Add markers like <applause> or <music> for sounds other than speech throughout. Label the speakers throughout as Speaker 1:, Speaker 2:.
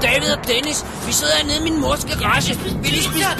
Speaker 1: Dennis. Vi sidder hernede i min mors garage. Vi lige spise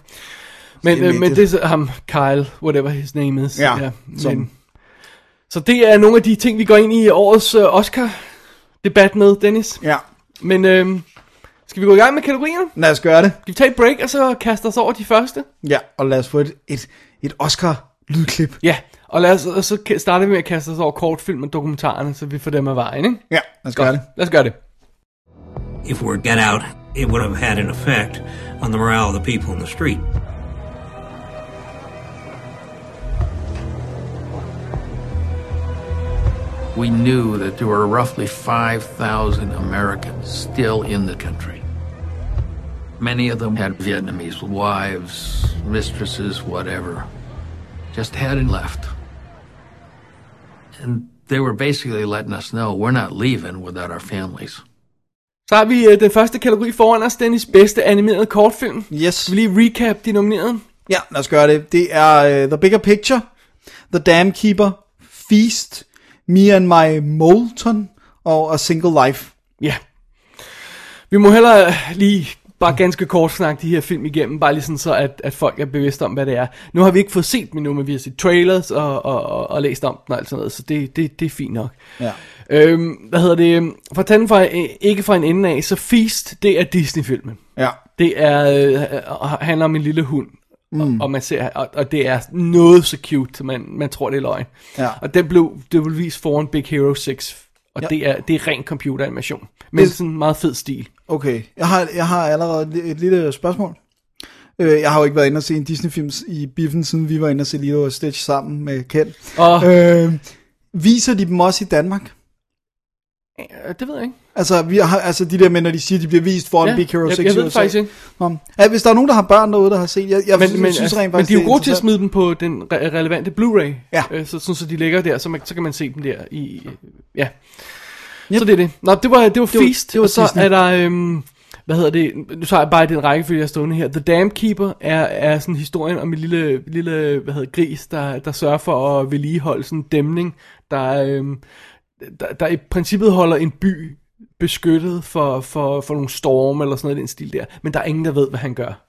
Speaker 2: Men,
Speaker 3: Det er
Speaker 2: øh, men
Speaker 3: Mikkel.
Speaker 2: det er så ham, Kyle, whatever his name is.
Speaker 3: Ja, som-
Speaker 2: men, så det er nogle af de ting, vi går ind i årets øh, Oscar-debat med, Dennis.
Speaker 3: Ja.
Speaker 2: Men øh, skal vi gå i gang med kategorierne?
Speaker 3: Lad os gøre det.
Speaker 2: Skal vi tage et break, og så kaste os over de første?
Speaker 3: Ja, og lad os få et, et, et Oscar-lydklip.
Speaker 2: Ja, og, lad os, og så ka- starter vi med at kaste os over kortfilm og dokumentarerne, så vi får dem af vejen, ikke?
Speaker 3: Ja, lad os gøre det.
Speaker 2: Lad os gøre det.
Speaker 4: If it were Get Out, it would have had an effect on the morale of the people in the street.
Speaker 5: We knew that there were roughly 5,000 Americans still in the country. Many of them had Vietnamese wives, mistresses, whatever. Just hadn't left. And they were basically letting us know we're not leaving without our families.
Speaker 2: Så har vi øh, den første kategori foran os, Dennis' bedste animerede kortfilm.
Speaker 3: Yes.
Speaker 2: Skal vi lige recap de nominerede?
Speaker 3: Ja, lad os gøre det. Det er uh, The Bigger Picture, The Dam Keeper, Feast, Me and My Molten og A Single Life.
Speaker 2: Ja. Vi må hellere øh, lige bare ganske kort snakke de her film igennem, bare lige sådan så, at, at folk er bevidste om, hvad det er. Nu har vi ikke fået set dem endnu, men vi har set trailers og, og, og, og læst om dem og alt sådan noget, så det, det, det er fint nok.
Speaker 3: Ja.
Speaker 2: Øhm, hvad hedder det? For at tage den fra, øh, ikke fra en ende af, så Feast, det er Disney-filmen.
Speaker 3: Ja.
Speaker 2: Det er, øh, handler om en lille hund. Mm. Og, og, man ser, og, og det er noget så cute, så man, man tror, det er løgn.
Speaker 3: Ja.
Speaker 2: Og den blev, det blev vist foran Big Hero 6. Og
Speaker 3: Ja.
Speaker 2: ja. det, er, det er ren computeranimation. Men
Speaker 3: Det-
Speaker 2: det... sådan en meget fed stil.
Speaker 3: Okay, jeg har, jeg har allerede et li- et lille spørgsmål. Øh, jeg har jo ikke været inde og se en Disney-film s- i biffen, siden vi var inde og se Lilo og Stitch sammen med Ken.
Speaker 2: Og øh.
Speaker 3: Øh, viser de dem også i Danmark?
Speaker 2: øh, det ved jeg ikke.
Speaker 3: Altså, vi har, altså de der med, når de siger, de bliver vist foran ja, Big Hero 6
Speaker 2: jeg, jeg
Speaker 3: i
Speaker 2: ved det
Speaker 3: USA.
Speaker 2: faktisk ikke.
Speaker 3: Om, ja, hvis der er nogen, der har børn derude, der har set, jeg, jeg men, synes,
Speaker 2: Men, men,
Speaker 3: jeg synes
Speaker 2: altså,
Speaker 3: rent
Speaker 2: men
Speaker 3: faktisk,
Speaker 2: de er jo gode til at
Speaker 3: interessant.
Speaker 2: smide dem på den re- relevante Blu-ray.
Speaker 3: Ja.
Speaker 2: Øh, så, sådan, så de ligger der, så, man, så kan man se dem der i... Ja. Yep. Så det er det. Nå, det var, det var
Speaker 3: var-
Speaker 2: Feast,
Speaker 3: det var
Speaker 2: og så
Speaker 3: Disney.
Speaker 2: er der... Øhm, hvad hedder det? Nu tager jeg bare i den rækkefølge, jeg er stående her. The Dam Keeper er, er sådan historien om en lille, lille hvad hedder, gris, der, der sørger for at vedligeholde sådan en dæmning, der, øhm, der, der i princippet holder en by beskyttet for, for, for nogle storme eller sådan noget i den stil der. Men der er ingen, der ved, hvad han gør.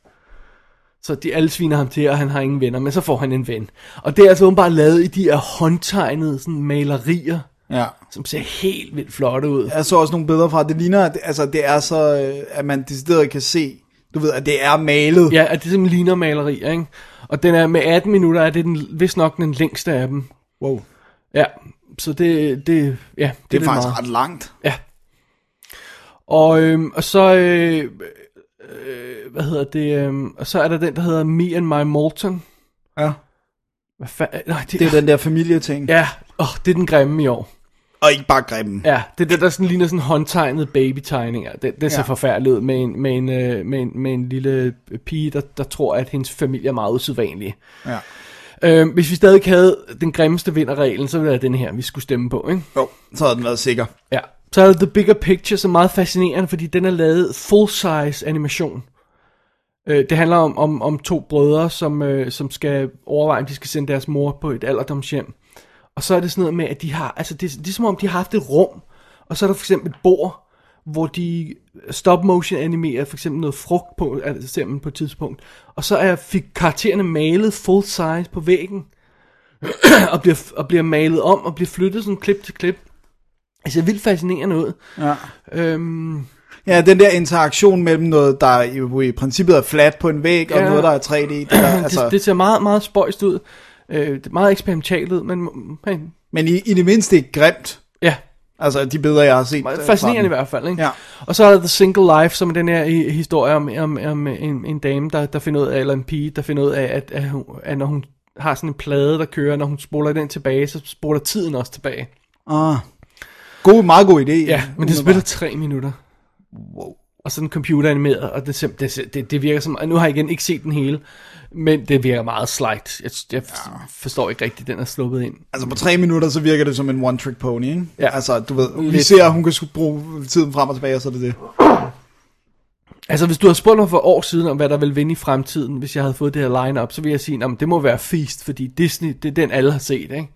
Speaker 2: Så de alle sviner ham til, og han har ingen venner, men så får han en ven. Og det er altså åbenbart lavet i de her håndtegnede sådan, malerier,
Speaker 3: Ja.
Speaker 2: som ser helt vildt flotte ud.
Speaker 3: Jeg så også nogle billeder fra, det ligner, at, altså, det er så, øh, at man decideret kan se, du ved, at det er malet.
Speaker 2: Ja, at det simpelthen ligner malerier, ikke? Og den er med 18 minutter, er det den, vist nok den længste af dem.
Speaker 3: Wow, det,
Speaker 2: Ja, så det, det, ja, det,
Speaker 3: det er faktisk
Speaker 2: meget.
Speaker 3: ret langt.
Speaker 2: Ja. Og, øhm, og så, øh, øh, hvad hedder det, øhm, og så er der den, der hedder Me and My Morton.
Speaker 3: Ja.
Speaker 2: Hvad fa- nej, det,
Speaker 3: Det er den der familieting.
Speaker 2: Ja, åh, det er den grimme i år.
Speaker 3: Og ikke bare grimmen.
Speaker 2: Ja, det er det, der sådan ligner sådan håndtegnede babytegninger. Det, det ser
Speaker 3: Ja.
Speaker 2: ja. forfærdeligt ud med en, med, en, øh, med, en, med en lille pige, der, der tror, at hendes familie er meget usædvanlig.
Speaker 3: Ja.
Speaker 2: Øh, hvis vi stadig havde den grimmeste vinderreglen, så ville det være den her, vi skulle stemme på, ikke?
Speaker 3: Jo, så havde den været sikker.
Speaker 2: Ja. Så er der The Bigger Picture, som er meget fascinerende, fordi den er lavet full-size animation. Øh, det handler om, om, om to brødre, som, øh, som skal overveje, om de skal sende deres mor på et alderdomshjem. Og så er det sådan noget med, at de har, altså det, det er som om, de har haft et rum, og så er der for eksempel et bord, hvor de stop motion animerer for eksempel noget frugt på, altså simpelthen på et tidspunkt. Og så er fik karaktererne malet full size på væggen, <clears throat> og, bliver, og bliver malet om, og bliver flyttet sådan klip til klip. Altså vildt fascinerende ud.
Speaker 3: Ja.
Speaker 2: Øhm,
Speaker 3: Ja, den der interaktion mellem noget, der jo i princippet er flat på en væg, ja. og
Speaker 2: Ja.
Speaker 3: noget, der er 3D. Det der, altså,
Speaker 2: <clears throat> det, det ser meget, meget spøjst ud. Øh, det er meget eksperimentalt ud, men, men
Speaker 3: Men i, i det mindste ikke grimt.
Speaker 2: ja,
Speaker 3: Altså, de billeder, jeg har set. øh, fra
Speaker 2: Fascinerende i
Speaker 3: den.
Speaker 2: hvert fald, ikke?
Speaker 3: Ja.
Speaker 2: Og så er der The Single Life, som er den her i- historie om, om, om en, en dame, der, der finder ud af, eller en pige, der finder ud af, at, at, hun, at når hun har sådan en plade, der kører, når hun spoler den tilbage, så spoler tiden også tilbage.
Speaker 3: Ah. God, meget god idé.
Speaker 2: Ja, men det
Speaker 3: umiddelbart.
Speaker 2: spiller tre minutter. Wow. Og sådan computeranimeret, og det, simp- det, det, det virker som, og nu har jeg igen ikke set den hele, men det virker meget slight. Jeg, jeg forstår ikke rigtigt, den er sluppet ind.
Speaker 3: Altså på tre minutter, så virker det som en one-trick pony, ikke?
Speaker 2: Ja.
Speaker 3: Altså, du ved, vi
Speaker 2: Lidt.
Speaker 3: ser, at hun kan sgu bruge tiden frem og tilbage, og så er det det.
Speaker 2: Altså, hvis du havde spurgt mig for år siden om, hvad der ville vinde i fremtiden, hvis jeg havde fået det her line-up, så ville jeg sige, at det må være Feast, fordi Disney, det er den, alle har set, ikke?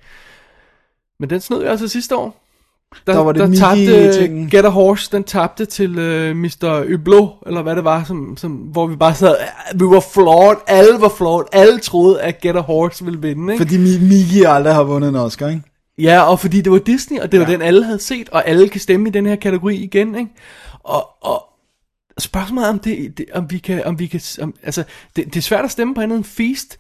Speaker 2: Men den snød jeg altså sidste år.
Speaker 3: Der var det
Speaker 2: der tabte
Speaker 3: Mickey-tingen.
Speaker 2: øh, Get a Horse, den tabte til uh, Mr. Yblå, eller hvad det var, som, som, hvor vi bare sad, "Ah, vi var flawed, alle var flawed, alle troede, at Get a Horse ville vinde, ikke?
Speaker 3: Fordi Mi- Miki aldrig har vundet en Oscar, ikke?
Speaker 2: Ja, og fordi det var Disney, og det var den, alle havde set, og alle kan stemme i den her kategori igen, ikke? Og, og spørgsmålet er, om, det, det, om vi kan... Om vi kan om, altså, det, det er svært at stemme på andet end Feast,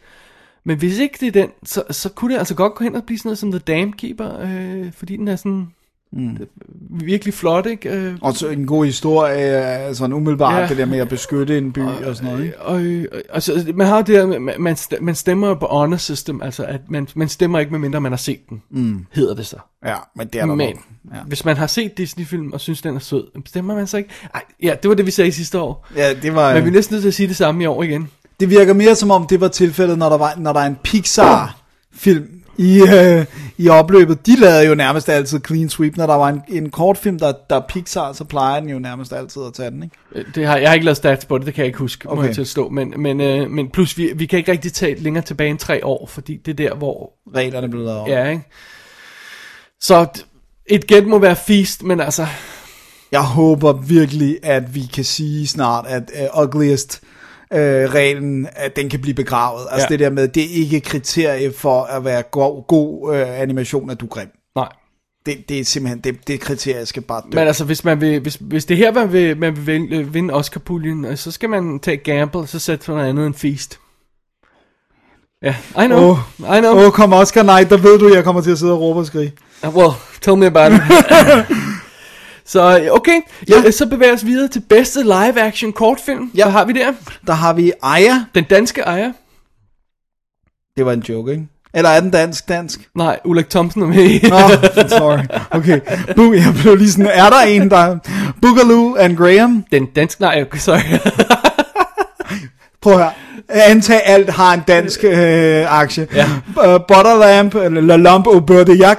Speaker 2: men hvis ikke det er den, så, så kunne det altså godt gå hen og blive sådan noget som The Dam Keeper, øh, fordi den er sådan mm. virkelig flot, ikke? Øh,
Speaker 3: Og så en god historie, øh, sådan umiddelbart,
Speaker 2: Ja.
Speaker 3: ja. det der med at beskytte en by og, og sådan noget, ikke?
Speaker 2: og, øh, og, og så, man har jo det her, med- man, man st- man stemmer jo på honor system, altså at man, man stemmer ikke, medmindre man har set den, mm. hedder det så.
Speaker 3: Ja, men det er der
Speaker 2: Men
Speaker 3: nok.
Speaker 2: ja. hvis man har set Disney-film og synes, den er sød, bestemmer man så ikke? Ej, ja, det var det, vi sagde sidste år.
Speaker 3: Ja, det var...
Speaker 2: Men vi er næsten nødt til at sige det samme i år igen.
Speaker 3: Det virker mere som om, det var tilfældet, når der, var, når der er en Pixar-film i, øh, i opløbet. De lavede jo nærmest altid clean sweep. Når der var en, en kortfilm, der, der er Pixar, så plejer den jo nærmest altid at tage den, ikke?
Speaker 2: Øh, Det har, jeg har ikke lavet stats på det, det kan jeg ikke huske, okay. må
Speaker 3: Okay.
Speaker 2: jeg tilstå. Men, men, øh, men plus, vi, vi kan ikke rigtig tage længere tilbage end tre år, fordi det er der, hvor...
Speaker 3: Reglerne blev lavet om.
Speaker 2: Ja, ikke? Så d- et gæt må være feast, men altså...
Speaker 3: Jeg håber virkelig, at vi kan sige snart, at uh, ugliest uh, reglen, at den kan blive begravet. Altså
Speaker 2: Ja.
Speaker 3: det der med, det er ikke kriterie for at være god, god uh, animation, at du er grim.
Speaker 2: Nej.
Speaker 3: Det, det er simpelthen, det, det kriterie skal bare dø.
Speaker 2: Men altså, hvis, man vil, hvis, hvis det er her, man vil, man vil vinde- øh, vinde Oscar-puljen, øh, så skal man tage gamble, og så sætte for noget andet end feast. Ja, I know,
Speaker 3: Åh.
Speaker 2: I know.
Speaker 3: Åh, oh, kom Oscar night, der ved du, jeg kommer til at sidde og råbe og skrige.
Speaker 2: Uh, Well, tell me about <laughs> it. så øh, okay, ja. så bevæger vi os videre til bedste live-action kortfilm. Ja. Hvad har vi der?
Speaker 3: Der har vi Aya.
Speaker 2: Den danske ejer.
Speaker 3: Det var en joke, ikke? Eller er den dansk dansk?
Speaker 2: Nej, Ulrik Thomsen er med.
Speaker 3: Nå, sorry. Okay. Bu- jeg blev lige sådan, er der en, der... Boogaloo and Graham.
Speaker 2: Den danske, nej, okay, sorry.
Speaker 3: Prøv at høre. Antag alt har en dansk øh, aktie. Ja. Uh, Butterlamp, eller La Lamp au beurre de jac,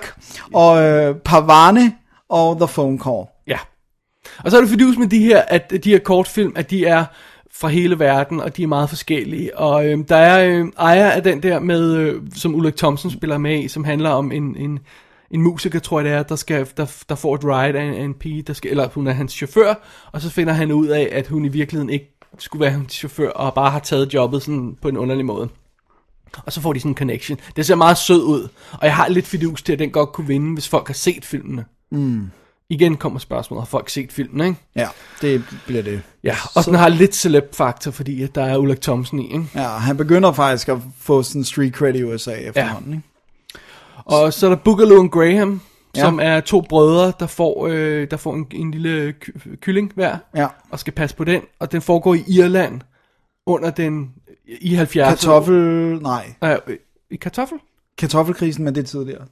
Speaker 3: og øh, Pavane, og The Phone Call.
Speaker 2: Ja. Og så er det fidus med de her, at de her kortfilm, at de er fra hele verden, og de er meget forskellige. Og øhm, der er øhm, ejer af den der med, øh, som Ulrik Thomsen spiller med i, som handler om en, en, en musiker, tror jeg det er, der, skal, der, der får et ride af en, af en pige, der skal, eller hun er hans chauffør, og så finder han ud af, at hun i virkeligheden ikke skulle være hans chauffør, og bare har taget jobbet sådan på en underlig måde. Og så får de sådan en connection. Det ser meget sød ud, og jeg har lidt fidus til, at den godt kunne vinde, hvis folk har set filmene. Igen kommer spørgsmålet, har folk set filmen, ikke?
Speaker 3: Ja, det bliver det.
Speaker 2: Ja, og den har lidt celeb-faktor, fordi at der er Ulrik Thomsen i, ikke?
Speaker 3: Ja, han begynder faktisk at få sådan street cred i USA efterhånden, ikke?
Speaker 2: Og så er der Boogaloo and Graham, ja.
Speaker 3: Ja.
Speaker 2: som er to brødre, der får, øh, der får en, en lille ky- kylling hver,
Speaker 3: Ja.
Speaker 2: og skal passe på den. Og den foregår i Irland under den i 70'erne.
Speaker 3: Kartoffel... Nej.
Speaker 2: Øh, I kartoffel?
Speaker 3: Kartoffelkrisen, men det er tidligere.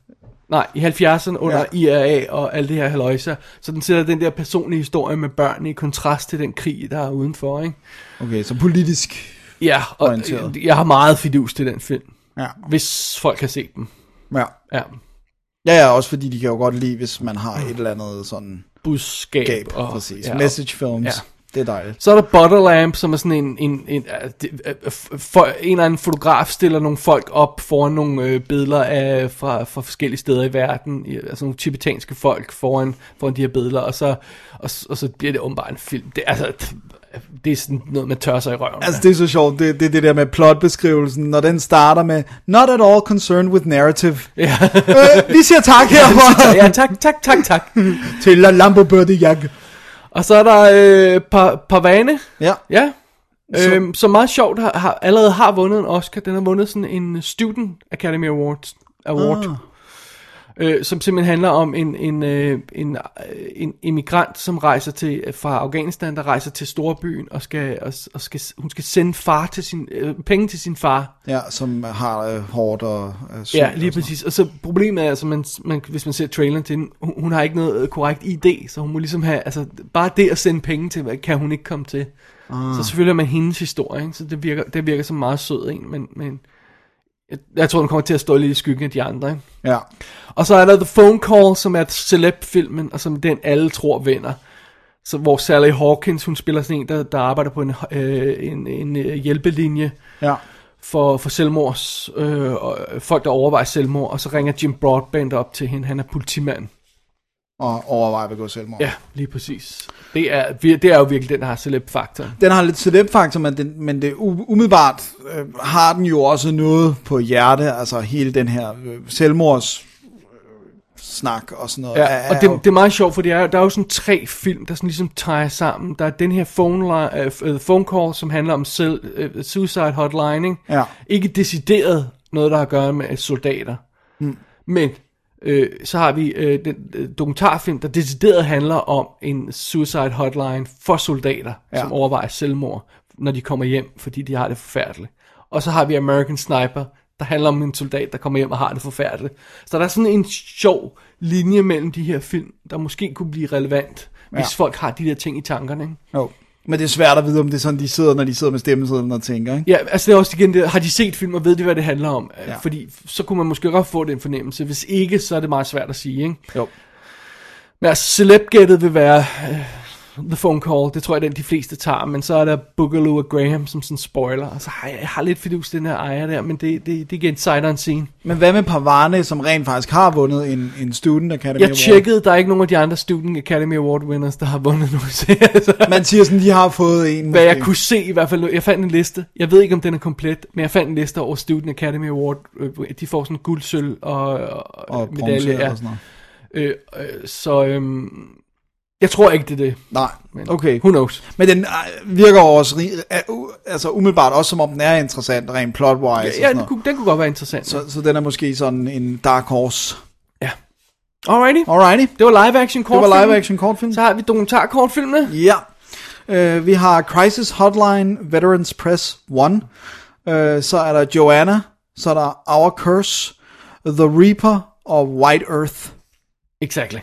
Speaker 2: Nej, i 70'erne under ja. IRA og alt det her haløjser. Så den sætter den der personlige historie med børn i kontrast til den krig, der er udenfor, ikke?
Speaker 3: Okay, så politisk.
Speaker 2: Ja, og
Speaker 3: Orienteret.
Speaker 2: øh, jeg har meget fidus til den film.
Speaker 3: Ja.
Speaker 2: Hvis folk har set dem.
Speaker 3: Ja.
Speaker 2: Ja.
Speaker 3: Ja, ja, også fordi de kan jo godt lide, hvis man har et eller andet sådan
Speaker 2: Budskab.
Speaker 3: gab,
Speaker 2: og,
Speaker 3: præcis.
Speaker 2: Ja, og-
Speaker 3: Message films, ja.
Speaker 2: Ja.
Speaker 3: det er dejligt.
Speaker 2: så er der Butterlamp, som er sådan en, en, en, øh, det- øh, f- for, en eller anden fotograf stiller nogle folk op foran nogle øh, billeder af, fra, fra forskellige steder i verden, i- altså nogle tibetanske folk foran, foran de her billeder, og så, og, s- og så bliver det åbenbart en film. Det, er altså, t- det er sådan noget, man tør sig i røven.
Speaker 3: Altså, det er så sjovt, det, det er det der med plotbeskrivelsen, når den starter med, not at all concerned with narrative.
Speaker 2: Ja.
Speaker 3: øh, vi siger tak
Speaker 2: af.
Speaker 3: herfra
Speaker 2: ja, tak, tak, tak, tak.
Speaker 3: <laughs> til La Lambo Birdie Jag.
Speaker 2: og så er der øh, pa, Parvane,
Speaker 3: Ja,
Speaker 2: Ja.
Speaker 3: Så-
Speaker 2: Øhm, så meget sjovt, har, har, allerede har vundet en Oscar. Den har vundet sådan en Student Academy Award. Award. øh, som simpelthen handler om en, en, øh, en, øh, en immigrant, som rejser til fra Afghanistan, der rejser til storbyen, og, skal, og, og skal, hun skal sende far til sin, øh, penge til sin far,
Speaker 3: Ja, som har øh, hårdt og øh, sygt
Speaker 2: Ja, lige
Speaker 3: og sådan
Speaker 2: præcis. Og så problemet er, altså, man, man, hvis man ser traileren til hende, hun, hun har ikke noget øh, korrekt ID, så hun må ligesom have, altså bare det at sende penge til, hvad kan hun ikke komme til. Ah. Så selvfølgelig er man hendes historie, ikke? så det virker, det virker som meget sød en, men, men jeg, jeg tror, den kommer til at stå lidt i skyggen af de andre. Ikke?
Speaker 3: noget. Ja.
Speaker 2: Og så er der The Phone Call, som er celeb-filmen, og som den alle tror vinder. Så, hvor Sally Hawkins, hun spiller sådan en, der, der arbejder på en, øh, en, en øh, hjælpelinje,
Speaker 3: Ja.
Speaker 2: for, for selvmords, øh, og folk, der overvejer selvmord, og så ringer Jim Broadbent op til hende, han er politimand.
Speaker 3: Og overvejer at begå selvmord.
Speaker 2: Ja, lige præcis. Det er, vir- det er jo virkelig den, der har celeb-faktoren.
Speaker 3: Den har lidt celeb-faktor, men, den, men det, u- umiddelbart øh, har den jo også noget på hjerte, altså hele den her øh, selvmords øh, snak og sådan noget.
Speaker 2: Ja, og det, det er meget sjovt, for det er, der er jo sådan tre film, der sådan ligesom tager sammen. Der er den her phone, li- øh, f- øh, phone call, som handler om selv, øh, suicide hotlining.
Speaker 3: Ja.
Speaker 2: Ikke decideret noget, der har at gøre med soldater. Mm. Men øh, så har vi øh, den øh, dokumentarfilm, der decideret handler om en suicide hotline for soldater, ja. som overvejer selvmord, når de kommer hjem, fordi de har det forfærdeligt. Og så har vi American Sniper, der handler om en soldat, der kommer hjem og har det forfærdeligt. Så der er sådan en sjov linje mellem de her film, der måske kunne blive relevant, hvis
Speaker 3: Ja.
Speaker 2: folk har de der ting i tankerne. Ikke?
Speaker 3: Jo. Men det er svært at vide, om det er sådan, de sidder, når de sidder med stemmesedlen og tænker, ikke?
Speaker 2: Ja, altså det er også igen det, har de set film, og ved de, hvad det handler om? Ja.
Speaker 3: Ja.
Speaker 2: Fordi så kunne man måske godt få den fornemmelse. Hvis ikke, så er det meget svært at sige, ikke?
Speaker 3: Jo.
Speaker 2: Men altså, celebgættet vil være uh, The Phone Call. Det tror jeg, den de fleste tager. Men så er der Boogaloo og Graham som sådan spoiler. Og så har jeg, jeg har lidt fidus den her ejer der, men det, det, det er igen sight unseen.
Speaker 3: Men hvad med Parvane, som rent faktisk har vundet en, en student academy
Speaker 2: Jeg
Speaker 3: Award?
Speaker 2: tjekkede, der er ikke nogen af de andre Student Academy Award winners, der har vundet nogen serier. <laughs> så-
Speaker 3: Man siger sådan, de har fået en.
Speaker 2: Hvad jeg
Speaker 3: måske.
Speaker 2: kunne se i hvert fald, jeg fandt en liste, jeg ved ikke om den er komplet, men jeg fandt en liste over Student Academy Award, øh, de får sådan guld, sølv og, og,
Speaker 3: Og bronze
Speaker 2: medalje.
Speaker 3: ja.
Speaker 2: Ja.
Speaker 3: og sådan noget.
Speaker 2: Øh, øh, så øhm, jeg tror ikke, det er det.
Speaker 3: Nej,
Speaker 2: Men
Speaker 3: okay.
Speaker 2: Who knows?
Speaker 3: Men den øh, virker jo også ri- øh, u- altså umiddelbart også, som om den er interessant, rent plot-wise. og
Speaker 2: ja,
Speaker 3: sådan
Speaker 2: den
Speaker 3: noget.
Speaker 2: kunne, den kunne godt være interessant. Så.
Speaker 3: Så, så den er måske sådan en dark horse.
Speaker 2: Alrighty.
Speaker 3: Alrighty,
Speaker 2: Det var live action
Speaker 3: det
Speaker 2: kortfilm.
Speaker 3: var live action kortfilm.
Speaker 2: Så har vi dokumentarkortfilmene.
Speaker 3: Ja. Øh, vi har Crisis Hotline, Veterans Press 1. Øh, så er der Joanna. Så er der Our Curse, The Reaper og White Earth.
Speaker 2: Exactly.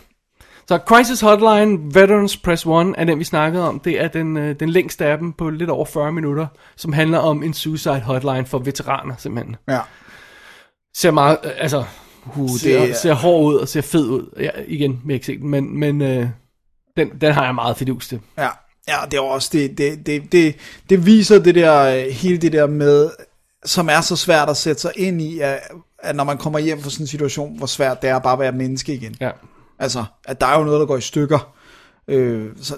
Speaker 2: Så Crisis Hotline Veterans Press 1 er den, vi snakkede om. Det er den, øh, den længste af dem på lidt over 40 minutter, som handler om en suicide hotline for veteraner, simpelthen.
Speaker 3: Ja.
Speaker 2: Ser meget, øh, altså, uh, ser,
Speaker 3: det er-
Speaker 2: ser hård ud og ser fed ud. Ja, igen, vi har ikke set den, men, men øh, den, den har jeg meget fidus til.
Speaker 3: Ja, ja det er jo også det, det, det, det, det viser det der, øh, hele det der med, som er så svært at sætte sig ind i, at, at når man kommer hjem fra sådan en situation, hvor svært det er bare at være menneske igen.
Speaker 2: Ja.
Speaker 3: Altså, at der er jo noget, der går i stykker. Øh, så,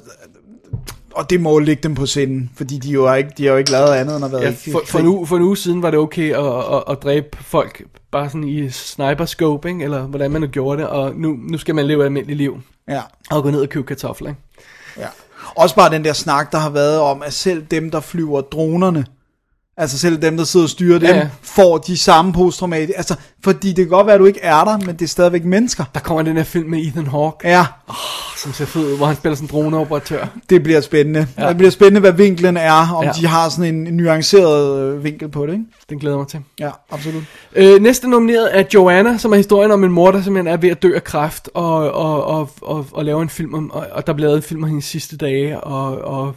Speaker 3: og det må jo ligge dem på sinden, fordi de jo er ikke, de har jo ikke lavet andet end at være
Speaker 2: Ja,
Speaker 3: i krig.
Speaker 2: for, for, en uge, for en uge siden var det okay at, at, at dræbe folk bare sådan i sniperscope, ikke? eller hvordan man nu gjorde det, og nu, nu skal man leve et almindeligt liv
Speaker 3: Ja,
Speaker 2: og gå ned og købe kartofler. Ikke?
Speaker 3: ja. Også bare den der snak, der har været om, at selv dem, der flyver dronerne, altså selv dem, der sidder og styrer dem,
Speaker 2: Ja,
Speaker 3: ja,
Speaker 2: ja.
Speaker 3: ja. får de samme posttraumatik. Altså, fordi det kan godt være, at du ikke er der, men det er stadigvæk mennesker.
Speaker 2: Der kommer den her film med Ethan Hawke,
Speaker 3: Ja,
Speaker 2: som ser fed ud, hvor han spiller sådan en droneoperatør.
Speaker 3: det bliver spændende.
Speaker 2: Ja.
Speaker 3: Ja. Det bliver spændende, hvad vinklen er, om
Speaker 2: Ja.
Speaker 3: ja. de har sådan en, en nuanceret øh, vinkel på det, ikke?
Speaker 2: Den glæder jeg mig til.
Speaker 3: Ja, absolut.
Speaker 2: Øh, næste nomineret er Joanna, som er historien om en mor, der simpelthen er ved at dø af kræft, og, og, og, og, og laver en film om, og, og der bliver lavet en film om hendes sidste dage, og, og,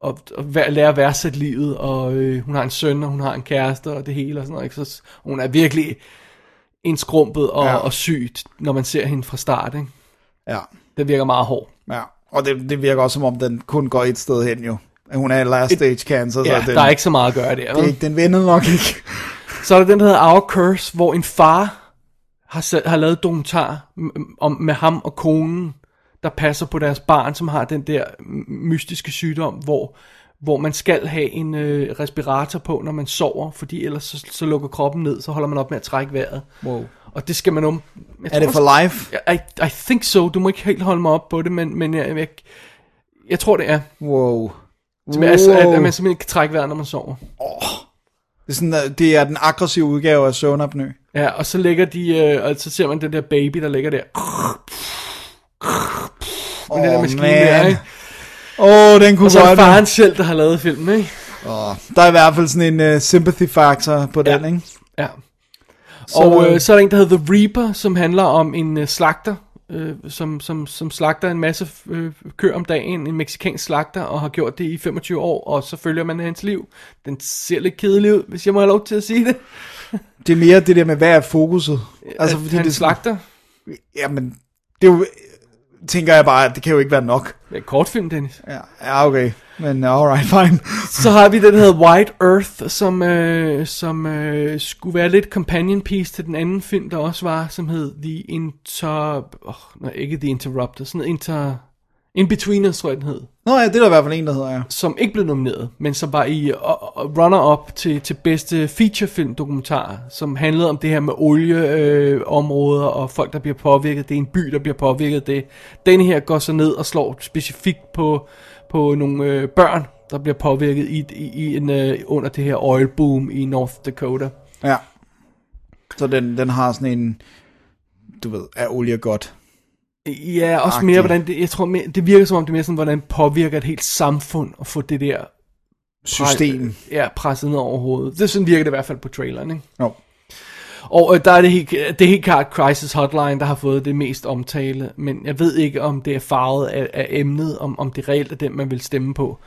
Speaker 2: og, og vær- lærer at værdsætte livet, og øh, hun har en søn, og hun har en kæreste, og det hele og sådan noget. Ikke? Så s- hun er virkelig indskrumpet og, ja.
Speaker 3: Ja.
Speaker 2: og sygt, når man ser hende fra start. Ikke?
Speaker 3: Ja,
Speaker 2: Det virker meget hård.
Speaker 3: ja. Og det, det virker også, som om den kun går et sted hen jo. Hun er last stage cancer,
Speaker 2: Ja,
Speaker 3: så den,
Speaker 2: der er ikke så meget at gøre der.
Speaker 3: det er
Speaker 2: vel?
Speaker 3: ikke, den vinder nok ikke.
Speaker 2: Så er der den, der hedder Our Curse, hvor en far har, sa- har lavet dokumentar m- om, med ham og konen, der passer på deres barn, som har den der m- mystiske sygdom, hvor, hvor man skal have en øh, respirator på, når man sover, fordi ellers så, så lukker kroppen ned, så holder man op med at trække vejret.
Speaker 3: Wow.
Speaker 2: Og det skal man om. Jeg
Speaker 3: Er det
Speaker 2: tror-
Speaker 3: for life?
Speaker 2: I, I think so. Du må ikke helt holde mig op på det, men, men jeg, jeg, jeg tror, det er.
Speaker 3: Wow.
Speaker 2: Wow. Altså, at, at
Speaker 3: Wow.
Speaker 2: man simpelthen ikke kan trække vejret, når man sover.
Speaker 3: Det er, sådan, at det er den aggressive udgave af søvnapnø.
Speaker 2: Ja, og så ligger de, øh, og så ser man den der baby, der ligger der.
Speaker 3: Åh,
Speaker 2: den der maskine der, ikke?
Speaker 3: Åh, oh, den kunne
Speaker 2: Og så er
Speaker 3: godt
Speaker 2: det
Speaker 3: være.
Speaker 2: faren selv, der har lavet filmen, ikke?
Speaker 3: Der er i hvert fald sådan en uh, sympathy factor på den, ikke?
Speaker 2: Ja. Og øh, så er der en, der hedder The Reaper, som handler om en øh, slagter, øh, som, som, som slagter en masse øh, køer om dagen, en meksikansk slagter, og har gjort det i 25 år, og så følger man hans liv. Den ser lidt kedelig ud, hvis jeg må have lov til at sige det.
Speaker 3: Det er mere det der med, hvad er fokuset?
Speaker 2: Altså, fordi
Speaker 3: det
Speaker 2: han det
Speaker 3: er sådan-
Speaker 2: slagter.
Speaker 3: Jamen, det er jo, tænker jeg bare, at det kan jo ikke være nok.
Speaker 2: Det er kortfilm, Dennis.
Speaker 3: Ja, ja okay. Men øh, alright, fine.
Speaker 2: Så har vi den, der hedder White Earth, som, øh, som øh, skulle være lidt companion piece til den anden film, der også var, som hed The Inter... Oh, nej, ikke The Interrupter, sådan noget Inter... Inbetweeners, tror jeg, den hed.
Speaker 3: Nå ja, det er der i hvert fald en, der hedder, ja.
Speaker 2: som ikke blev nomineret, men som var i øh, runner-up til, til bedste featurefilm dokumentar, som handlede om det her med olieområder øh, områder og folk, der bliver påvirket. Det er en by, der bliver påvirket af det. Den her går så ned og slår specifikt på, på nogle øh, børn, der bliver påvirket i, i, i en, øh, under det her oil boom i North Dakota.
Speaker 3: Ja. Så den, den har sådan en, du ved, er olie godt?
Speaker 2: Ja, også
Speaker 3: Agtig.
Speaker 2: mere, hvordan det, jeg tror, mere, det virker som om, det er mere sådan, hvordan påvirker et helt samfund at få det der øh,
Speaker 3: System.
Speaker 2: ja, presset ned over hovedet. Det sådan virker det i hvert fald på traileren, ikke?
Speaker 3: Jo.
Speaker 2: Og øh, der er det helt, det er helt klart Crisis Hotline, der har fået det mest omtale, men jeg ved ikke, om det er farvet af, af emnet, om, om det reelt er den, man vil stemme på.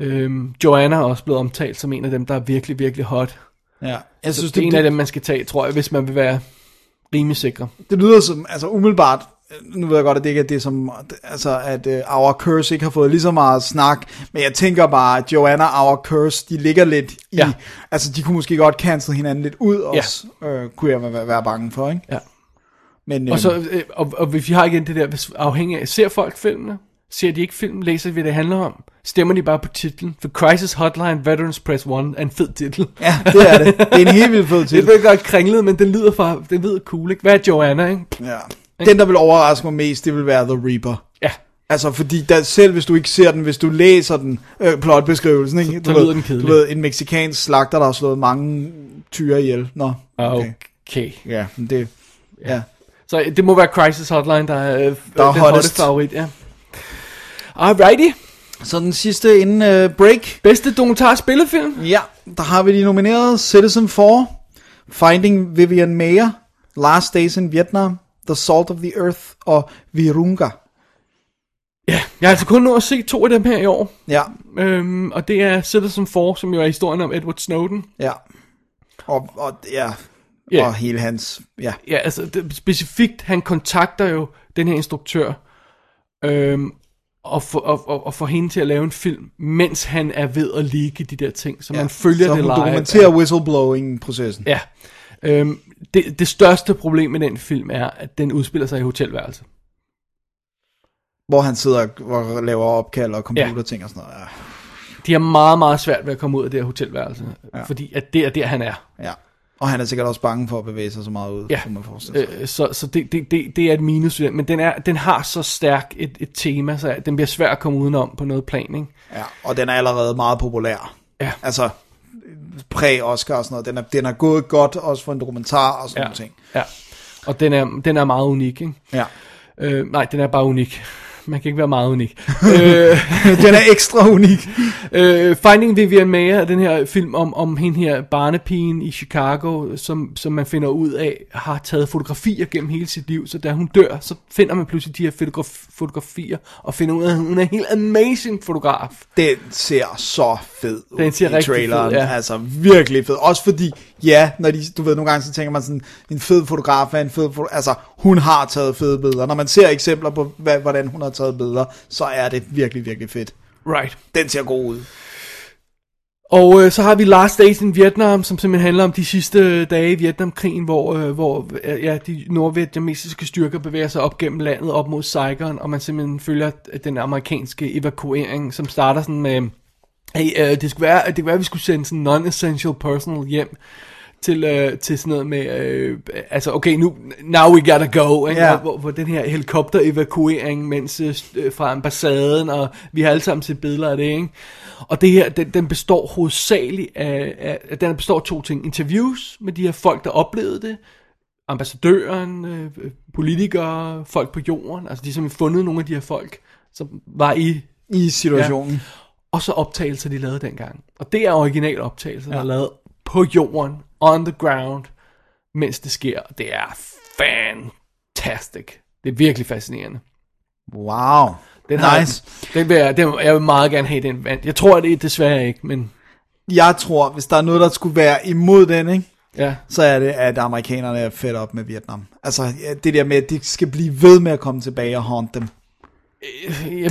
Speaker 2: Øhm, Joanna er også blevet omtalt som en af dem, der er virkelig, virkelig hot.
Speaker 3: Ja. Jeg
Speaker 2: Så
Speaker 3: synes,
Speaker 2: det er en
Speaker 3: det,
Speaker 2: af dem, man skal tage, tror jeg, hvis man vil være rimelig sikker.
Speaker 3: det lyder som, altså umiddelbart, nu ved jeg godt, at det ikke er det som, altså at uh, Our Curse ikke har fået lige så meget snak, men jeg tænker bare, at Joanna og Our Curse, de ligger lidt i,
Speaker 2: Ja.
Speaker 3: altså de kunne måske godt cancel hinanden lidt ud også, øh, kunne jeg være, være bange for, ikke?
Speaker 2: Ja.
Speaker 3: Men,
Speaker 2: Og,
Speaker 3: øhm,
Speaker 2: så, øh, og, og hvis vi har igen det der, hvis afhængig af, ser folk filmene? Ser de ikke film? Læser de, hvad det handler om? Stemmer de bare på titlen? For Crisis Hotline Veterans Press 1 er en fed titel.
Speaker 3: Ja, <laughs> det er det. Det er en helt vildt
Speaker 2: <laughs>
Speaker 3: fed
Speaker 2: Det
Speaker 3: titel.
Speaker 2: er godt kringlet, men den lyder, for, den lyder cool, ikke? Hvad er Joanna, ikke?
Speaker 3: Ja. Den, der vil overraske mig mest, det vil være The Reaper.
Speaker 2: Ja,
Speaker 3: Altså, fordi der, selv hvis du ikke ser den, hvis du læser den, øh, plotbeskrivelsen, ikke?
Speaker 2: så
Speaker 3: du
Speaker 2: lyder den kedelig.
Speaker 3: Du ved, en meksikansk slagter, der har slået mange tyre ihjel. Nå,
Speaker 2: okay. Ah, okay.
Speaker 3: Ja, men det... Ja.
Speaker 2: Så øh, det må være Crisis Hotline, der er, øh,
Speaker 3: Der er
Speaker 2: den
Speaker 3: hottest.
Speaker 2: hotte favorit, ja. Alrighty.
Speaker 3: Så den sidste inden øh, break.
Speaker 2: Bedste dokumentar spillefilm?
Speaker 3: Ja, der har vi de nominerede. Citizen 4, Finding Vivian Mayer, Last Days in Vietnam, The Salt of the Earth og Virunga.
Speaker 2: Ja. Jeg har altså kun nået at se to af dem her i år.
Speaker 3: Ja,
Speaker 2: Øhm, og det er Citizen 4, som jo er historien om Edward Snowden.
Speaker 3: ja. Og, og ja,
Speaker 2: Ja.
Speaker 3: og hele hans... Ja.
Speaker 2: Ja, altså det, specifikt, han kontakter jo den her instruktør, øhm, og, for, og, og, og får hende til at lave en film, mens han er ved at ligge de der ting, så man følger
Speaker 3: så
Speaker 2: det
Speaker 3: hun
Speaker 2: live.
Speaker 3: dokumenterer whistleblowing-processen.
Speaker 2: Ja. Øhm, det, det største problem med den film er, at den udspiller sig i hotelværelse.
Speaker 3: Hvor han sidder og laver opkald og computerting og sådan noget. Ja.
Speaker 2: De har meget, meget svært ved at komme ud af det her hotelværelse, ja. fordi at det er der, han er.
Speaker 3: ja. Og han er sikkert også bange for at bevæge sig så meget ud,
Speaker 2: Ja.
Speaker 3: ja. man forestille sig.
Speaker 2: Øh, så så det, det, det, det er et minus ved den, men den, er, den har så stærk et, et tema, så den bliver svær at komme udenom på noget plan, ikke?
Speaker 3: Ja. Og den er allerede meget populær.
Speaker 2: Ja.
Speaker 3: Altså, præ-Oscar og sådan noget. Den er, den er gået godt også for en dokumentar og sådan ja.
Speaker 2: Ja,
Speaker 3: nogle ting.
Speaker 2: ja. Og den er, den er meget unik, ikke?
Speaker 3: Ja.
Speaker 2: Øh, nej, den er bare unik. Man kan ikke være meget unik. øh,
Speaker 3: den er ekstra unik.
Speaker 2: <laughs> øh, Finding Vivian Mayer er den her film om, om hende her barnepigen i Chicago, som, som man finder ud af har taget fotografier gennem hele sit liv. Så da hun dør, så finder man pludselig de her fotograf- fotografier og finder ud af, at hun er en helt amazing fotograf.
Speaker 3: Den ser så fed ud
Speaker 2: Den ser
Speaker 3: i
Speaker 2: rigtig
Speaker 3: traileren.
Speaker 2: fed, ja.
Speaker 3: Altså virkelig fed. Også fordi, ja, når de, du ved, nogle gange så tænker man sådan, en fed fotograf er en fed fotograf. Altså, hun har taget fede billeder. Når man ser eksempler på, hvad, hvordan hun har taget billeder, så er det virkelig, virkelig fedt.
Speaker 2: Right.
Speaker 3: Den ser god ud.
Speaker 2: Og øh, så har vi Last Days in Vietnam, som simpelthen handler om de sidste øh, dage i Vietnamkrigen, hvor, øh, hvor øh, ja, de nordvietnamesiske styrker bevæger sig op gennem landet op mod Saigon, og man simpelthen følger den amerikanske evakuering, som starter sådan med, hey, øh, det skulle være, det skulle være at vi skulle sende sådan non-essential personal hjem til, øh, til sådan noget med, øh, altså okay, nu, now we gotta go, ikke?
Speaker 3: Ja.
Speaker 2: Hvor, hvor, hvor den her helikopter-evakuering mens, øh, øh, fra ambassaden, og vi har alle sammen set billeder af det, ikke? Og det her, den, den består hovedsageligt af, af, af, den består af to ting, interviews med de her folk, der oplevede det, ambassadøren, øh, øh, politikere, folk på jorden, altså de har simpelthen fundet nogle af de her folk, som var i
Speaker 3: i situationen. Ja.
Speaker 2: og så optagelser, de lavede dengang. Og det er original optagelser, der er lavet på jorden, on the ground, mens det sker. Det er fantastic. Det er virkelig fascinerende.
Speaker 3: Wow.
Speaker 2: Den har-
Speaker 3: Nice.
Speaker 2: Den vil jeg, den, jeg vil meget gerne have den vandt. Jeg tror det er desværre ikke, men
Speaker 3: Jeg tror, hvis der er noget, der skulle være imod den, ikke?
Speaker 2: ja.
Speaker 3: så er det, at amerikanerne er fedt op med Vietnam. Altså, ja, det der med, at de skal blive ved med at komme tilbage og haunt dem.
Speaker 2: Jeg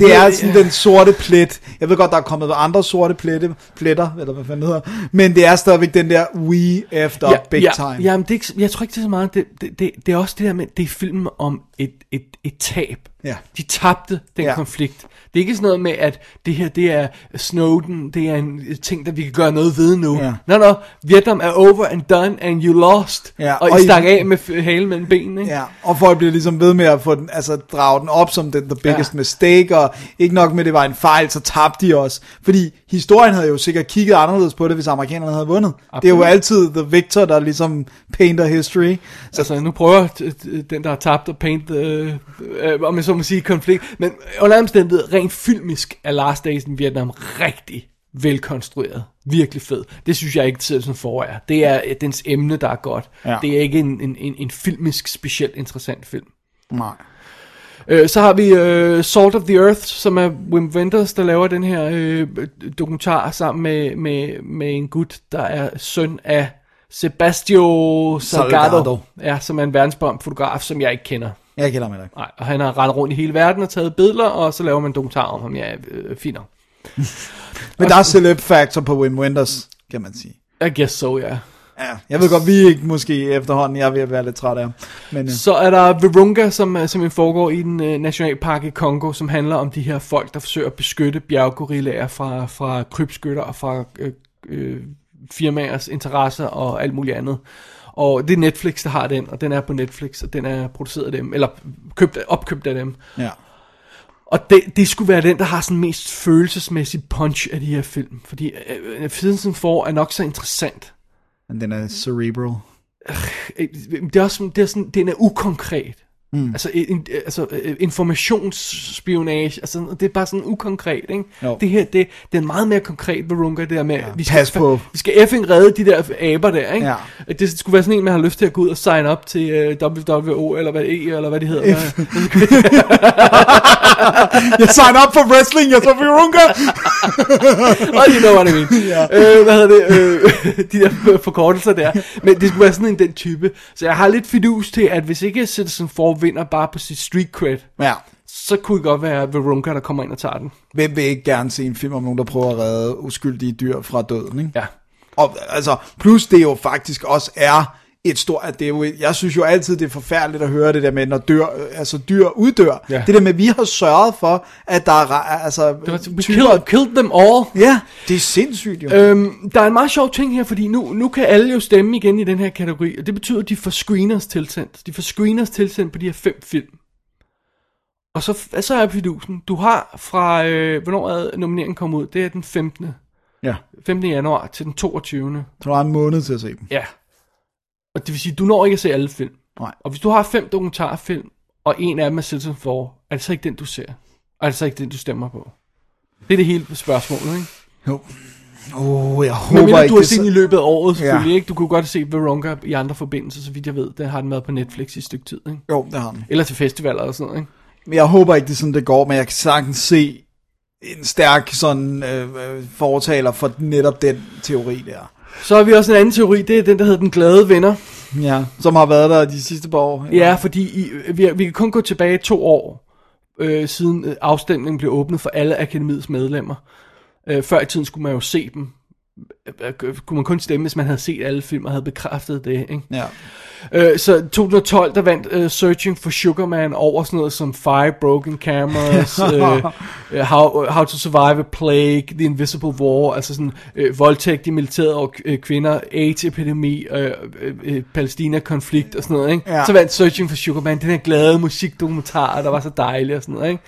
Speaker 3: Det
Speaker 2: ved-
Speaker 3: er sådan den sorte plet. Jeg ved godt, der er kommet andre sorte plette, pletter, eller hvad fanden det hedder, men det er stadigvæk den der we efter
Speaker 2: ja,
Speaker 3: ja, big
Speaker 2: ja,
Speaker 3: time.
Speaker 2: Ja, men det er ikke, s- jeg tror ikke, det er så meget. Det, det, det, det er også det der med, det er film om et, et, et tab.
Speaker 3: Ja.
Speaker 2: De tabte den
Speaker 3: Ja.
Speaker 2: ja. konflikt. Det er ikke sådan noget med, at det her, det er Snowden, det er en ting, der vi kan gøre noget ved nu.
Speaker 3: Ja.
Speaker 2: Ja. No, no, Vietnam er over and done, and you lost.
Speaker 3: Ja,
Speaker 2: og,
Speaker 3: og
Speaker 2: I
Speaker 3: I-
Speaker 2: stak af med f- halen mellem benene. Ikke?
Speaker 3: Ja, og folk bliver ligesom ved med at få den, altså, drage den op som den the biggest ja.
Speaker 2: Ja.
Speaker 3: mistake, og ikke nok med, at det var en fejl, så tabte de også. Fordi historien havde jo sikkert kigget anderledes på det, hvis amerikanerne havde vundet. Absolut. Det er jo altid the victor, der ligesom painter history. Så
Speaker 2: Altså, nu prøver t- t- den, der har tabt at paint, øh, øh, om jeg så må sige, konflikt. Men under alle omstændigheder, rent filmisk, er Last Days in Vietnam rigtig velkonstrueret. Virkelig fed. Det synes jeg ikke selv som for er. Det er øh, dens emne, der er godt.
Speaker 3: Ja.
Speaker 2: Ja. Det er ikke en, en, en, en filmisk specielt interessant film.
Speaker 3: Nej.
Speaker 2: Øh, så har vi øh, Salt of the Earth, som er Wim Wenders, der laver den her øh, dokumentar sammen med, med, med en gut, der er søn af Sebastio Salgado,
Speaker 3: Salgado.
Speaker 2: Salgado. Ja, som er en verdensberømt fotograf, som jeg ikke kender.
Speaker 3: Jeg kender mig ikke.
Speaker 2: Nej, og han har rendt rundt i hele verden og taget billeder, og så laver man en dokumentar om ham. Ja, øh, fint nok.
Speaker 3: Men der er celeb factor på Wim Wenders, kan man sige.
Speaker 2: I guess so, ja. Yeah.
Speaker 3: Ja, jeg ved godt, vi er ikke måske efterhånden, jeg er ved at være lidt træt af ham. Men øh,
Speaker 2: Så er der Virunga, som øh, simpelthen foregår i den øh, nationalpark i Kongo, som handler om de her folk, der forsøger at beskytte bjerggorillaer fra, fra krybskytter og fra øh, øh, firmaers interesser og alt muligt andet. Og det er Netflix, der har den, og den er på Netflix, og den er produceret af dem, eller købt, opkøbt af dem.
Speaker 3: ja.
Speaker 2: Og det, det skulle være den, der har sådan mest følelsesmæssig punch af de her film. Fordi øh, øh, Fidelsen for er nok så interessant.
Speaker 3: Men den er cerebral.
Speaker 2: Øh, Det er også sådan- det er sådan, den er ukonkret. Mm. Altså, en, altså øh, informationsspionage, altså det er bare sådan ukonkret, ikke?
Speaker 3: Jo.
Speaker 2: Det her, det, det er meget mere konkret, Varunga, det der med, ja, vi, skal,
Speaker 3: pas på.
Speaker 2: vi skal effing redde de der aber der, ikke?
Speaker 3: Ja.
Speaker 2: At Det skulle være sådan en, man har lyst til at gå ud og sign op til uh, WHO, eller hvad det er, eller hvad det hedder. Hvad-
Speaker 3: <laughs> Jeg sign up for wrestling, jeg så Virunga!
Speaker 2: Og you know what I mean.
Speaker 3: <laughs>
Speaker 2: yeah. øh, hvad hedder det? Øh, <laughs> de der forkortelser der. Men det skulle være sådan en den type. Så jeg har lidt fidus til, at hvis ikke Citizen 4 vinder bare på sit street cred,
Speaker 3: Ja,
Speaker 2: så kunne det godt være Verunka, der kommer ind og tager den.
Speaker 3: hvem vil ikke gerne se en film om nogen, der prøver at redde uskyldige dyr fra døden, ikke?
Speaker 2: Ja.
Speaker 3: Og, altså, plus det jo faktisk også er et stort, at det er jo, et- jeg synes jo altid, det er forfærdeligt at høre det der med, når dyr, øh, altså dyr uddør.
Speaker 2: Ja.
Speaker 3: Det der med, at vi har sørget for, at der er, ra- altså,
Speaker 2: Det var, we killed, killed them all.
Speaker 3: ja, det er sindssygt jo.
Speaker 2: Øhm, der er en meget sjov ting her, fordi nu, nu kan alle jo stemme igen i den her kategori, og det betyder, at de får screeners tilsendt. De får screeners tilsendt på de her fem film. Og så, f- så er fidusen. Du har fra, øh, hvornår er nomineringen kommet ud? Det er den 15.
Speaker 3: ja.
Speaker 2: 15. januar til den 22.
Speaker 3: Så du har en måned til at se dem.
Speaker 2: Ja. Og det vil sige, du når ikke at se alle film.
Speaker 3: Nej.
Speaker 2: Og hvis du har fem dokumentarfilm, og en af dem er Citizen 4, er det så ikke den, du ser? Og er det så ikke den, du stemmer på? Det er det hele spørgsmålet, ikke?
Speaker 3: Jo. Åh, oh, jeg
Speaker 2: Men
Speaker 3: håber
Speaker 2: mindre,
Speaker 3: ikke,
Speaker 2: du har
Speaker 3: det
Speaker 2: set
Speaker 3: så-
Speaker 2: den i løbet af året, selvfølgelig,
Speaker 3: Ja.
Speaker 2: ja. ikke? Du kunne godt se Veronka i andre forbindelser, så vidt jeg ved. Den har den været på Netflix i et stykke tid, ikke?
Speaker 3: Jo, det har den.
Speaker 2: Eller til festivaler og sådan noget, ikke?
Speaker 3: Men Jeg håber ikke, det er sådan, det går, men jeg kan sagtens se en stærk sådan øh, øh, fortaler for netop den teori der.
Speaker 2: Så har vi også en anden teori, det er den, der hedder Den Glade Venner.
Speaker 3: Ja. Som har været der de sidste par år.
Speaker 2: Ja, fordi I, vi, vi kan kun gå tilbage to år, øh, siden øh, afstemningen blev åbnet for alle akademiets medlemmer. Øh, før i tiden skulle man jo se dem øh, øh, kunne man kun stemme, hvis man havde set alle film og havde bekræftet det. Ikke?
Speaker 3: Ja.
Speaker 2: Øh, så 2012, der vandt øh, Searching for Sugar Man over sådan noget som Five Broken Cameras,
Speaker 3: <laughs>
Speaker 2: øh, How, How to Survive a Plague, The Invisible War, altså sådan øh, voldtægt i militæret og øh, kvinder, AIDS-epidemi, øh, øh, øh, Palæstina-konflikt og sådan noget. Ikke?
Speaker 3: Ja.
Speaker 2: Så vandt Searching for Sugar Man, den her glade musikdokumentar, der var så dejlig og sådan noget. Ikke?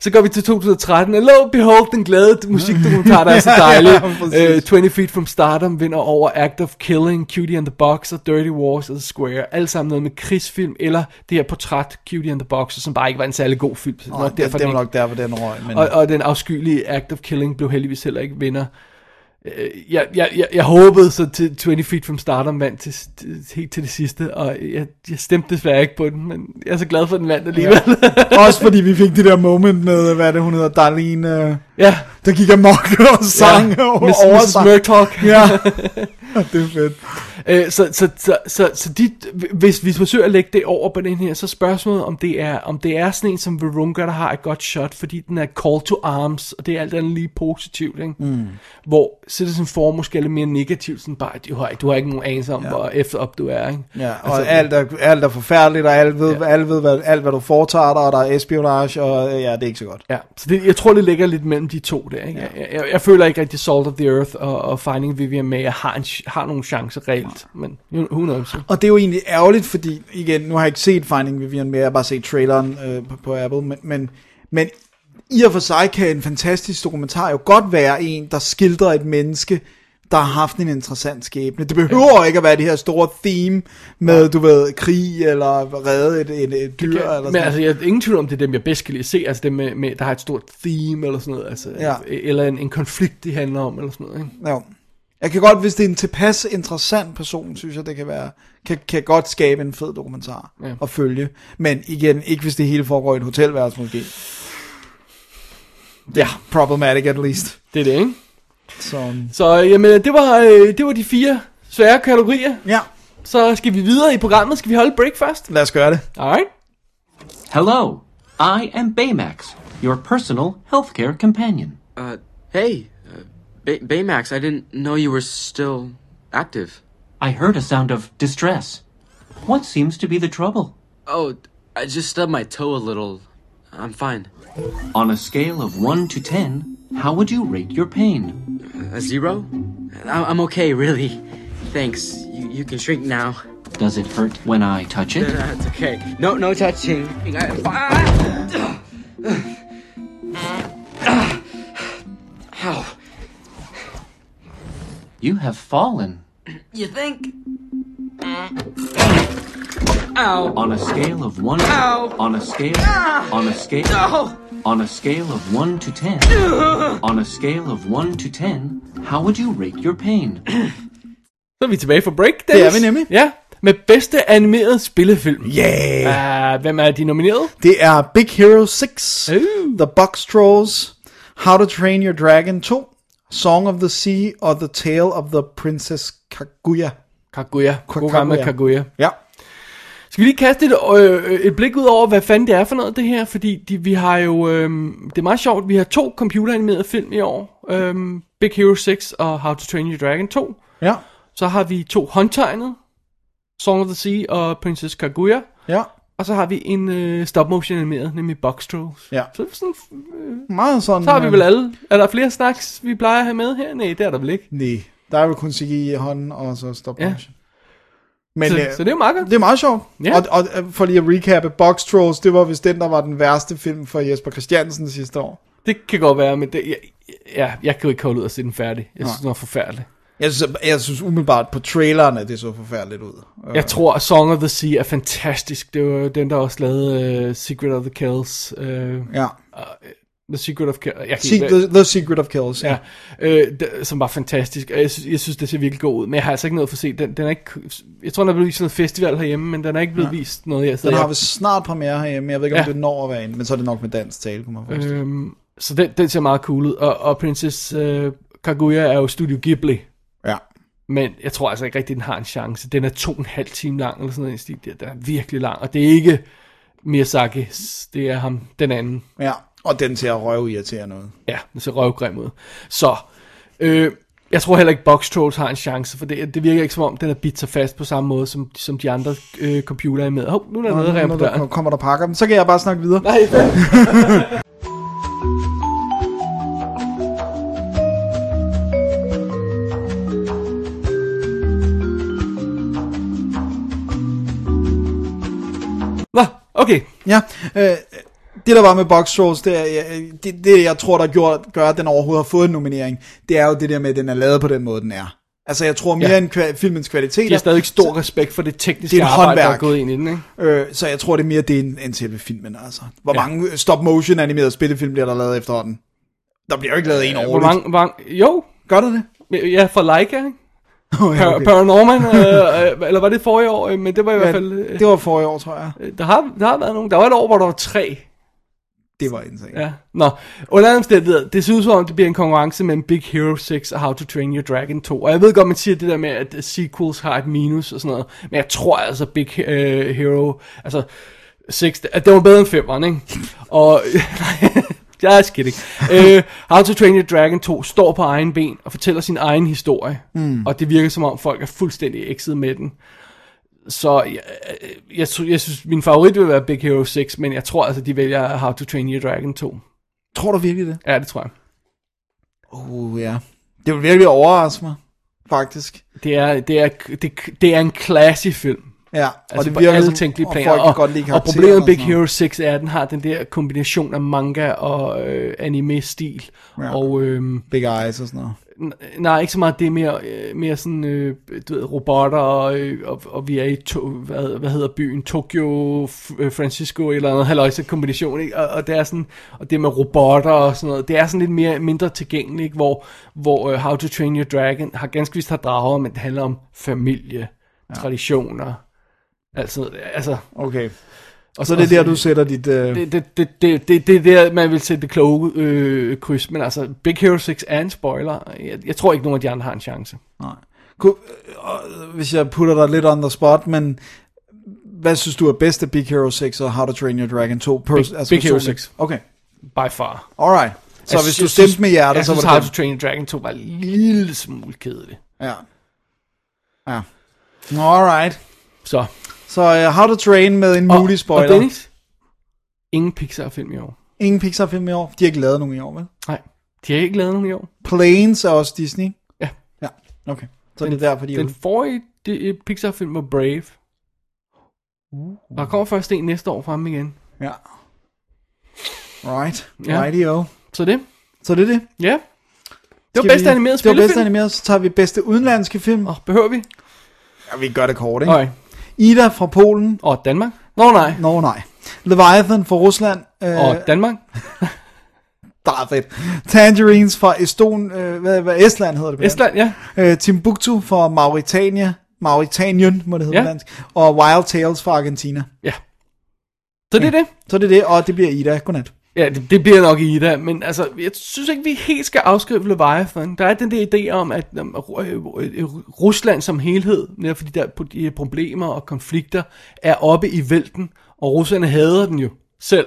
Speaker 2: Så går vi til 2013, og lo and behold, den glade musikdokumentar, der er så dejlig.
Speaker 3: <laughs> Ja, præcis.
Speaker 2: Øh, 20 Feet from Stardom vinder over Act of Killing, Cutie and the Boxer, Dirty Wars og The Square. Alle sammen noget med krigsfilm, eller det her portræt, Cutie and the Boxer, som bare ikke var en særlig god film. Så det er
Speaker 3: Og
Speaker 2: nok derfor,
Speaker 3: det
Speaker 2: den
Speaker 3: var
Speaker 2: ikke-
Speaker 3: nok derfor, den røg. Men...
Speaker 2: og, og den afskyelige Act of Killing blev heldigvis heller ikke vinder. Øh, Jeg, jeg, jeg, jeg håbede så til 20 Feet from Stardom vandt til, til, helt til det sidste, og jeg, jeg stemte desværre ikke på den, men jeg er så glad for, at den vandt alligevel.
Speaker 3: Også fordi vi fik det der moment med, hvad er det hun hedder, Darlene, øh,
Speaker 2: Ja.
Speaker 3: der gik amok og sang ja. og
Speaker 2: Miss, Miss
Speaker 3: oversang.
Speaker 2: Murtalk.
Speaker 3: Ja, det er fedt.
Speaker 2: Øh, så, så, så, så, så de, hvis vi forsøger at lægge det over på den her, så er spørgsmålet, om det er, om det er sådan en som Verunga, der har et godt shot, fordi den er call to arms, og det er alt andet lige positivt, ikke? Mm. Hvor Citizen 4 måske er lidt mere negativt, sådan bare, du har, du har ikke nogen anelse om, ja. hvor efter op du er, ikke?
Speaker 3: Ja, og altså, alt, er, alt er forfærdeligt, og alle ved, ja. alle ved hvad, alt, hvad du foretager dig, og der er espionage, og øh, ja, det er ikke så godt.
Speaker 2: Ja, så det, jeg tror, det ligger lidt mellem de to der. Ikke? Ja. Jeg, jeg, jeg føler ikke rigtig Salt of the Earth og, og Finding Vivian Mayer har, en, ch- har nogle chancer reelt, men who knows.
Speaker 3: Og det er jo egentlig ærgerligt, fordi, igen, nu har jeg ikke set Finding Vivian mere, jeg har bare set traileren øh, på, på Apple, men, men, men i og for sig kan en fantastisk dokumentar jo godt være en, der skildrer et menneske, der har haft en interessant skæbne. Det behøver ja. ikke at være det her store theme med, du ved, krig eller redde et, et, et dyr
Speaker 2: Ja,
Speaker 3: eller
Speaker 2: men
Speaker 3: sådan
Speaker 2: altså, jeg er ingen tvivl om, det er dem, jeg bedst kan lide at se. Altså dem, med, med, der har et stort theme eller sådan noget. Altså,
Speaker 3: Ja.
Speaker 2: Eller en, en konflikt, det handler om eller sådan noget. Ikke?
Speaker 3: Jo. Jeg kan godt, hvis det er en tilpas interessant person, synes jeg, det kan være, kan, kan godt skabe en fed dokumentar
Speaker 2: Ja.
Speaker 3: ja. at følge. Men igen, ikke hvis det hele foregår i et hotelværelse måske. Ja, problematic at least.
Speaker 2: Det er det, ikke?
Speaker 3: Så,
Speaker 2: Så jamen, det var, øh, det var de fire svære kategorier.
Speaker 3: ja,
Speaker 2: Så skal vi videre i programmet. Skal vi holde break først?
Speaker 3: lad os gøre det.
Speaker 2: Alright.
Speaker 6: Hello, I am Baymax, your personal healthcare companion.
Speaker 7: Uh, hey, uh, Bay- Baymax, I didn't know you were still active.
Speaker 6: I heard a sound of distress. What seems to be the trouble?
Speaker 7: Oh, I just stubbed my toe a little. I'm fine.
Speaker 6: On a scale of 1 to 10, how would you rate your pain?
Speaker 7: A Uh, zero? I- I'm okay, really. Thanks. You, you can shrink now. <laughs>
Speaker 6: Does it hurt when I touch it?
Speaker 7: That's okay. No, no touching. I- Ah! Ah! Ow.
Speaker 6: You have fallen.
Speaker 7: <clears throat>
Speaker 6: Eh.
Speaker 7: You think?
Speaker 6: On a scale of 1 on a scale
Speaker 7: Ah.
Speaker 6: on a scale on a scale of 1 to
Speaker 7: <laughs>
Speaker 6: 10. on a scale of 1 to 10, how would you rate your pain?
Speaker 2: Så er vi tilbage for break, Dennis.
Speaker 3: er vi nemlig.
Speaker 2: Ja, med bedste animeret spillefilm.
Speaker 3: Yeah!
Speaker 2: Uh, hvem er de nomineret?
Speaker 3: Det er Big Hero 6,
Speaker 2: Øh.
Speaker 3: The Box Trolls, How to Train Your Dragon 2, Song of the Sea og The Tale of the Princess Kaguya.
Speaker 2: Kaguya. God gammel Kaguya.
Speaker 3: Ja.
Speaker 2: Skal vi lige kaste et, øh, et blik ud over, hvad fanden det er for noget, det her? Fordi de, vi har jo... Øh, det er meget sjovt, vi har to computeranimerede film i år. Øh, Big Hero 6 og How to Train Your Dragon 2.
Speaker 3: Ja.
Speaker 2: Så har vi to håndtegnet. Song of the Sea og Princess Kaguya.
Speaker 3: Ja.
Speaker 2: Og så har vi en øh, stop-motion animeret, nemlig Box Trolls.
Speaker 3: Ja.
Speaker 2: Så, sådan,
Speaker 3: Meget sådan.
Speaker 2: så har vi
Speaker 3: øh,
Speaker 2: vel alle... Er der flere snacks, vi plejer at have med her? Nej, det er der vel ikke.
Speaker 3: Nej, der er jo kun CGI i hånden, og så stop
Speaker 2: Ja.
Speaker 3: ja. Men
Speaker 2: Så,
Speaker 3: øh,
Speaker 2: så det er jo meget godt.
Speaker 3: det er meget sjovt.
Speaker 2: Ja.
Speaker 3: Ja. Og, og øh, for lige at recappe, Box Trolls, det var vist den, der var den værste film for Jesper Christiansen sidste år.
Speaker 2: Det kan godt være, men det, jeg, ja, jeg kan jo ikke holde ud og se den færdig. Jeg synes, den var forfærdelig.
Speaker 3: Jeg synes, jeg synes umiddelbart på traileren, at det så forfærdeligt ud. Øh,
Speaker 2: Jeg tror, at Song of the Sea er fantastisk. Det var den, der også lavede uh, Secret of the Kells. Uh,
Speaker 3: Ja.
Speaker 2: the Secret of Kells. Jeg kan
Speaker 3: Se,
Speaker 2: ikke,
Speaker 3: the, the Secret of Kills.
Speaker 2: ja, øh, d- som var fantastisk. Og Jeg synes, jeg synes, det ser virkelig godt ud, men jeg har altså ikke noget for at se. Den, den er ikke, jeg tror, den er blevet vist til noget festival herhjemme, men den er ikke blevet vist noget her. Så,
Speaker 3: Den har
Speaker 2: jeg,
Speaker 3: vi snart premiere herhjemme. Jeg ved ikke, om
Speaker 2: Ja.
Speaker 3: ja. det når at være inde, men så er det nok med dansk tale, kunne man forestille
Speaker 2: øhm, så den, den ser meget cool ud. Og, og Princess uh, Kaguya er jo Studio Ghibli.
Speaker 3: øh. Ja.
Speaker 2: Men jeg tror altså ikke rigtig, den har en chance. Den er to og en halv time lang, eller sådan noget. i den stil Der. Den er virkelig lang, og det er ikke Miyazaki, det er ham, den anden.
Speaker 3: ja. Og den ser røv irriterende ud.
Speaker 2: Ja, den ser røvgrim ud. Så, øh, Jeg tror heller ikke Box Trolls har en chance, for det, det virker ikke som om, den er bidt sig fast på samme måde, som, som de andre øh, computere er med. Hov, nu er der noget, der ringer på
Speaker 3: Når der
Speaker 2: døren.
Speaker 3: kommer der pakker dem, så kan jeg bare snakke videre.
Speaker 2: Nej, Nå, okay.
Speaker 3: Ja, øh, det der var med Box Trolls, det, er, øh, det, det jeg tror, der gjorde, gør, at den overhovedet har fået en nominering, det er jo det der med, at den er lavet på den måde, den er. Altså, jeg tror mere
Speaker 2: Ja.
Speaker 3: ja. end kva- filmens kvalitet.
Speaker 2: De har stadig stor respekt for det tekniske
Speaker 3: Det er et
Speaker 2: arbejde, der er
Speaker 3: håndværk.
Speaker 2: gået ind i den, ikke?
Speaker 3: Øh, så jeg tror, det er mere det end, end selve filmen, altså. Hvor ja. mange stop-motion animerede spillefilm bliver der lavet efterhånden? Der bliver jo ikke lavet en
Speaker 2: Øh, Hvor
Speaker 3: overhovedet.
Speaker 2: mange, hvor mange, jo,
Speaker 3: Gør der
Speaker 2: <laughs>
Speaker 3: det?
Speaker 2: ja, for Leica, ikke?
Speaker 3: Oh,
Speaker 2: Par- Paranorman, øh, øh, eller var det forrige år? Øh, Men det var i hvert fald... Øh,
Speaker 3: Det var forrige år, tror jeg.
Speaker 2: der, har, der har været nogen. Der var et år, hvor der var tre.
Speaker 3: Det var insane. Ja.
Speaker 2: Ja. Nå, under alle omstændigheder, det synes som om, det bliver en konkurrence mellem Big Hero 6 og How to Train Your Dragon 2. Og jeg ved godt, man siger det der med, at sequels har et minus og sådan noget. Men jeg tror altså, Big øh, Hero... Altså, 6, at det var bedre end 5'eren, ikke? Og... <laughs> Jeg er skidt øh, How to Train Your Dragon 2 står på egen ben og fortæller sin egen historie. Mm. Og det virker som om folk er fuldstændig ekset med den. Så øh, jeg, jeg, jeg, sy- jeg synes, min favorit vil være Big Hero 6, men jeg tror altså, de vælger How to Train Your Dragon 2.
Speaker 3: Tror du virkelig det?
Speaker 2: Ja, det tror jeg.
Speaker 3: Uh, ja. Det vil virkelig overraske mig, faktisk.
Speaker 2: Det er, det er, det, det er en classy film.
Speaker 3: Ja,
Speaker 2: Altså og det virker på alle tænkelige
Speaker 3: og
Speaker 2: planer.
Speaker 3: folk kan godt lide
Speaker 2: og
Speaker 3: karaktererne
Speaker 2: problemet med
Speaker 3: og
Speaker 2: Big
Speaker 3: sådan noget.
Speaker 2: Hero 6 er, at den har den der kombination af manga og øh, anime-stil. Ja.
Speaker 3: Ja.
Speaker 2: Og øh,
Speaker 3: Big Eyes og sådan noget.
Speaker 2: N- Nej, ikke så meget det, er mere, øh, mere sådan, øh, du ved, robotter, og, øh, og, og vi er i, to, hvad, hvad hedder byen, Tokyo, F- øh, Francisco, eller noget halvøjse kombination, ikke? Og, og, det er sådan, og det med robotter og sådan noget, det er sådan lidt mere, mindre tilgængeligt, ikke? hvor, hvor uh, How to Train Your Dragon har ganske vist har drager, men det handler om familie, ja. traditioner, altså, altså,
Speaker 3: Okay. Og så er det der, du sætter dit... Øh...
Speaker 2: det, det, det, det, det, det er der, man vil sætte det kloge øh, kryds, men altså, Big Hero 6 er en spoiler, jeg, jeg tror ikke, nogen af de andre har en chance.
Speaker 3: Nej. Ku- øh, og Hvis jeg putter dig lidt on the spot, men hvad synes du er bedst af Big Hero 6 og How to Train Your Dragon 2? Pers- altså
Speaker 2: Big- Big Hero
Speaker 3: personligt?
Speaker 2: 6.
Speaker 3: Okay,
Speaker 2: By far.
Speaker 3: alright. Så
Speaker 2: Jeg
Speaker 3: hvis du
Speaker 2: synes-
Speaker 3: stemte med hjertet,
Speaker 2: jeg
Speaker 3: så
Speaker 2: synes,
Speaker 3: var
Speaker 2: How
Speaker 3: det
Speaker 2: to Train Your Dragon 2 var en lille smule kedelig.
Speaker 3: den. Ja. Ja. Alright.
Speaker 2: Så.
Speaker 3: Så uh, How to Train med en mulig spoiler.
Speaker 2: Og Dennis? Ingen Pixar-film i år.
Speaker 3: Ingen Pixar-film i år. De har ikke lavet nogen i år, vel?
Speaker 2: Nej. De har ikke lavet nogen i år.
Speaker 3: Planes er også Disney.
Speaker 2: Ja.
Speaker 3: Ja, okay. Så det er derfor, de er
Speaker 2: Den
Speaker 3: ude.
Speaker 2: forrige det, øh, Pixar-film var Brave. Uh. Der kommer først en næste år frem igen.
Speaker 3: Ja. Right.
Speaker 2: Ja.
Speaker 3: Ja. Rightio.
Speaker 2: Så det.
Speaker 3: Så det er det.
Speaker 2: Ja. Det var
Speaker 3: Skal
Speaker 2: bedste
Speaker 3: vi-
Speaker 2: animeret
Speaker 3: Det var
Speaker 2: spillefilm.
Speaker 3: bedste animeret, så tager vi bedste udenlandske film.
Speaker 2: Åh, behøver vi?
Speaker 3: Ja, vi gør det kort, ikke?
Speaker 2: Nej.
Speaker 3: Ida fra Polen.
Speaker 2: Og Danmark? Nå nej.
Speaker 3: Nå nej. Leviathan fra Rusland. Øh,
Speaker 2: Og Danmark?
Speaker 3: der er fedt. Tangerines fra Eston, øh, hvad, hvad, Estland hedder det. på
Speaker 2: Estland, ja.
Speaker 3: dansk. Øh, Timbuktu fra Mauritania. Mauritanien må det hedde
Speaker 2: Ja.
Speaker 3: på dansk. Og Wild Tales fra Argentina.
Speaker 2: Ja. Så det er det.
Speaker 3: Så det er det, og det bliver Ida. Godnat.
Speaker 2: Ja, det, det bliver nok Ida, men altså, jeg synes ikke, vi helt skal afskrive Leviathan. Der er den der idé om, at um, Rusland som helhed, netop fordi der er de her problemer og konflikter, er oppe i vælten, og russerne hader den jo selv.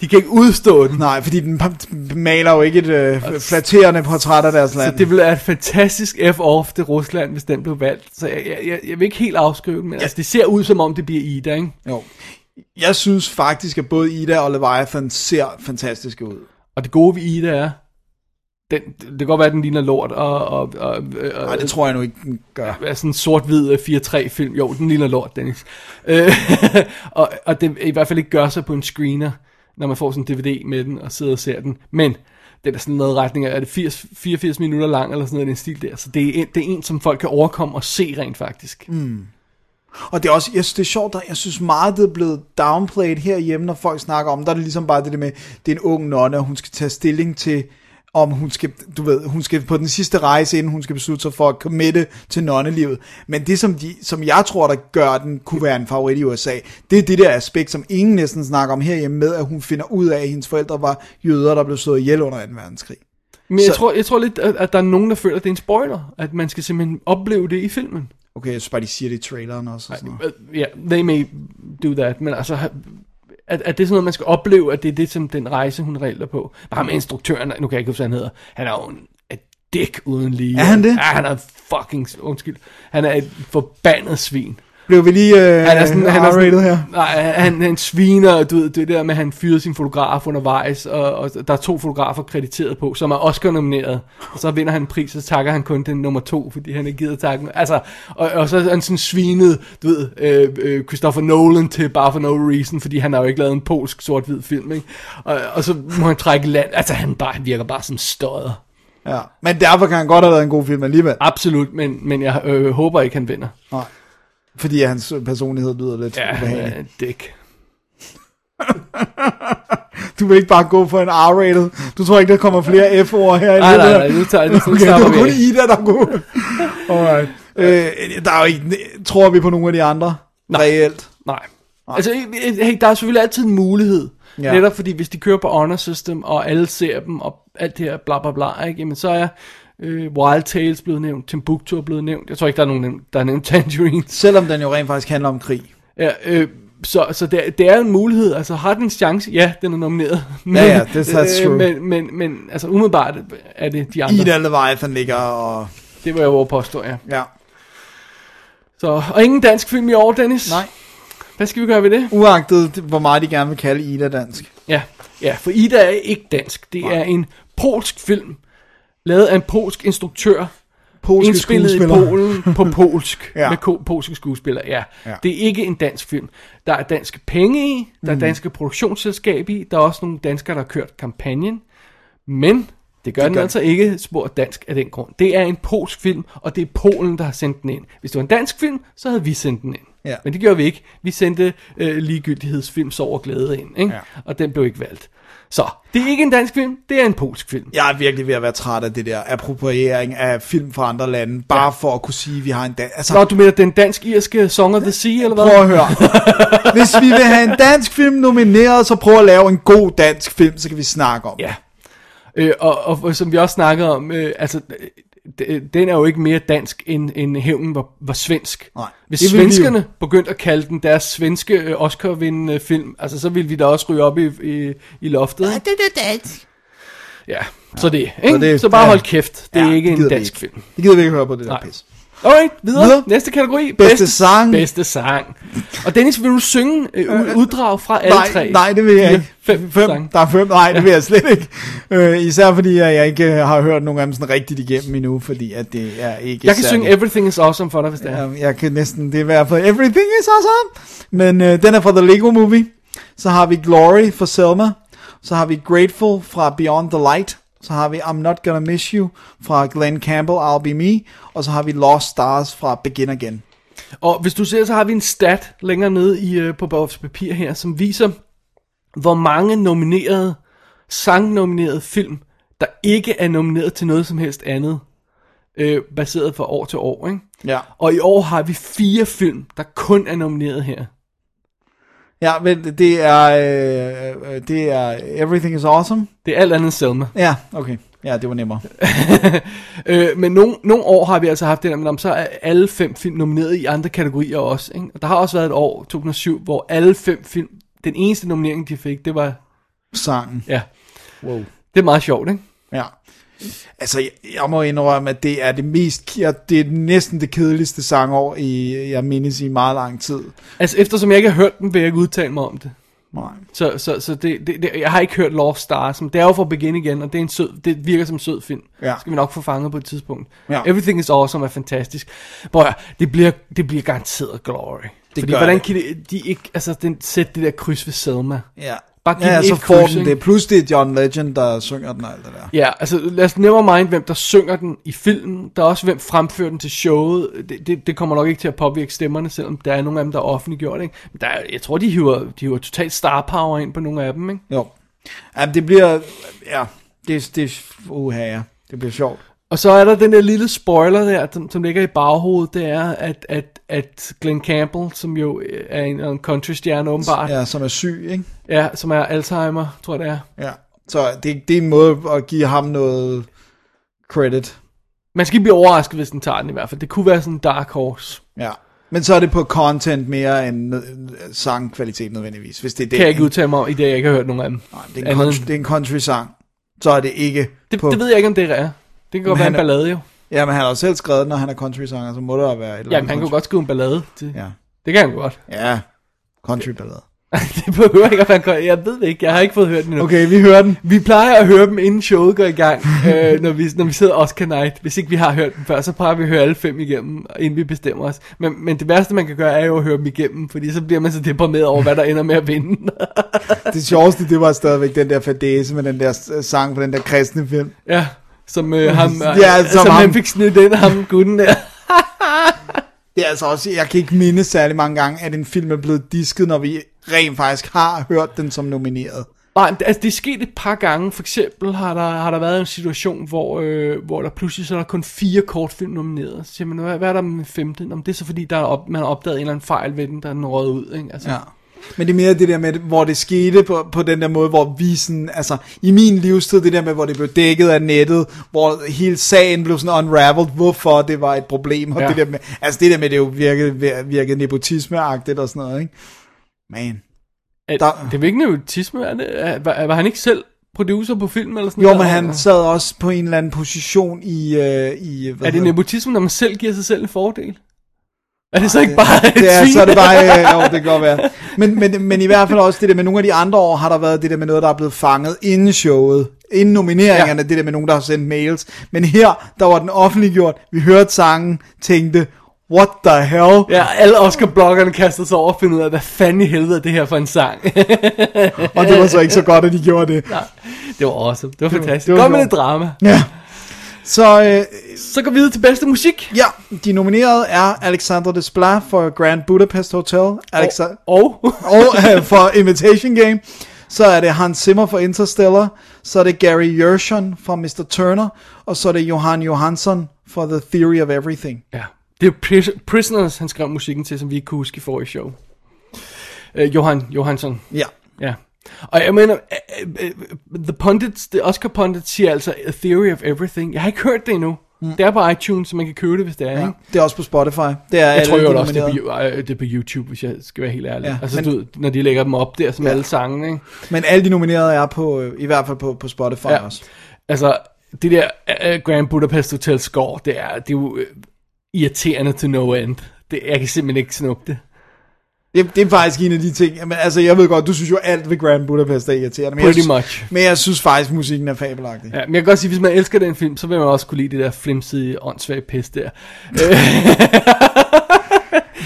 Speaker 2: de kan ikke udstå den.
Speaker 3: Nej, fordi den p- maler jo ikke et øh, flatterende portræt af deres land.
Speaker 2: Så det ville være et fantastisk F-off til Rusland, hvis den blev valgt. Så jeg, jeg, jeg, jeg vil ikke helt afskrive den, men ja. altså, det ser ud som om, det bliver Ida, ikke?
Speaker 3: Jo. Jeg synes faktisk, at både Ida og Leviathan ser fantastiske ud.
Speaker 2: Og det gode ved Ida er, den, det kan godt være, at den ligner lort, og, og, og, og
Speaker 3: Nej, det tror jeg nu ikke, den gør.
Speaker 2: er sådan en sort-hvid øh, 4-3 film. Jo, den ligner lort, Dennis. Øh, <laughs> og, og det i hvert fald ikke gør sig på en screener, når man får sådan en DVD med den og sidder og ser den. Men det er da sådan noget retning af, er det 80, 84 minutter lang eller sådan noget, i den stil der. Så det er, en, det er en, som folk kan overkomme og se rent faktisk. Mm.
Speaker 3: Og det er også, jeg synes, det er sjovt, der, jeg synes meget, det er blevet downplayed herhjemme, når folk snakker om, der er det ligesom bare det der med, det er en ung nonne, og hun skal tage stilling til, om hun skal, du ved, hun skal på den sidste rejse, inden hun skal beslutte sig for at committe til nonnelivet. Men det, som, de, som jeg tror, der gør, at den kunne være en favorit i USA, det er det der aspekt, som ingen næsten snakker om herhjemme med, at hun finder ud af, at hendes forældre var jøder, der blev slået ihjel under 2. verdenskrig.
Speaker 2: Men jeg
Speaker 3: Så-
Speaker 2: tror, jeg tror lidt, at, at der er nogen, der føler, at det er en spoiler. At man skal simpelthen opleve det i filmen.
Speaker 3: Okay, jeg synes bare, de siger det i traileren også. Og sådan noget.
Speaker 2: Øh, Ja, yeah, they may do that, men altså, har- at, at det er sådan noget, man skal opleve, at det er det, som den rejse, hun regler på. Bare med instruktøren, nu kan jeg ikke huske, hvad han hedder, han er jo en, et dick uden lige.
Speaker 3: Er han det?
Speaker 2: Ja, han er fucking, undskyld, han er et forbandet svin.
Speaker 3: Blev vi lige øh,
Speaker 2: Han er sådan, han er
Speaker 3: R-rated
Speaker 2: sådan,
Speaker 3: her?
Speaker 2: Nej, han, han sviner, du ved, det der med, at han fyrede sin fotograf undervejs, og, og der er to fotografer krediteret på, som er Oscar-nomineret. Og så vinder han en pris, og så takker han kun den nummer to, fordi han ikke gider takken. Altså, og, og så er han sådan svinet, du ved, øh, øh, Christopher Nolan til bare for no reason, fordi han har jo ikke lavet en polsk sort-hvid film, ikke? Og, og så må han trække i land. Altså, han, bare, han virker bare som støder.
Speaker 3: Ja. Men derfor kan han godt have lavet en god film alligevel.
Speaker 2: Absolut, men, men jeg øh, håber ikke, han vinder.
Speaker 3: Fordi hans personlighed lyder lidt
Speaker 2: Ja,
Speaker 3: ja,
Speaker 2: han er
Speaker 3: ubehagelig.
Speaker 2: en dick.
Speaker 3: Du vil ikke bare gå for en R-rated. Du tror ikke, der kommer flere F-ord her i
Speaker 2: Nej,
Speaker 3: løbet
Speaker 2: nej,
Speaker 3: af-
Speaker 2: nej, nu tager jeg
Speaker 3: Okay, <laughs> det var kun Ida, der
Speaker 2: <laughs>
Speaker 3: kunne. Alright. Øh, der er jo ikke, tror vi på nogen af de andre,
Speaker 2: Nej.
Speaker 3: Nej. reelt.
Speaker 2: Nej. Altså, hey, der er selvfølgelig altid en mulighed. Ja.
Speaker 3: Ja.
Speaker 2: Netop fordi, hvis de kører på honor system, og alle ser dem, og alt det her bla bla bla, ikke? Jamen, så er øh, Wild Tales blevet nævnt, Timbuktu er blevet nævnt. Jeg tror ikke, der er nogen, der har nævnt <laughs> Tangerines.
Speaker 3: Selvom den jo rent faktisk handler om krig.
Speaker 2: Ja, øh, så så det, er- det er en mulighed. Altså, har den en chance? Ja, den er nomineret. Men, øh,
Speaker 3: ja, det- that's true.
Speaker 2: men, men, men, altså, umiddelbart er det de andre.
Speaker 3: Ida Leviathan ligger og...
Speaker 2: Det var jeg våge påstå, ja.
Speaker 3: Ja.
Speaker 2: Så, og ingen dansk film i år, Dennis.
Speaker 3: Nej.
Speaker 2: Hvad skal vi gøre ved det?
Speaker 3: Uagtet, hvor meget de gerne vil kalde Ida dansk.
Speaker 2: Ja, ja for Ida er ikke dansk. Det er en polsk film, lavet af en polsk instruktør,
Speaker 3: Polske
Speaker 2: indspillet i
Speaker 3: skuespillere.
Speaker 2: Polen
Speaker 3: <laughs>
Speaker 2: på polsk, ja.
Speaker 3: Ja.
Speaker 2: med ko- polske skuespillere. Ja. ja,
Speaker 3: Ja.
Speaker 2: det er ikke en dansk film. Der er danske penge i,
Speaker 3: Mm.
Speaker 2: der er danske produktionsselskab i, der er også nogle danskere, der har kørt kampagnen, men... Det gør det den
Speaker 3: gør
Speaker 2: altså ikke spor dansk af den grund. Det er en polsk film, og det er Polen, der har sendt den ind. Hvis det var en dansk film, så havde vi sendt den ind.
Speaker 3: Ja.
Speaker 2: Men det gjorde vi ikke. Vi sendte øh, ligegyldighedsfilm Sorg og Glæde ind, ikke?
Speaker 3: Ja.
Speaker 2: og den blev ikke valgt. Så, det er ikke en dansk film, det er en polsk film.
Speaker 3: Jeg er virkelig ved at være træt af det der appropriering af film fra andre lande, bare ja. for at kunne sige, at vi har en dansk... Altså,
Speaker 2: Nå, du mener den dansk-irske Song of the Sea, eller
Speaker 3: prøv
Speaker 2: hvad?
Speaker 3: at
Speaker 2: <laughs>
Speaker 3: høre. Hvis vi vil have en dansk film nomineret, så prøv at lave en god dansk film, så kan vi snakke om det.
Speaker 2: Ja. Øh, og, og, og som vi også snakkede om, øh, altså, øh, d- den er jo ikke mere dansk, end, end hævnen var, var svensk.
Speaker 3: Nej,
Speaker 2: Hvis
Speaker 3: det ville vi jo.
Speaker 2: svenskerne begyndte at kalde den deres svenske øh, Oscar-vindende film, altså, så ville vi da også ryge op i, i, i loftet. ikke?
Speaker 1: Det er dansk.
Speaker 2: Ja, så det, ikke? Så,
Speaker 3: Så det-
Speaker 2: bare
Speaker 3: ja.
Speaker 2: hold kæft, det er
Speaker 3: Ja,
Speaker 2: ikke
Speaker 3: det
Speaker 2: en
Speaker 3: gider vi
Speaker 2: dansk
Speaker 3: ikke.
Speaker 2: film.
Speaker 3: Det gider vi ikke høre på det der
Speaker 2: Nej.
Speaker 3: pis.
Speaker 2: Alright, videre. videre.
Speaker 3: Videre.
Speaker 2: Næste kategori.
Speaker 3: Bedste sang.
Speaker 2: Bedste sang. Og Dennis, vil du synge øh, u- uddrag fra alle
Speaker 3: Nej,
Speaker 2: tre?
Speaker 3: nej, det vil jeg
Speaker 2: Fire,
Speaker 3: ikke.
Speaker 2: Fem,
Speaker 3: Fem,
Speaker 2: sange.
Speaker 3: der er fem, nej, det vil jeg slet ikke. Øh, især fordi at jeg ikke øh, har hørt nogen af dem sådan rigtigt igennem endnu, fordi at det er ikke
Speaker 2: Jeg kan
Speaker 3: særlig-
Speaker 2: synge Everything is Awesome for dig, hvis det er.
Speaker 3: Ja, Øhm, jeg kan næsten, det er i hvert fald Everything is Awesome. Men øh, den er fra The Lego Movie. Så har vi Glory fra Selma. Så har vi Grateful fra Beyond the Light. Så har vi I'm Not Gonna Miss You fra Glenn Campbell, I'll Be Me. Og så har vi Lost Stars fra Begin Again.
Speaker 2: Og hvis du ser, så har vi en stat længere nede i, øh, på vores papir her, som viser, hvor mange nominerede, sangnominerede film, der ikke er nomineret til noget som helst andet, øh, baseret fra år til år. Ikke?
Speaker 3: Ja,
Speaker 2: Og i år har vi fire film, der kun er nomineret her.
Speaker 3: ja men det er, øh, øh, det er Everything is Awesome.
Speaker 2: Det er alt andet end Selma.
Speaker 3: Ja, okay. Ja, det var nemmere.
Speaker 2: Øh, men nogle, nogle år har vi altså haft det der, men om så er alle fem film nomineret i andre kategorier også. Ikke? Og der har også været et år, 2007, hvor alle fem film, den eneste nominering, de fik, det var,
Speaker 3: Sangen.
Speaker 2: ja,
Speaker 3: Wow.
Speaker 2: det er meget sjovt, ikke?
Speaker 3: Ja. Altså, jeg, jeg må indrømme, at det er det mest, ja, det er næsten det kedeligste sangår, i, jeg mindes i meget lang tid.
Speaker 2: Altså, eftersom jeg ikke har hørt dem, vil jeg ikke udtale mig om det.
Speaker 3: Nej.
Speaker 2: Så, så, så det, det, det, jeg har ikke hørt Lost Stars, men det er jo fra Begin igen, og det, er en sød, det virker som en sød film.
Speaker 3: Ja.
Speaker 2: Det skal vi nok få fanget på et tidspunkt.
Speaker 3: Ja.
Speaker 2: Everything is Awesome er fantastisk. Prøv at høre, det bliver, det bliver garanteret glory. Det Fordi
Speaker 3: gør
Speaker 2: hvordan
Speaker 3: det.
Speaker 2: kan de, de ikke, altså den, sætte det der kryds ved Selma?
Speaker 3: Ja.
Speaker 2: Bare giv
Speaker 3: ja,
Speaker 2: den
Speaker 3: så
Speaker 2: et
Speaker 3: får
Speaker 2: kryds,
Speaker 3: den
Speaker 2: ikke?
Speaker 3: det. Plus det er John Legend, der synger den og alt det der.
Speaker 2: Ja, altså lad os never mind, hvem der synger den i filmen. Der er også, hvem fremfører den til showet. Det, det, det kommer nok ikke til at påvirke stemmerne, selvom der er nogle af dem, der er offentliggjort. Ikke? Men der er, jeg tror, de hiver, de hiver totalt star power ind på nogle af dem. Ikke?
Speaker 3: Jo. Jamen, det bliver, ja, det, det, uha, ja. Det bliver sjovt.
Speaker 2: Og så er der den der lille spoiler der, som, som ligger i baghovedet. Det er, at, at, at Glenn Campbell, som jo øh, er en, er en countrystjerne åbenbart, ja.
Speaker 3: Ja, som er syg, ikke?
Speaker 2: Ja, som er Alzheimer, tror jeg det er.
Speaker 3: Ja. Så det, det er en måde at give ham noget credit.
Speaker 2: Man skal ikke blive overrasket, hvis den tager den i hvert fald. Det kunne være sådan en dark horse.
Speaker 3: Ja. Men så er det på content mere end øh, sangkvalitet nødvendigvis, hvis det er det.
Speaker 2: Kan jeg ikke udtale mig om, i dag jeg ikke har hørt nogen af dem.
Speaker 3: Nej, det er, en
Speaker 2: Andet
Speaker 3: country,
Speaker 2: end-
Speaker 3: det er en country sang. Så er det ikke
Speaker 2: Det,
Speaker 3: på...
Speaker 2: det ved jeg ikke, om det er. Det kan godt
Speaker 3: Men
Speaker 2: være
Speaker 3: han
Speaker 2: en
Speaker 3: er-
Speaker 2: ballade jo.
Speaker 3: Ja, men han har jo selv skrevet den, og han er country-sanger, så må der være et eller
Speaker 2: Ja, men han
Speaker 3: country-
Speaker 2: kunne godt skrive en ballade. Det,
Speaker 3: Ja,
Speaker 2: det kan han godt. <laughs>
Speaker 3: ja. country-ballade.
Speaker 2: det behøver ikke at være en kon- Jeg ved det ikke. Jeg har ikke fået hørt den endnu.
Speaker 3: Okay, vi hører den.
Speaker 2: Vi plejer at høre dem, inden showet går i gang, <laughs> øh, når, vi, når vi sidder Oscar Night. Hvis ikke vi har hørt dem før, så plejer vi at høre alle fem igennem, inden vi bestemmer os. Men, men det værste, man kan gøre, er jo at høre dem igennem, fordi så bliver man så deprimeret over, hvad der ender med at
Speaker 3: <laughs>
Speaker 2: vinde.
Speaker 3: Det sjoveste, det var stadigvæk den der fadese med den der øh, sang fra den der kristne film.
Speaker 2: ja, som, øh, ham, øh,
Speaker 3: Ja, som
Speaker 2: som, som
Speaker 3: ham.
Speaker 2: han fik snedet den, ham gutten der.
Speaker 3: Det er altså også, jeg kan ikke minde særlig mange gange, at en film er blevet disket, når vi rent faktisk har hørt den som nomineret.
Speaker 2: Nej, men det- altså det er sket et par gange. For eksempel har der, har der været en situation, hvor, øh, hvor der pludselig så er der kun fire kortfilm nomineret. Så siger man, hvad, hvad er der med den femte? Nå, men det er så fordi, der er op, man har opdaget en eller anden fejl ved den, der er den røget ud. Ikke? Altså,
Speaker 3: Ja. Men det er mere det der med, hvor det skete på, på den der måde, hvor vi sådan, altså i min livstid, det der med, hvor det blev dækket af nettet, hvor hele sagen blev sådan unraveled, hvorfor det var et problem, og ja.
Speaker 2: Ja.
Speaker 3: det der med, altså det der med, det jo virkede, virkede nepotismeagtigt og sådan noget, ikke? Man.
Speaker 2: at,
Speaker 3: der-
Speaker 2: der... Det er vel ikke nepotisme? Er det, er, var, var han ikke selv producer på filmen? Eller sådan
Speaker 3: Jo,
Speaker 2: noget?
Speaker 3: men han
Speaker 2: Er,
Speaker 3: sad også på en eller anden position i... Øh, i hvad
Speaker 2: er det
Speaker 3: hedder
Speaker 2: nepotisme, når man selv giver sig selv en fordel? Er det så ikke bare et
Speaker 3: det er,
Speaker 2: svin?
Speaker 3: så er det bare, øh, jo, det kan godt være. Men, men, men i hvert fald også det der med nogle af de andre år, har der været det der med noget, der er blevet fanget inden showet, inden nomineringerne, ja. det der med nogen, der har sendt mails. Men her, der var den offentliggjort, vi hørte sangen, tænkte, what the hell?
Speaker 2: Ja, alle Oscar-bloggerne kaster sig over og finder ud af, hvad fanden i helvede er det her for en sang? <laughs>
Speaker 3: Og det var så ikke så godt, at de gjorde det.
Speaker 2: det var awesome. Det var
Speaker 3: det
Speaker 2: fantastisk. Det
Speaker 3: var
Speaker 2: var, Kom med
Speaker 3: sjovt.
Speaker 2: lidt drama.
Speaker 3: Ja. Så øh,
Speaker 2: Så går vi videre til bedste musik.
Speaker 3: ja, de nominerede er Alexandre Desplat for Grand Budapest Hotel, Alexa-
Speaker 2: Og, <laughs>
Speaker 3: og øh, for Imitation Game. Så er det Hans Zimmer for Interstellar, så er det Gary Gershon fra Mr. Turner, og så er det Johan Johansson for The Theory of Everything.
Speaker 2: ja, det er Pris- Prisoners, han skrev musikken til, som vi ikke kunne huske i forrige show. Øh, Johan Johansson,
Speaker 3: Ja.
Speaker 2: ja. Og jeg mener, øh, øh, øh, The Pundits, The Oscar Pundit siger altså A Theory of Everything. Jeg har ikke hørt det endnu. Mm. Det er på iTunes, så man kan købe det, hvis det er,
Speaker 3: ja.
Speaker 2: ikke?
Speaker 3: Det er også på Spotify. Det er
Speaker 2: Jeg tror jo
Speaker 3: de
Speaker 2: også, det er,
Speaker 3: nominerede.
Speaker 2: på, øh, det er på YouTube, hvis jeg skal være helt ærlig.
Speaker 3: Ja,
Speaker 2: Ja, altså,
Speaker 3: men-
Speaker 2: men... du, ved, når de lægger dem op der, som ja. alle sangene, ikke?
Speaker 3: Men alle de nominerede er på, øh, i hvert fald på, på Spotify ja.
Speaker 2: Ja.
Speaker 3: også.
Speaker 2: Altså, det der uh, Grand Budapest Hotel score, det er, det er jo øh, irriterende to no end. Det, jeg kan simpelthen ikke snuppe det.
Speaker 3: Det, det er faktisk en af de ting. Men altså, jeg ved godt, du synes jo alt ved Grand Budapest er irriterende. Men
Speaker 2: Pretty
Speaker 3: jeg,
Speaker 2: much.
Speaker 3: Men jeg synes faktisk, musikken er fabelagtig. Ja.
Speaker 2: Ja, men jeg kan godt sige, hvis man elsker den film, så vil man også kunne lide det der flimsige, åndssvage pis der.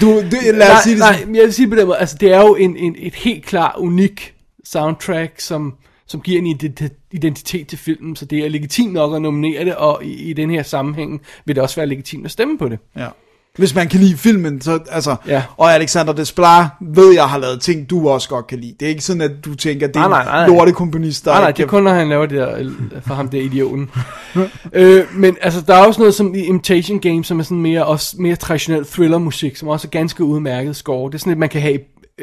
Speaker 3: Du, det, lad os
Speaker 2: nej,
Speaker 3: sige det sådan.
Speaker 2: nej, men jeg vil sige på den måde, altså det er jo en, en, et helt klart unik soundtrack, som, som giver en ident- identitet til filmen, så det er legitimt nok at nominere det, og i, i den her sammenhæng vil det også være legitimt at stemme på det.
Speaker 3: Ja. Hvis man kan lide filmen, så altså, ja.
Speaker 2: Ja.
Speaker 3: og Alexander Desplat ved jeg har lavet ting, du også godt kan lide. Det er ikke sådan, at du tænker, det er
Speaker 2: Nej, nej, nej,
Speaker 3: en
Speaker 2: nej.
Speaker 3: lortekomponist, der
Speaker 2: Ah, Nej, nej,
Speaker 3: ikke
Speaker 2: det er kun, når han laver det der, øh, for ham der
Speaker 3: <laughs>
Speaker 2: idioten. øh, men altså, der er også noget som i Imitation Game, som er sådan mere, også mere traditionel thriller-musik, som også er ganske udmærket score. Det er sådan lidt, man kan have i,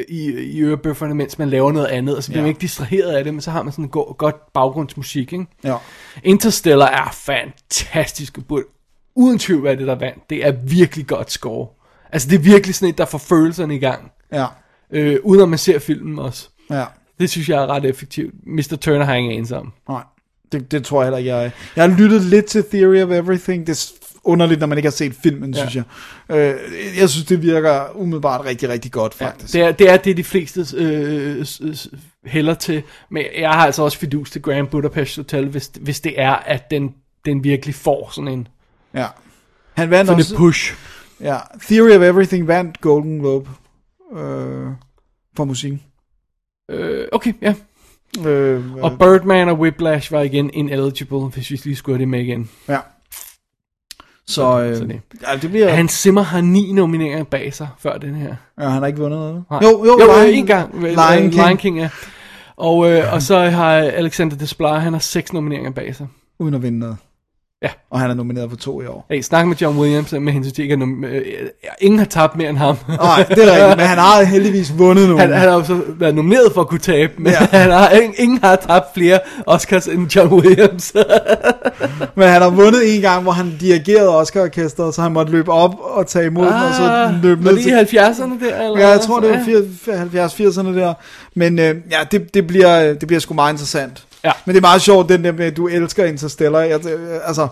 Speaker 2: i, i ørebøfferne, mens man laver noget andet, og så bliver
Speaker 3: Ja.
Speaker 2: man ikke distraheret af det, men så har man sådan en go- godt baggrundsmusik, ikke?
Speaker 3: Ja.
Speaker 2: Interstellar er fantastisk, og burde uden tvivl være det, der vandt. Det er virkelig godt score. Altså, det er virkelig sådan et, der får følelserne i gang,
Speaker 3: Ja,
Speaker 2: øh, uden at man ser filmen også.
Speaker 3: ja,
Speaker 2: Det synes jeg er ret effektivt. Mr. Turner har jeg ingen anelse om.
Speaker 3: nej. Det, det tror jeg heller ikke, jeg Jeg har lyttet lidt til Theory of Everything. Det er s- underligt, når man ikke har set filmen, ja.
Speaker 2: Ja.
Speaker 3: synes jeg. Øh, jeg synes, det virker umiddelbart rigtig, rigtig godt, faktisk.
Speaker 2: Det er det, er det de fleste øh, s- s- hælder til. Men jeg har altså også fidus til Grand Budapest Hotel, hvis, hvis det er, at den, den virkelig får sådan en
Speaker 3: Ja. Han vandt
Speaker 2: sådan
Speaker 3: også...
Speaker 2: et push.
Speaker 3: Ja, Theory of Everything vandt Golden Globe øh, for musikken.
Speaker 2: Øh, okay, ja.
Speaker 3: Øh,
Speaker 2: Og Birdman og Whiplash var igen ineligible, hvis vi lige skulle have det med igen.
Speaker 3: Ja. Så, øh,
Speaker 2: så det.
Speaker 3: Ja, det bliver... Han,
Speaker 2: Hans Zimmer har ni nomineringer bag sig før den her.
Speaker 3: ja, han har ikke vundet noget.
Speaker 2: Nej.
Speaker 3: Jo, jo,
Speaker 2: jo
Speaker 3: Lion-
Speaker 2: en gang. vel,
Speaker 3: Lion
Speaker 2: øh,
Speaker 3: King.
Speaker 2: Lion King ja. Og, øh, og så har Alexander Desplat, han har seks nomineringer bag sig.
Speaker 3: Uden at vinde noget.
Speaker 2: Ja.
Speaker 3: Og han er nomineret for to i år.
Speaker 2: Hey, snak med John Williams med hensyn til, ikke at nom- øh, ingen har tabt mere end
Speaker 3: <laughs>
Speaker 2: ham.
Speaker 3: Nej, det er rigtigt, men han har heldigvis vundet nogle.
Speaker 2: Han, han har jo så været nomineret for at kunne tabe, men
Speaker 3: Ja.
Speaker 2: ja. han har, ingen, ingen har tabt flere Oscars end John Williams.
Speaker 3: Men han har vundet en gang, hvor han dirigerede Oscar-orkestret, så han måtte løbe op og tage imod ah, og så løbe
Speaker 2: var
Speaker 3: ned
Speaker 2: det i
Speaker 3: til...
Speaker 2: 70'erne der? Eller
Speaker 3: Ja, jeg tror, det var
Speaker 2: Ja.
Speaker 3: 70-80'erne der. Men øh, ja, det, øh, det, bliver, det bliver sgu meget interessant.
Speaker 2: Ja.
Speaker 3: Men det er meget sjovt, den der med, at du elsker Interstellar. Jeg, øh, altså,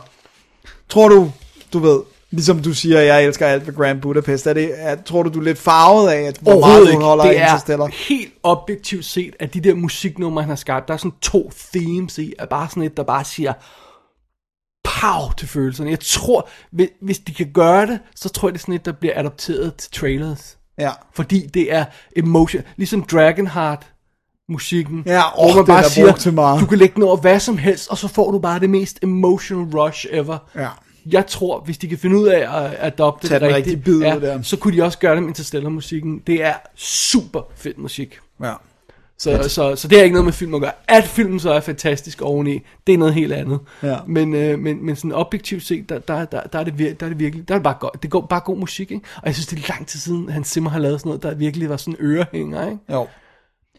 Speaker 3: Tror du, du ved, ligesom du siger, jeg elsker alt ved Grand Budapest, er det, er, tror du, du er lidt farvet af, at hvor meget
Speaker 2: Overhovedet
Speaker 3: hun
Speaker 2: ikke.
Speaker 3: holder af
Speaker 2: Det
Speaker 3: Interstellar?
Speaker 2: er helt objektivt set, at de der musiknumre, han har skabt, der er sådan to themes i, er bare sådan et, der bare siger, pow til følelserne. Jeg tror, hvis, hvis de kan gøre det, så tror jeg, det er sådan et, der bliver adopteret til trailers.
Speaker 3: Ja.
Speaker 2: Fordi det er emotion. Ligesom Dragonheart musikken.
Speaker 3: Ja, åh,
Speaker 2: hvor man
Speaker 3: den er brugt til meget.
Speaker 2: du kan lægge den over hvad som helst, og så får du bare det mest emotional rush ever.
Speaker 3: Ja.
Speaker 2: Jeg tror, hvis de kan finde ud af at adopte
Speaker 3: Tag
Speaker 2: det
Speaker 3: den
Speaker 2: rigtigt,
Speaker 3: rigtige bid ud der.
Speaker 2: så kunne de også gøre det med Interstellar-musikken. Det er super fed musik.
Speaker 3: ja.
Speaker 2: Så, så, så det er ikke noget med film at gøre. At filmen så er fantastisk oveni, det er noget helt andet.
Speaker 3: Ja.
Speaker 2: Men, øh, men, men sådan objektivt set, der, der, der, der, er, det vir- der er det virkelig, der er det bare, godt, det går, bare god musik. Ikke? Og jeg synes, det er lang tid siden, han Simmer har lavet sådan noget, der virkelig var sådan en ørehænger. Ikke?
Speaker 3: Jo.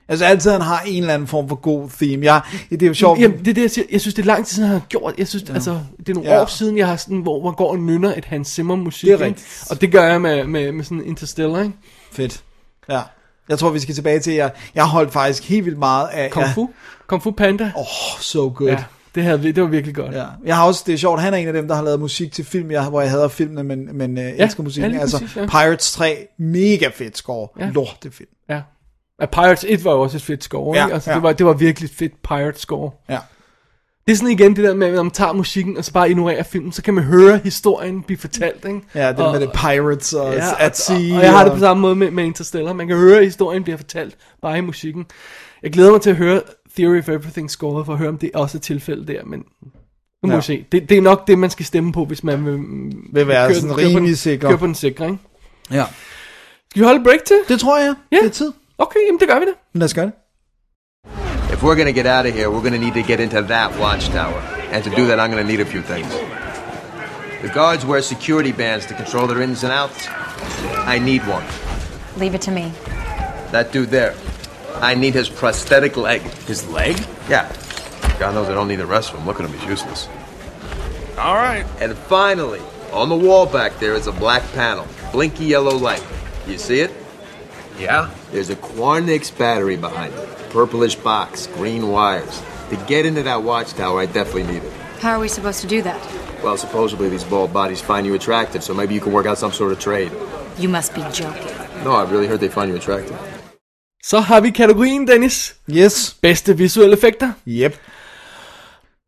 Speaker 3: Altså altid, han har en eller anden form for god theme. Jeg, det er jo sjovt.
Speaker 2: Jamen, det er det, jeg siger. Jeg synes, det er lang tid siden, han har gjort. Jeg synes, ja. altså, det er nogle
Speaker 3: Ja.
Speaker 2: ja. år siden, jeg har sådan, hvor man går og nynner et Hans Zimmer musik.
Speaker 3: Det er
Speaker 2: ikke?
Speaker 3: rigtigt.
Speaker 2: Og det gør jeg med, med, med sådan Interstellar, ikke?
Speaker 3: Fedt. Ja. Jeg tror, vi skal tilbage til, at jeg, jeg holdt faktisk helt vildt meget af...
Speaker 2: Kung Fu. Kung Fu Panda.
Speaker 3: Åh, oh, so good.
Speaker 2: ja, det, havde vi, det var virkelig godt.
Speaker 3: Ja. Jeg har også, det er sjovt, han er en af dem, der har lavet musik til film, jeg, hvor jeg hader filmene, men, men øh, elsker musikken.
Speaker 2: ja, lige
Speaker 3: altså,
Speaker 2: præcis, ja.
Speaker 3: Pirates 3, mega fedt score. Ja.
Speaker 2: Ja.
Speaker 3: Lortefilm.
Speaker 2: ja. Ja, Pirates 1 var jo også et fedt score,
Speaker 3: Ja,
Speaker 2: ikke? Altså,
Speaker 3: ja.
Speaker 2: det, var, det var virkelig et fedt Pirates score.
Speaker 3: Ja.
Speaker 2: Det er sådan igen det der med, at når man tager musikken og så bare ignorerer filmen, så kan man høre historien blive fortalt, ikke?
Speaker 3: Ja, det
Speaker 2: og,
Speaker 3: med det Pirates og
Speaker 2: Ja,
Speaker 3: at øh, sea.
Speaker 2: og, og jeg har det på samme måde med, med Interstellar. Man kan høre, at historien bliver fortalt bare i musikken. Jeg glæder mig til at høre Theory of Everything scoret, for at høre, om det også er tilfældet der, men nu må
Speaker 3: Ja.
Speaker 2: ja. vi se. Det, det er nok det, man skal stemme på, hvis man vil, mm,
Speaker 3: Vil være
Speaker 2: køre
Speaker 3: sådan
Speaker 2: den- køre på den-
Speaker 3: rimelig sikker.
Speaker 2: Køre på den sikre, ikke?
Speaker 3: Ja.
Speaker 2: Skal vi holde et break til?
Speaker 3: Det tror jeg.
Speaker 2: Ja.
Speaker 3: Det er tid.
Speaker 2: Okay, jamen det gør vi da.
Speaker 3: Men lad os gøre det.
Speaker 8: If we're gonna get out of here, we're gonna need to get into that watchtower. And to do that, I'm gonna need a few things. The guards wear security bands to control their ins and outs. I need one.
Speaker 9: Leave it to me.
Speaker 8: That dude there. I need his prosthetic leg.
Speaker 1: His leg?
Speaker 8: Yeah. God knows I don't need the rest of him. Look at him, he's useless.
Speaker 1: All right.
Speaker 8: And finally, on the wall back there is a black panel, blinky yellow light. You see it? Yeah. There's a Quarnix battery behind it, purplish box, green wires. To get into that watchtower, I definitely need it.
Speaker 9: How are we supposed to do that?
Speaker 8: Well, supposedly these bald bodies find you attractive, so maybe you can work out some sort of trade.
Speaker 9: You must be joking.
Speaker 8: No, I really heard they find you attractive.
Speaker 2: Så har vi kategorien, Dennis.
Speaker 3: Yes.
Speaker 2: Bedste visuelle effekter.
Speaker 3: Yep.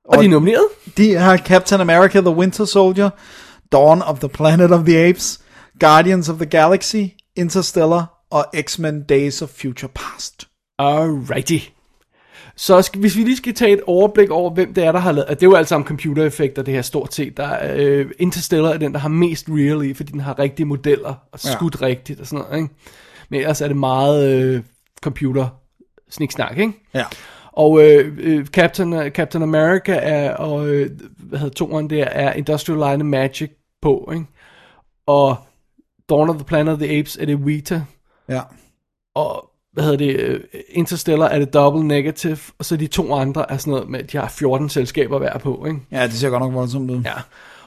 Speaker 2: Og, og de er nomineret.
Speaker 3: De har Captain America, The Winter Soldier, Dawn of the Planet of the Apes, Guardians of the Galaxy, Interstellar og X-Men Days of Future Past.
Speaker 2: Alrighty. Så skal, hvis vi lige skal tage et overblik over, hvem det er, der har lavet... Det er jo alt sammen computereffekter, det her stort set. Der er, øh, Interstellar er den, der har mest real i, fordi den har rigtige modeller og
Speaker 3: Ja.
Speaker 2: skudt rigtigt og sådan noget. Ikke? Men ellers er det meget øh, computer sniksnak, ikke?
Speaker 3: Ja.
Speaker 2: Og øh, øh, Captain, Captain America er, og øh, hvad hedder toren der, er Industrial Light and Magic på, ikke? Og Dawn of the Planet of the Apes er det Vita,
Speaker 3: Ja.
Speaker 2: og hvad hedder det, øh, Interstellar er det Double Negative, og så de to andre er sådan noget med, at de har 14 selskaber hver på, ikke?
Speaker 3: Ja, det ser godt nok voldsomt ud.
Speaker 2: Ja.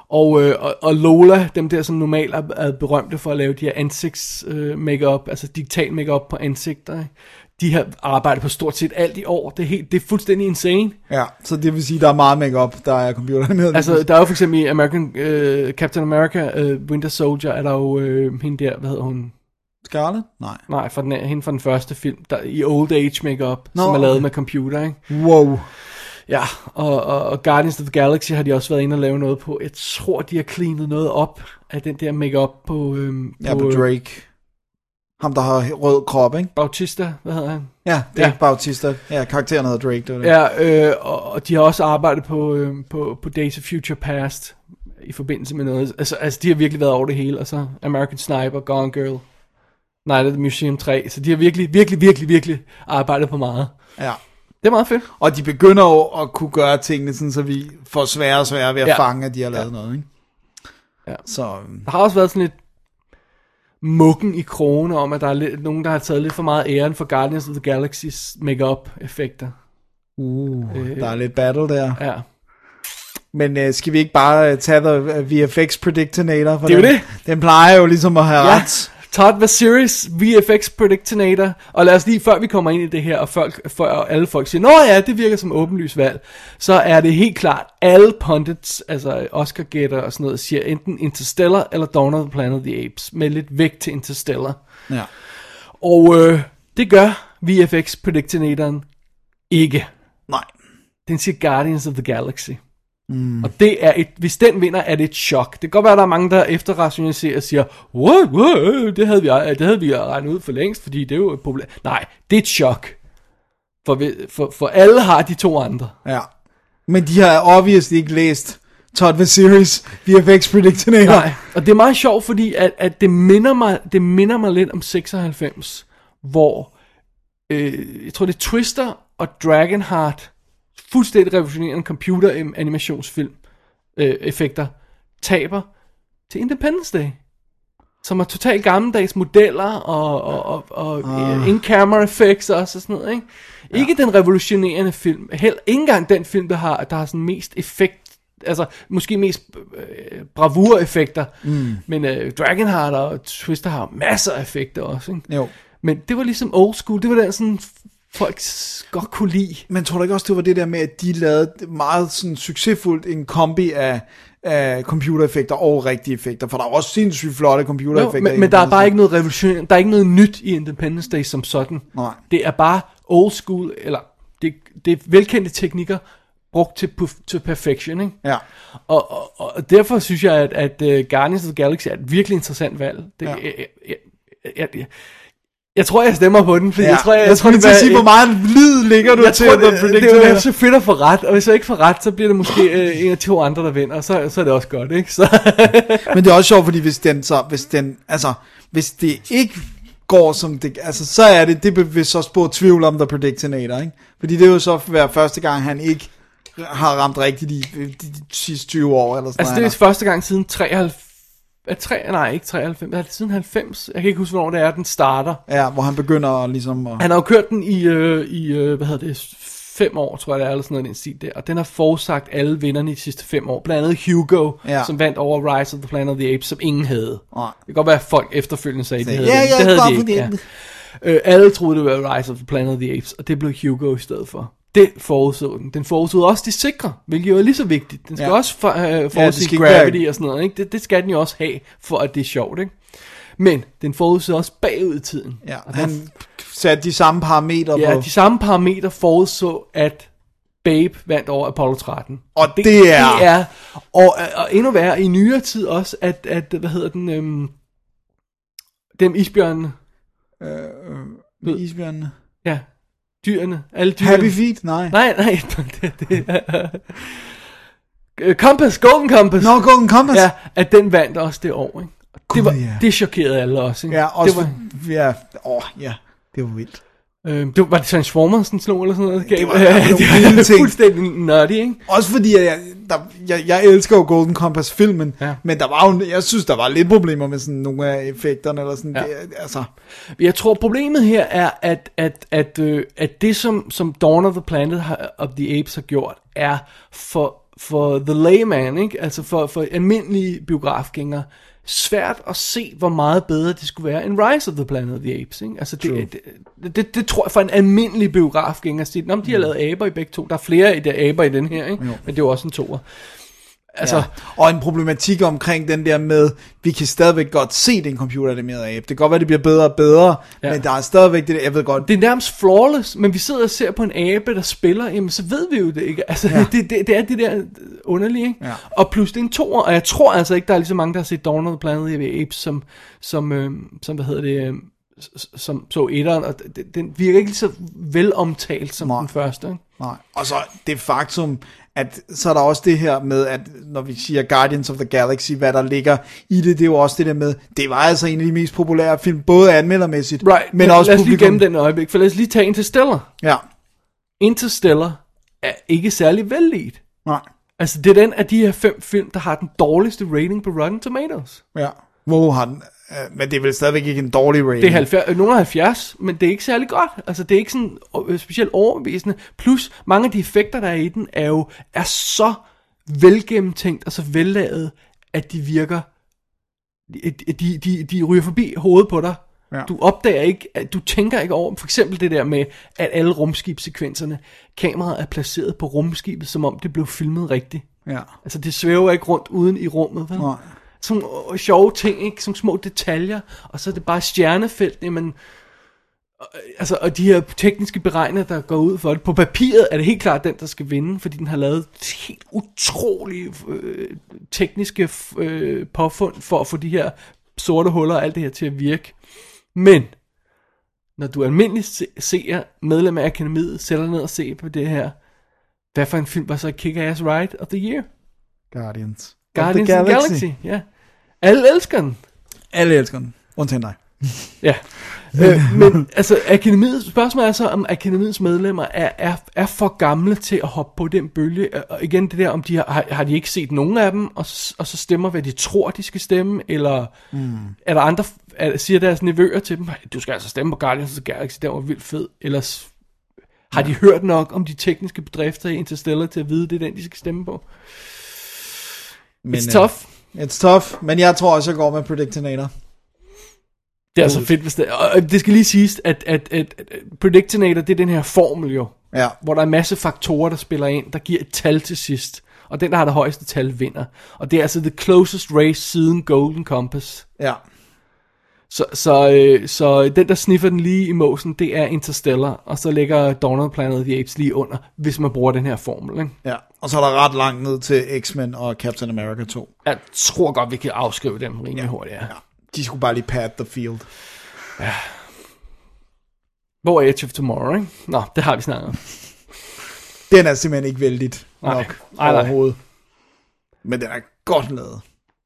Speaker 2: Og, øh, og, og Lola, dem der som normalt er, er berømte for at lave de her ansigts øh, makeup, altså digital makeup på ansigter, ikke? de har arbejdet på stort set alt i år. Det er, helt, det er fuldstændig insane.
Speaker 3: ja. Så det vil sige, der er meget makeup, der er computeranimeret.
Speaker 2: Altså, der er jo for eksempel i American, øh, Captain America, øh, Winter Soldier, er der jo øh, hende der, hvad hedder hun?
Speaker 3: Scarlet? Nej.
Speaker 2: Nej, fra den, hende fra den første film, der, i Old Age Makeup,
Speaker 3: Nå,
Speaker 2: som er lavet
Speaker 3: okay.
Speaker 2: med computer, ikke?
Speaker 3: Wow.
Speaker 2: Ja, og, og, og Guardians of the Galaxy har de også været inde og lave noget på. Jeg tror, de har cleanet noget op af den der makeup på, øhm,
Speaker 3: Ja, på
Speaker 2: øh,
Speaker 3: Drake. Ham, der har rød krop, ikke?
Speaker 2: Bautista, hvad hedder han?
Speaker 3: Ja, det er
Speaker 2: Ja.
Speaker 3: Bautista. Ja, karakteren hedder Drake, det var det.
Speaker 2: Ja, øh, og, og de har også arbejdet på, øh, på, på Days of Future Past i forbindelse med noget. Altså, altså, de har virkelig været over det hele. Og så American Sniper, Gone Girl, Night at the Museum 3. Så de har virkelig, virkelig, virkelig, virkelig arbejdet på meget.
Speaker 3: ja.
Speaker 2: Det er meget fedt.
Speaker 3: Og de begynder jo at kunne gøre tingene, sådan, så vi får sværere og sværere ved at ja.
Speaker 2: Ja.
Speaker 3: fange, at de har lavet ja. noget. Ikke?
Speaker 2: Ja.
Speaker 3: Så øhm,
Speaker 2: Der har også været sådan lidt mukken i krogen om, at der er lidt, nogen, der har taget lidt for meget æren for Guardians of the Galaxy's make-up effekter.
Speaker 3: uh, der er lidt battle der.
Speaker 2: Ja.
Speaker 3: Men øh, skal vi ikke bare øh, tage the øh, VFX Predictinator? For
Speaker 2: Det er jo
Speaker 3: den,
Speaker 2: det.
Speaker 3: Den plejer jo ligesom at have
Speaker 2: Ja.
Speaker 3: ret.
Speaker 2: Todd Vasiris, VFX Predictinator. Og lad os lige, før vi kommer ind i det her, og folk, før alle folk siger, Nå ja, det virker som åbenlyst valg, så er det helt klart, alle pundits, altså Oscar gætter og sådan noget, siger enten Interstellar eller Dawn of the Planet of the Apes, med lidt vægt til Interstellar.
Speaker 3: Ja.
Speaker 2: Og øh, det gør VFX Predictinatoren ikke.
Speaker 3: Nej.
Speaker 2: Den siger Guardians of the Galaxy. Mm. Og det er et, hvis den vinder, er det et chok. Det kan godt være, at der er mange, der efterrationaliserer og siger, wow, wow, det havde vi, det havde vi regnet ud for længst, fordi det er jo et problem. Nej, det er et chok. For, vi- for, for alle har de to andre.
Speaker 3: Ja. Men de har obviously ikke læst Todd Vasiris VFX Predictinator.
Speaker 2: Nej, og det er meget sjovt, fordi at, at det, minder mig, det minder mig lidt om 96, hvor øh, jeg tror det er Twister og Dragonheart, fuldstændig revolutionerende computeranimationsfilm, øh, effekter, taber til Independence Day. Som er totalt gammeldags modeller og, og, og, og uh. in-camera effects også og sådan noget, ikke? Ikke den revolutionerende film. Held, ikke engang den film, der har, der har sådan mest effekt, altså måske mest øh, bravur-effekter. Mm. Men øh, Dragonheart og Twister har masser af effekter også, ikke?
Speaker 3: Jo.
Speaker 2: Men det var ligesom old school. Det var den sådan, folk s- godt kunne lide.
Speaker 3: Men tror du ikke også, det var det der med, at de lavede meget sådan succesfuldt en kombi af, af computereffekter og rigtige effekter? For der er også sindssygt flotte
Speaker 2: Jo,
Speaker 3: computereffekter. i
Speaker 2: men, men der er
Speaker 3: Independence
Speaker 2: bare
Speaker 3: Day.
Speaker 2: ikke noget revolution, der er ikke noget nyt i Independence Day som sådan.
Speaker 3: Nej.
Speaker 2: Det er bare old school, eller det, det er velkendte teknikker, brugt til, perf- til perfection, ikke?
Speaker 3: Ja.
Speaker 2: Og, og, og derfor synes jeg, at, at uh, Guardians of the Galaxy er et virkelig interessant valg. Det,
Speaker 3: Ja.
Speaker 2: ja. jeg, jeg, jeg, jeg, jeg tror, jeg stemmer på den, fordi ja. jeg tror, jeg,
Speaker 3: jeg skulle
Speaker 2: det
Speaker 3: lige til at
Speaker 2: var-
Speaker 3: sige, hvor meget lid ligger du
Speaker 2: jeg
Speaker 3: til
Speaker 2: tror,
Speaker 3: The
Speaker 2: det,
Speaker 3: Predictor.
Speaker 2: det er jo så fedt at få ret, og hvis jeg ikke får ret, så bliver det måske øh, en af to andre, der vinder, og så, så er det også godt, ikke? Så,
Speaker 3: Men det er også sjovt, fordi hvis den så, hvis den, altså, hvis det ikke går som det, altså, så er det, det vil så spå tvivl om The Predictinator, ikke? Fordi det er jo så være første gang, han ikke har ramt rigtigt i de, de sidste 20 år, eller sådan
Speaker 2: Altså, det er
Speaker 3: noget.
Speaker 2: første gang siden 93... Er tre, nej, ikke 93. Er det siden 90? Jeg kan ikke huske, hvornår det er, den starter.
Speaker 3: Ja, hvor han begynder at ligesom at...
Speaker 2: Han har jo kørt den i, øh, i øh, hvad hedder det, fem år, tror jeg det er, eller sådan noget, i den stil der. Og den har forsagt alle vinderne i de sidste fem år. Blandt andet Hugo,
Speaker 3: Ja.
Speaker 2: ja. som vandt over Rise of the Planet of the Apes, som ingen havde.
Speaker 3: Nej.
Speaker 2: Det kan godt være, at folk efterfølgende sagde, at de
Speaker 3: Sagde,
Speaker 2: havde
Speaker 3: "Ja,
Speaker 2: det.
Speaker 3: ja,
Speaker 2: det havde
Speaker 3: bare
Speaker 2: de
Speaker 3: fordi-
Speaker 2: ikke, ja. Øh, alle troede, det var Rise of the Planet of the Apes, og det blev Hugo i stedet for. Det forudså den. Den forudså også det sikre, hvilket jo er lige så vigtigt. Den skal
Speaker 3: Ja.
Speaker 2: ja. også for, øh,
Speaker 3: skal
Speaker 2: forudsige
Speaker 3: ikke
Speaker 2: ja, gravity
Speaker 3: være-
Speaker 2: og sådan noget. Ikke? Det, det skal den jo også have, for at det er sjovt. Ikke? Men den forudså også bagud i tiden.
Speaker 3: Ja,
Speaker 2: Og den
Speaker 3: han satte de samme parametre
Speaker 2: Ja,
Speaker 3: på.
Speaker 2: de samme parametre forudså, at Babe vandt over Apollo 13.
Speaker 3: Og det er- øh,
Speaker 2: Det er og, og endnu værre, i nyere tid også, at, at hvad hedder den, øhm, dem isbjørnene,
Speaker 3: Med isbjørnene.
Speaker 2: ja, dyrene, alle dyrene.
Speaker 3: Happy Feet? Nej.
Speaker 2: Nej, nej, <laughs> det, det er... Øh, Compass, Golden Compass.
Speaker 3: Nå, Golden Compass.
Speaker 2: Ja, at den vandt også det år, ikke? Og
Speaker 3: Gud,
Speaker 2: det, var,
Speaker 3: ja.
Speaker 2: det chokerede alle også, ikke?
Speaker 3: ja også...
Speaker 2: det var,
Speaker 3: for- Ja, åh, ja. Det var vildt.
Speaker 2: øh, det var, var det Transformers, den slog, eller sådan noget?
Speaker 3: Det var- det var nogle vilde
Speaker 2: <laughs> det var
Speaker 3: ting.
Speaker 2: fuldstændig nutty, ikke?
Speaker 3: Også fordi, at jeg, der, jeg, jeg elsker jo Golden Compass-filmen,
Speaker 2: Ja.
Speaker 3: men der var jo, jeg synes, der var lidt problemer med sådan nogle af effekterne, eller sådan, ja.
Speaker 2: Ja.
Speaker 3: det, altså,
Speaker 2: Jeg tror problemet her er at at at øh, at det som som Dawn of the Planet har- of the Apes har gjort er for for the layman, ikke? Altså for for almindelige biografgængere svært at se hvor meget bedre det skulle være end Rise of the Planet of the Apes, ikke? Altså det, det, det, det tror jeg for en almindelig biografgænger sige, "Nå, men de har lavet aber i begge to. Der er flere i der aber i den her, ikke? Men det er jo også en toer. Altså
Speaker 3: ja. og en problematik omkring den der med, vi kan stadigvæk godt se den computeranimerede abe, det kan godt være, det bliver bedre og bedre, ja.
Speaker 2: Ja.
Speaker 3: men der er stadigvæk det der, jeg ved godt,
Speaker 2: det er nærmest flawless, men vi sidder og ser på en abe, der spiller, jamen så ved vi jo det ikke. Altså, ja. det, det, det er det der øh, underlige, ikke?
Speaker 3: Ja.
Speaker 2: Og plus det er en toer, og jeg tror altså ikke, der er lige så mange, der har set Dawn of the Planet of the Apes, som, som, øh, som hvad hedder det, øh, s- som så etteren, og d- d- den virker ikke lige så velomtalt som
Speaker 3: Nej.
Speaker 2: Nej. den første. Ikke?
Speaker 3: Nej. Og så det faktum, at så er der også det her med, at når vi siger Guardians of the Galaxy, hvad der ligger i det, det er jo også det der med, det var altså en af de mest populære film, både anmeldermæssigt,
Speaker 2: Right,
Speaker 3: men, også
Speaker 2: lad os lige
Speaker 3: publikum.
Speaker 2: gemme den et øjeblik, for lad os lige tage Interstellar.
Speaker 3: Ja,
Speaker 2: Interstellar er ikke særlig vellidt.
Speaker 3: nej,
Speaker 2: Altså, det er den af de her fem film, der har den dårligste rating på Rotten Tomatoes.
Speaker 3: ja. Wow, har den, øh, men det er vel stadigvæk ikke en dårlig rating.
Speaker 2: Det er 70, øh, nogle af 70, men det er ikke særlig godt. Altså, det er ikke sådan øh, specielt overbevisende. Plus, mange af de effekter, der er i den, er jo er så velgennemtænkt og så vellavet, at de virker de, de, de, de ryger forbi hovedet på dig. Ja. Du opdager ikke, at du tænker ikke over, for eksempel det der med, at alle rumskibssekvenserne, kameraet er placeret på rumskibet, som om det blev filmet rigtigt.
Speaker 3: Ja.
Speaker 2: Altså det svæver ikke rundt uden i rummet, vel?
Speaker 3: Nej.
Speaker 2: Sådan øh, sjove ting, ikke? Som små detaljer, og så er det bare stjernefelt, jamen... og, øh, Altså, og de her tekniske beregner, der går ud for det. På papiret er det helt klart den, der skal vinde, fordi den har lavet helt utrolige øh, tekniske f- øh, påfund for at få de her sorte huller og alt det her til at virke. Men når du almindelig se- ser medlem af akademiet sætter ned og se på det her, hvad for en film var så Kick-Ass Ride of the Year?
Speaker 3: Guardians.
Speaker 2: Guardians of the Galaxy. Galaxy. Ja. Alle elsker den.
Speaker 3: Alle elsker den. Undtagen dig.
Speaker 2: <laughs> Ja. øh, men altså, akademiet, spørgsmålet er så, om akademiets medlemmer er, er, er for gamle til at hoppe på den bølge. Og igen det der, om de har, har, har de ikke set nogen af dem, og, s- og så stemmer, hvad de tror, de skal stemme, eller mm. er der andre, er, siger deres nevøer til dem, du skal altså stemme på Guardians of the Galaxy, den var vildt fed, ellers har de hørt nok om de tekniske bedrifter i Interstellar til at vide, det er den, de skal stemme på.
Speaker 3: Men,
Speaker 2: It's tough.
Speaker 3: Uh, it's tough, men jeg tror også, jeg går med Predictinator.
Speaker 2: Det er så fedt, hvis det, og det skal lige siges, at, at, at, at Predictinator, det er den her formel jo,
Speaker 3: Ja.
Speaker 2: hvor der er en masse faktorer, der spiller ind, der giver et tal til sidst, og den, der har det højeste tal, vinder. Og det er altså the closest race siden Golden Compass.
Speaker 3: Ja.
Speaker 2: Så, så, øh, så den, der sniffer den lige i måsen, det er Interstellar, og så ligger Donald Planet of the Apes lige under, hvis man bruger den her formel. Ikke?
Speaker 3: ja. Og så er der ret langt ned til X-Men og Captain America 2.
Speaker 2: Jeg tror godt, vi kan afskrive dem rimelig ja. hurtigt. Ja.
Speaker 3: De skulle bare lige pat the field.
Speaker 2: Hvor er Edge of Tomorrow, ikke? Nå, det har vi snakket om.
Speaker 3: Den er simpelthen ikke vældigt
Speaker 2: Nej.
Speaker 3: nok
Speaker 2: Nej, nej.
Speaker 3: overhovedet. Men den er godt lavet.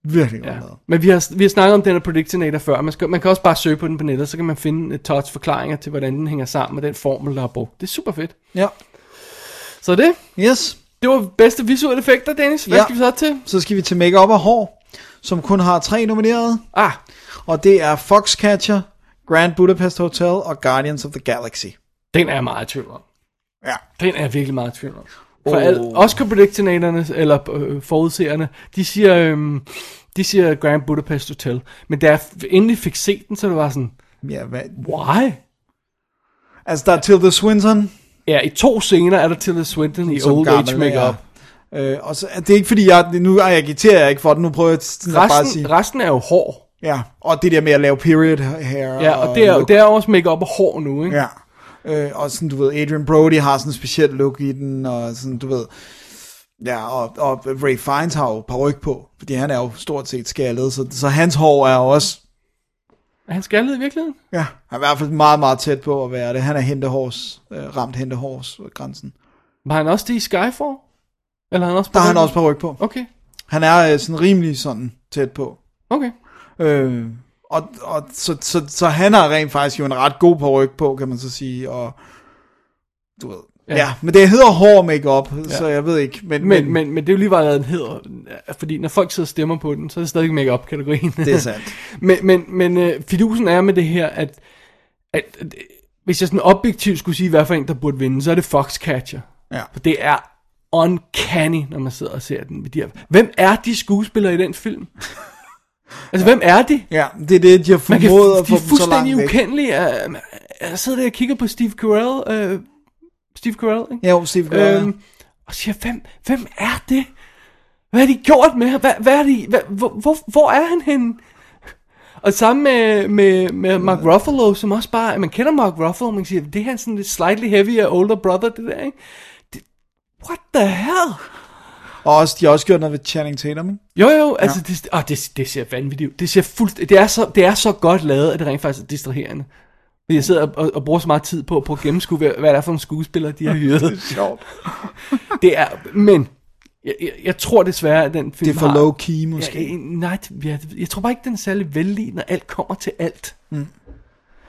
Speaker 3: Virkelig godt ja. lavet.
Speaker 2: Men vi har, vi har snakket om den her Predictinator før. Man, skal, man kan også bare søge på den på nettet, så kan man finde et touch forklaringer til, hvordan den hænger sammen med den formel, der er brugt. Det er super fedt.
Speaker 3: Ja.
Speaker 2: Så det,
Speaker 3: Yes.
Speaker 2: det var bedste visuelle effekter, Dennis. Hvad
Speaker 3: Ja.
Speaker 2: ja. skal vi så til?
Speaker 3: Så skal vi til makeup og hår, som kun har tre nominerede.
Speaker 2: Ah,
Speaker 3: Og det er Foxcatcher, Grand Budapest Hotel og Guardians of the Galaxy.
Speaker 2: den er jeg meget i tvivl om.
Speaker 3: Ja.
Speaker 2: Den er jeg virkelig meget i tvivl om. For
Speaker 3: Oh.
Speaker 2: oh. al, Oscar Predictinatorne, eller øh, forudseerne, de siger, øhm, de siger Grand Budapest Hotel. Men da jeg f- endelig fik set den, så var det var sådan,
Speaker 3: ja hvad?
Speaker 2: why?
Speaker 3: Altså, der er Tilda Swinton,
Speaker 2: Ja, i to scener er der Tilda Swinton i
Speaker 3: som
Speaker 2: Old
Speaker 3: gammel,
Speaker 2: Age Makeup.
Speaker 3: Ja. Øh, og så, det er ikke fordi, jeg, nu agiterer jeg ikke for det, nu prøver jeg sådan at bare at sige.
Speaker 2: Resten, resten er jo hår.
Speaker 3: Ja, og det der med at lave period hair.
Speaker 2: Ja, og det er,
Speaker 3: look.
Speaker 2: det er jo også make-up og hår nu, ikke?
Speaker 3: Ja. Øh, og sådan, du ved, Adrian Brody har sådan en speciel look i den, og sådan, du ved... Ja, og, og Ray Fiennes har jo paryk på, fordi han er jo stort set skaldet, så, så hans hår er jo også...
Speaker 2: Er han skaldet i virkeligheden?
Speaker 3: Ja, han er i hvert fald meget, meget tæt på at være det. Han er hentehårs, øh, ramt hentehårs ved grænsen.
Speaker 2: Var han også det i Skyfall? Eller er han også på
Speaker 3: Der har han
Speaker 2: den?
Speaker 3: også paryk på.
Speaker 2: Okay,
Speaker 3: Han er øh, sådan rimelig sådan tæt på.
Speaker 2: okay.
Speaker 3: Øh, og, og så, så, så han har rent faktisk jo en ret god paryk på, kan man så sige, og du ved. Ja,
Speaker 2: Ja.
Speaker 3: ja men det hedder hård makeup, ja. så jeg ved ikke. Men,
Speaker 2: Men, men, men det er jo lige, hvad den hedder. Fordi når folk sidder og stemmer på den, så er det stadig make-up-kategorien.
Speaker 3: det er sandt.
Speaker 2: <laughs> men men, men øh, fidusen er med det her, at, at, at øh, hvis jeg sådan objektivt skulle sige, hvad for en, der burde vinde, så er det Foxcatcher.
Speaker 3: Ja.
Speaker 2: For det er uncanny, når man sidder og ser den. Med de her. Hvem er de skuespillere i den
Speaker 3: <laughs>
Speaker 2: film? altså, hvem er de?
Speaker 3: Ja, det er det, de har
Speaker 2: Man kan,
Speaker 3: formået at
Speaker 2: de
Speaker 3: få
Speaker 2: er
Speaker 3: dem så
Speaker 2: fuldstændig
Speaker 3: langt væk.
Speaker 2: ukendelige. Øh, Jeg sidder der og kigger på Steve Carell. Øh, Steve Carell, ikke?
Speaker 3: Ja, jo, Steve Carell, ja.
Speaker 2: øhm, og siger, hvem, hvem er det? Hvad har de gjort med ham? Hvad, hvad er de, hvad, hvor, hvor, hvor er han henne? Og sammen med, med, med Mark Ruffalo, som også bare... Man kender Mark Ruffalo, man siger, det er han sådan lidt slightly heavier older brother, det der, ikke? Det, what the hell?
Speaker 3: Og også, de har også gjort noget ved Channing Tatum, ikke?
Speaker 2: Jo jo, altså ja. det, åh, det, det ser vanvittigt ud. Det, ser fuldt, det, er så, det er så godt lavet, at det rent faktisk er distraherende. Fordi jeg sidder og, og, og bruger så meget tid på, på at gennemskue, hvad, hvad det er for en skuespiller, de har
Speaker 3: <laughs>
Speaker 2: hyret.
Speaker 3: Sjovt.
Speaker 2: det er, men jeg, jeg, jeg tror desværre, at den film
Speaker 3: Det er for
Speaker 2: har,
Speaker 3: low key, måske.
Speaker 2: Ja, nej, jeg, jeg tror bare ikke, den er særlig vældig, når alt kommer til alt.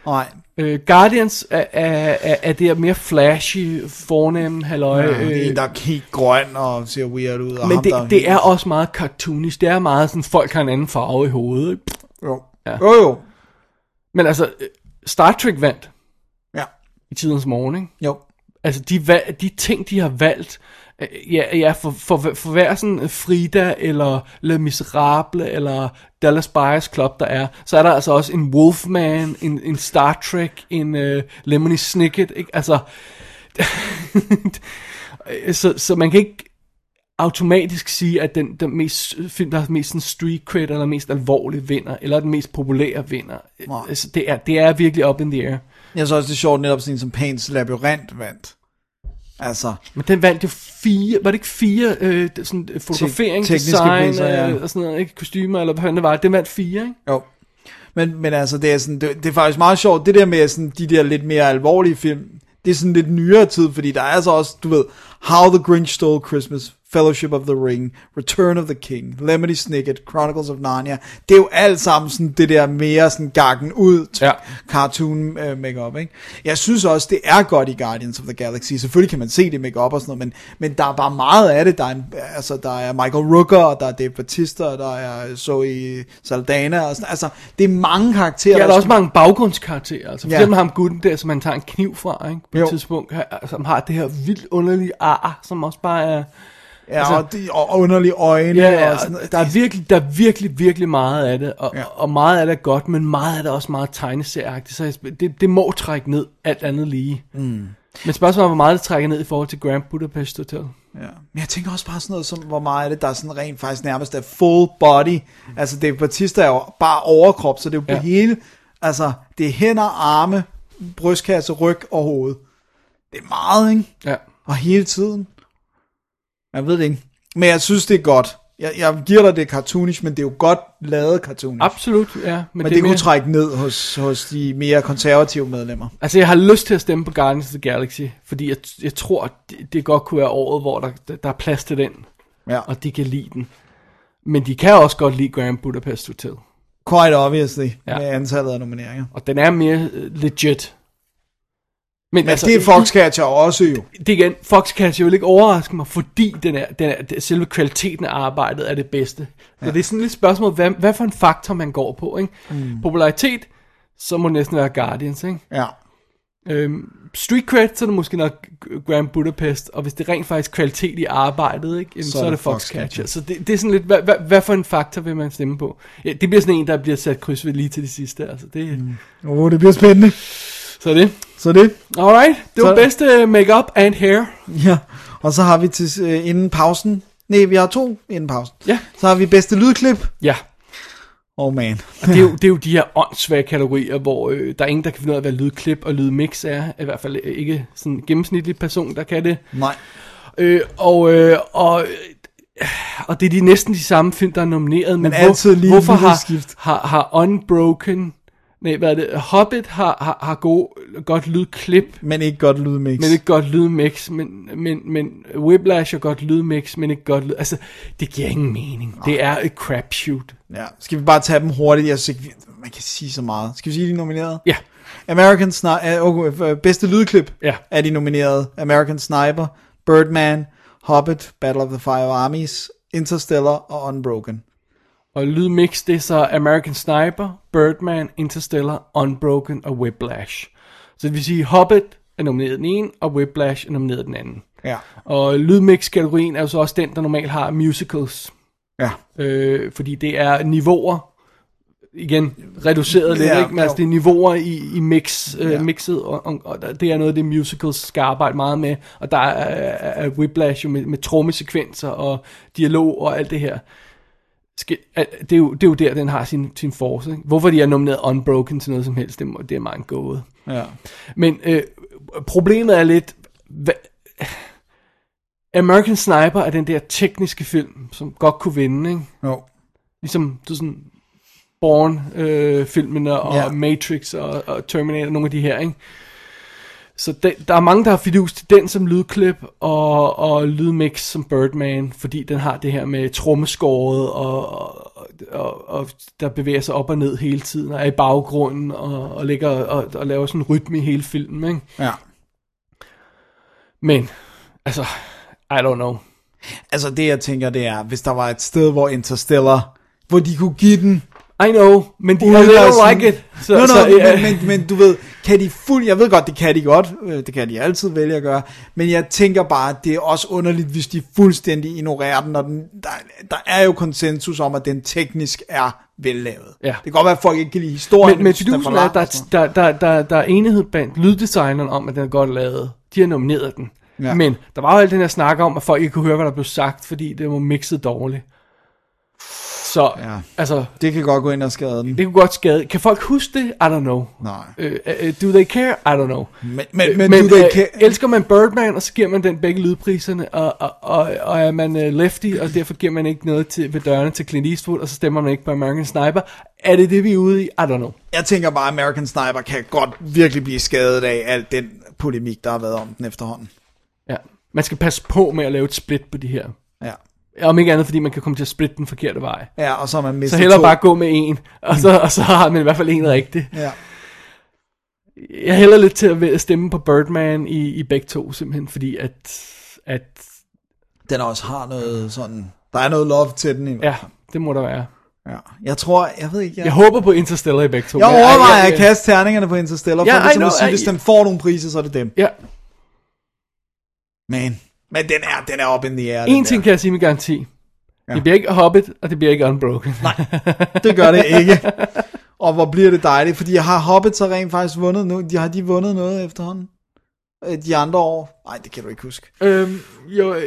Speaker 3: Nej,
Speaker 2: Øh, Guardians er, er, er, er det her mere flashy, fornemme, halløj. øh,
Speaker 3: ja, det er en, der er helt grøn og ser weird ud. Og
Speaker 2: men
Speaker 3: ham, der
Speaker 2: det, det er
Speaker 3: helt-
Speaker 2: også meget cartoonish. Det er meget sådan, folk har en anden farve i hovedet. ikke?
Speaker 3: Jo,
Speaker 2: Ja.
Speaker 3: jo. jo.
Speaker 2: Men altså, øh, Star Trek vandt
Speaker 3: Ja,
Speaker 2: i tidens morgen, ikke?
Speaker 3: jo.
Speaker 2: Altså, de, valg, de ting, de har valgt, Øh, Ja, ja for, for, for hver sådan Frida, eller Le Miserable, eller Dallas Buyers Club, der er, så er der altså også en Wolfman, en, en Star Trek, en øh, Lemony Snicket, ikke? Altså, <laughs> så, så man kan ikke automatisk sige, at den, den mest, film, der har mest sådan street cred, eller mest alvorlige vinder, eller den mest populære vinder. Altså, det, er, det er virkelig up in the air.
Speaker 3: Jeg så også, det er sjovt, netop sådan en som Pans Labyrinth vandt. Altså,
Speaker 2: Men den vandt jo fire, var det ikke fire øh, sådan, øh, fotografering,
Speaker 3: tekniske
Speaker 2: design
Speaker 3: priser,
Speaker 2: priser,
Speaker 3: ja.
Speaker 2: ja. og sådan noget, ikke? kostymer, eller hvad fanden det var. Den vandt fire, ikke?
Speaker 3: jo. Men, men altså, det er, sådan, det, det er faktisk meget sjovt, det der med sådan, de der lidt mere alvorlige film, det er sådan lidt nyere tid, fordi der er altså også, du ved, How the Grinch Stole Christmas, Fellowship of the Ring, Return of the King, Lemony Snicket, Chronicles of Narnia. Det er jo alt sammen sådan det der mere sådan gakken ud ja.
Speaker 2: Ja.
Speaker 3: cartoon øh, makeup, ikke? Jeg synes også, det er godt i Guardians of the Galaxy. Selvfølgelig kan man se det makeup og sådan noget, men, men der er bare meget af det. Der er, en, altså, der er Michael Rooker, og der er Dave Bautista, og der er Zoe Saldana. Og sådan, altså, det er mange karakterer.
Speaker 2: Ja, der er også mange baggrundskarakterer. Altså, for
Speaker 3: Ja.
Speaker 2: ja. eksempel ham gutten der, som han tager en kniv fra ikke? på
Speaker 3: Jo.
Speaker 2: et tidspunkt, ha- som har det her vildt underlige ar, som også bare er...
Speaker 3: Ja,
Speaker 2: altså-
Speaker 3: og, de, og underlige øjne.
Speaker 2: Ja, ja
Speaker 3: og sådan,
Speaker 2: der, er virkelig, der er virkelig, virkelig meget af det, og,
Speaker 3: Ja.
Speaker 2: ja. og meget af det er godt, men meget af det er også meget tegneserieagtigt, så jeg- det, det må trække ned alt andet lige. Mm. Men spørgsmålet er, hvor meget det trækker ned i forhold til Grand Budapest Hotel.
Speaker 3: Ja. Men jeg tænker også bare sådan noget som, hvor meget af det, der er sådan rent faktisk nærmest er full body. Altså Dave Batista er jo bare overkrop, så det er jo ja.
Speaker 2: Ja.
Speaker 3: det hele. Altså, det er hænder, arme, brystkasse, ryg og hoved. Det er meget, ikke?
Speaker 2: Ja.
Speaker 3: Og hele tiden. Jeg ved det ikke. Men jeg synes, det er godt. Jeg, jeg giver dig det er cartoonish, men det er jo godt lavet cartoonish.
Speaker 2: Absolut, ja. Men,
Speaker 3: men det, det kunne trække ned hos, hos de mere konservative medlemmer.
Speaker 2: Altså, jeg har lyst til at stemme på Guardians of the Galaxy, fordi jeg, jeg tror, at det, det godt kunne være året, hvor der, der- der er plads til den,
Speaker 3: Ja,
Speaker 2: og de kan lide den. Men de kan også godt lide Grand Budapest Hotel,
Speaker 3: quite obviously, ja.
Speaker 2: Ja.
Speaker 3: med antallet af nomineringer.
Speaker 2: og den er mere øh, legit. Men,
Speaker 3: Men altså, det er Foxcatcher også jo.
Speaker 2: det er igen, Foxcatcher vil ikke overraske mig, fordi den er, den er, den- selve kvaliteten af arbejdet er det bedste. Så det er sådan lidt et spørgsmål, hvad, hvad for en faktor man går på. Ikke? Mm. Popularitet, så må det næsten være Guardians. Ikke?
Speaker 3: Ja.
Speaker 2: Øhm, street cred, så er det måske nok Grand Budapest, og hvis det er rent faktisk kvalitet i arbejdet, ikke, så, så er det Foxcatcher. Så det, det er sådan lidt, hvad, hvad, hvad for en faktor vil man stemme på? Ja, det bliver sådan en, der bliver sat kryds ved lige til det sidste. Altså. Det, mm.
Speaker 3: Åh, oh, det bliver spændende.
Speaker 2: Så er det.
Speaker 3: Så det.
Speaker 2: Alright, det var
Speaker 3: Så-
Speaker 2: så... bedste øh, makeup and hair.
Speaker 3: Ja. Og så har vi til øh, inden pausen. Nej, vi har to inden pausen.
Speaker 2: Ja.
Speaker 3: Så har vi bedste lydklip.
Speaker 2: Ja,
Speaker 3: Oh man.
Speaker 2: og det er, jo, det er jo de her åndssvage kategorier, hvor øh, der er ingen, der kan finde ud af, hvad lydklip og lydmix er. I hvert fald ikke sådan en gennemsnitlig person, der kan det.
Speaker 3: Nej.
Speaker 2: Øh, og, øh, og, øh, og det er de næsten de samme film, der er nomineret. Men,
Speaker 3: altid lige
Speaker 2: hvorfor
Speaker 3: et lille
Speaker 2: har,
Speaker 3: skift.
Speaker 2: har, har Unbroken... Nej, hvad er det? Hobbit har, har, har god, godt lydklip,
Speaker 3: Men ikke godt lydmix.
Speaker 2: men ikke godt lydmix. Men, men, men Whiplash er godt lydmix, men ikke godt lyd... Altså, det giver ingen mening. Det er et crapshoot.
Speaker 3: Ja. Skal vi bare tage dem hurtigt? Jeg synes, ikke, man kan sige så meget. Skal vi sige, de er nomineret?
Speaker 2: Ja,
Speaker 3: American Sniper. Uh, okay, øh, bedste lydklip
Speaker 2: Ja.
Speaker 3: er de nomineret. American Sniper, Birdman, Hobbit, Battle of the Five Armies, Interstellar og Unbroken.
Speaker 2: og lydmix, det er så American Sniper, Birdman, Interstellar, Unbroken og Whiplash. Så det vil sige, Hobbit er nomineret den ene, og Whiplash er nomineret den anden.
Speaker 3: Ja.
Speaker 2: Og lydmix-kategorien er jo så også den, der normalt har musicals.
Speaker 3: Ja.
Speaker 2: Øh, fordi det er niveauer, igen, reduceret lidt,
Speaker 3: Ja,
Speaker 2: ja, ikke? Men altså,
Speaker 3: jo.
Speaker 2: det er niveauer i, i mix, øh,
Speaker 3: Ja.
Speaker 2: ja. mixet, og, og, og der- det er noget, det musicals skal arbejde meget med. Og der er, er, er Whiplash jo med, med trommesekvenser og dialog og alt det her. Skal, er, det, er jo, det er jo der, den har sin, sin force. Ikke? Hvorfor de har nomineret Unbroken til noget som helst, det, må- det er mig en gåde.
Speaker 3: Ja.
Speaker 2: Men øh, problemet er lidt... Hva... American Sniper er den der tekniske film, som godt kunne vinde, ikke?
Speaker 3: Jo.
Speaker 2: Ligesom du sådan Born-filmene og
Speaker 3: Ja.
Speaker 2: Matrix og, og Terminator, nogle af de her, ikke? Så de, der er mange, der har fidus til den som lydklip og, og lydmix som Birdman, fordi den har det her med trommeskåret og, og, og, og der bevæger sig op og ned hele tiden og er i baggrunden og, og ligger og, og laver sådan en rytme i hele filmen, ikke?
Speaker 3: Ja.
Speaker 2: Men, altså, I don't know.
Speaker 3: Altså det jeg tænker, det er, hvis der var et sted, hvor Interstellar, hvor de kunne give den
Speaker 2: I know, men de
Speaker 3: Uden
Speaker 2: I
Speaker 3: at
Speaker 2: don't
Speaker 3: sådan-
Speaker 2: like it.
Speaker 3: Så, no, no, så, men, men, men du ved, kan de fuld, jeg ved godt, det kan de godt, øh, det kan de altid vælge at gøre, men jeg tænker bare, at det er også underligt, hvis de fuldstændig ignorerer den, og den, der, der er jo konsensus om, at den teknisk er vellavet.
Speaker 2: Ja.
Speaker 3: Det kan godt være, at folk ikke kan lide historien,
Speaker 2: Men, men
Speaker 3: synes, den
Speaker 2: fidusen
Speaker 3: for altså.
Speaker 2: er,
Speaker 3: lang og
Speaker 2: der,
Speaker 3: sådan
Speaker 2: der, der, der, der er enighed blandt lyddesigneren om, at den er godt lavet. De har nomineret den.
Speaker 3: Ja.
Speaker 2: Ja. Men der var jo al den her snak om, at folk ikke kunne høre, hvad der blev sagt, fordi det var mixet dårligt. Så, ja.
Speaker 3: noget.
Speaker 2: altså,
Speaker 3: Ja. Det kan godt gå ind og skade den.
Speaker 2: det kunne godt skade. Kan folk huske det? I don't know.
Speaker 3: Nej.
Speaker 2: Øh, øh, do they care? I don't know.
Speaker 3: Men, men,
Speaker 2: Men,
Speaker 3: men, men du,
Speaker 2: øh,
Speaker 3: det kan,
Speaker 2: elsker man Birdman, og så giver man den begge lydpriserne, og, og, og, og er man øh, lefty, og derfor giver man ikke noget til, ved dørene til Clint Eastwood, og så stemmer man ikke på American Sniper. Er det det, vi er ude i? I don't know.
Speaker 3: jeg tænker bare, at American Sniper kan godt virkelig blive skadet af al den polemik, der har været om den efterhånden.
Speaker 2: Ja. Man skal passe på med at lave et split på de her.
Speaker 3: Ja,
Speaker 2: Om ikke andet, fordi man kan komme til at splitte den forkerte vej.
Speaker 3: ja og så har man mistet
Speaker 2: Så hellere
Speaker 3: Altså, to.
Speaker 2: bare gå med en, og så, og så har man i hvert fald en rigtig.
Speaker 3: Ja.
Speaker 2: Jeg hælder lidt til at væ- stemme på Birdman i, i begge to, simpelthen, fordi at, at...
Speaker 3: Den også har noget sådan... Der er noget love til den i hvert
Speaker 2: Ja,
Speaker 3: fald.
Speaker 2: det må der være.
Speaker 3: ja. Jeg tror, jeg ved ikke... Jeg,
Speaker 2: Jeg håber på Interstellar i begge to.
Speaker 3: jeg
Speaker 2: men-
Speaker 3: overvejer
Speaker 2: Ej,
Speaker 3: at kaste terningerne på Interstellar, for
Speaker 2: Ja,
Speaker 3: ja,
Speaker 2: I
Speaker 3: ligesom at
Speaker 2: know,
Speaker 3: sige,
Speaker 2: I-
Speaker 3: hvis den får nogle priser, så er det dem.
Speaker 2: Ja,
Speaker 3: Man. Men den er, den er op in the air. den
Speaker 2: en ting
Speaker 3: der.
Speaker 2: kan jeg sige med garanti. Ja. Det bliver ikke Hobbit, og det bliver
Speaker 3: <laughs>
Speaker 2: ikke Unbroken. Nej.
Speaker 3: Det gør det ikke. <laughs> Og hvor bliver det dejligt, fordi jeg har Hobbit så rent faktisk vundet nu. De, har de vundet noget efterhånden? Øh, De andre år? Nej, det kan du ikke huske.
Speaker 2: Øhm, jo, øh,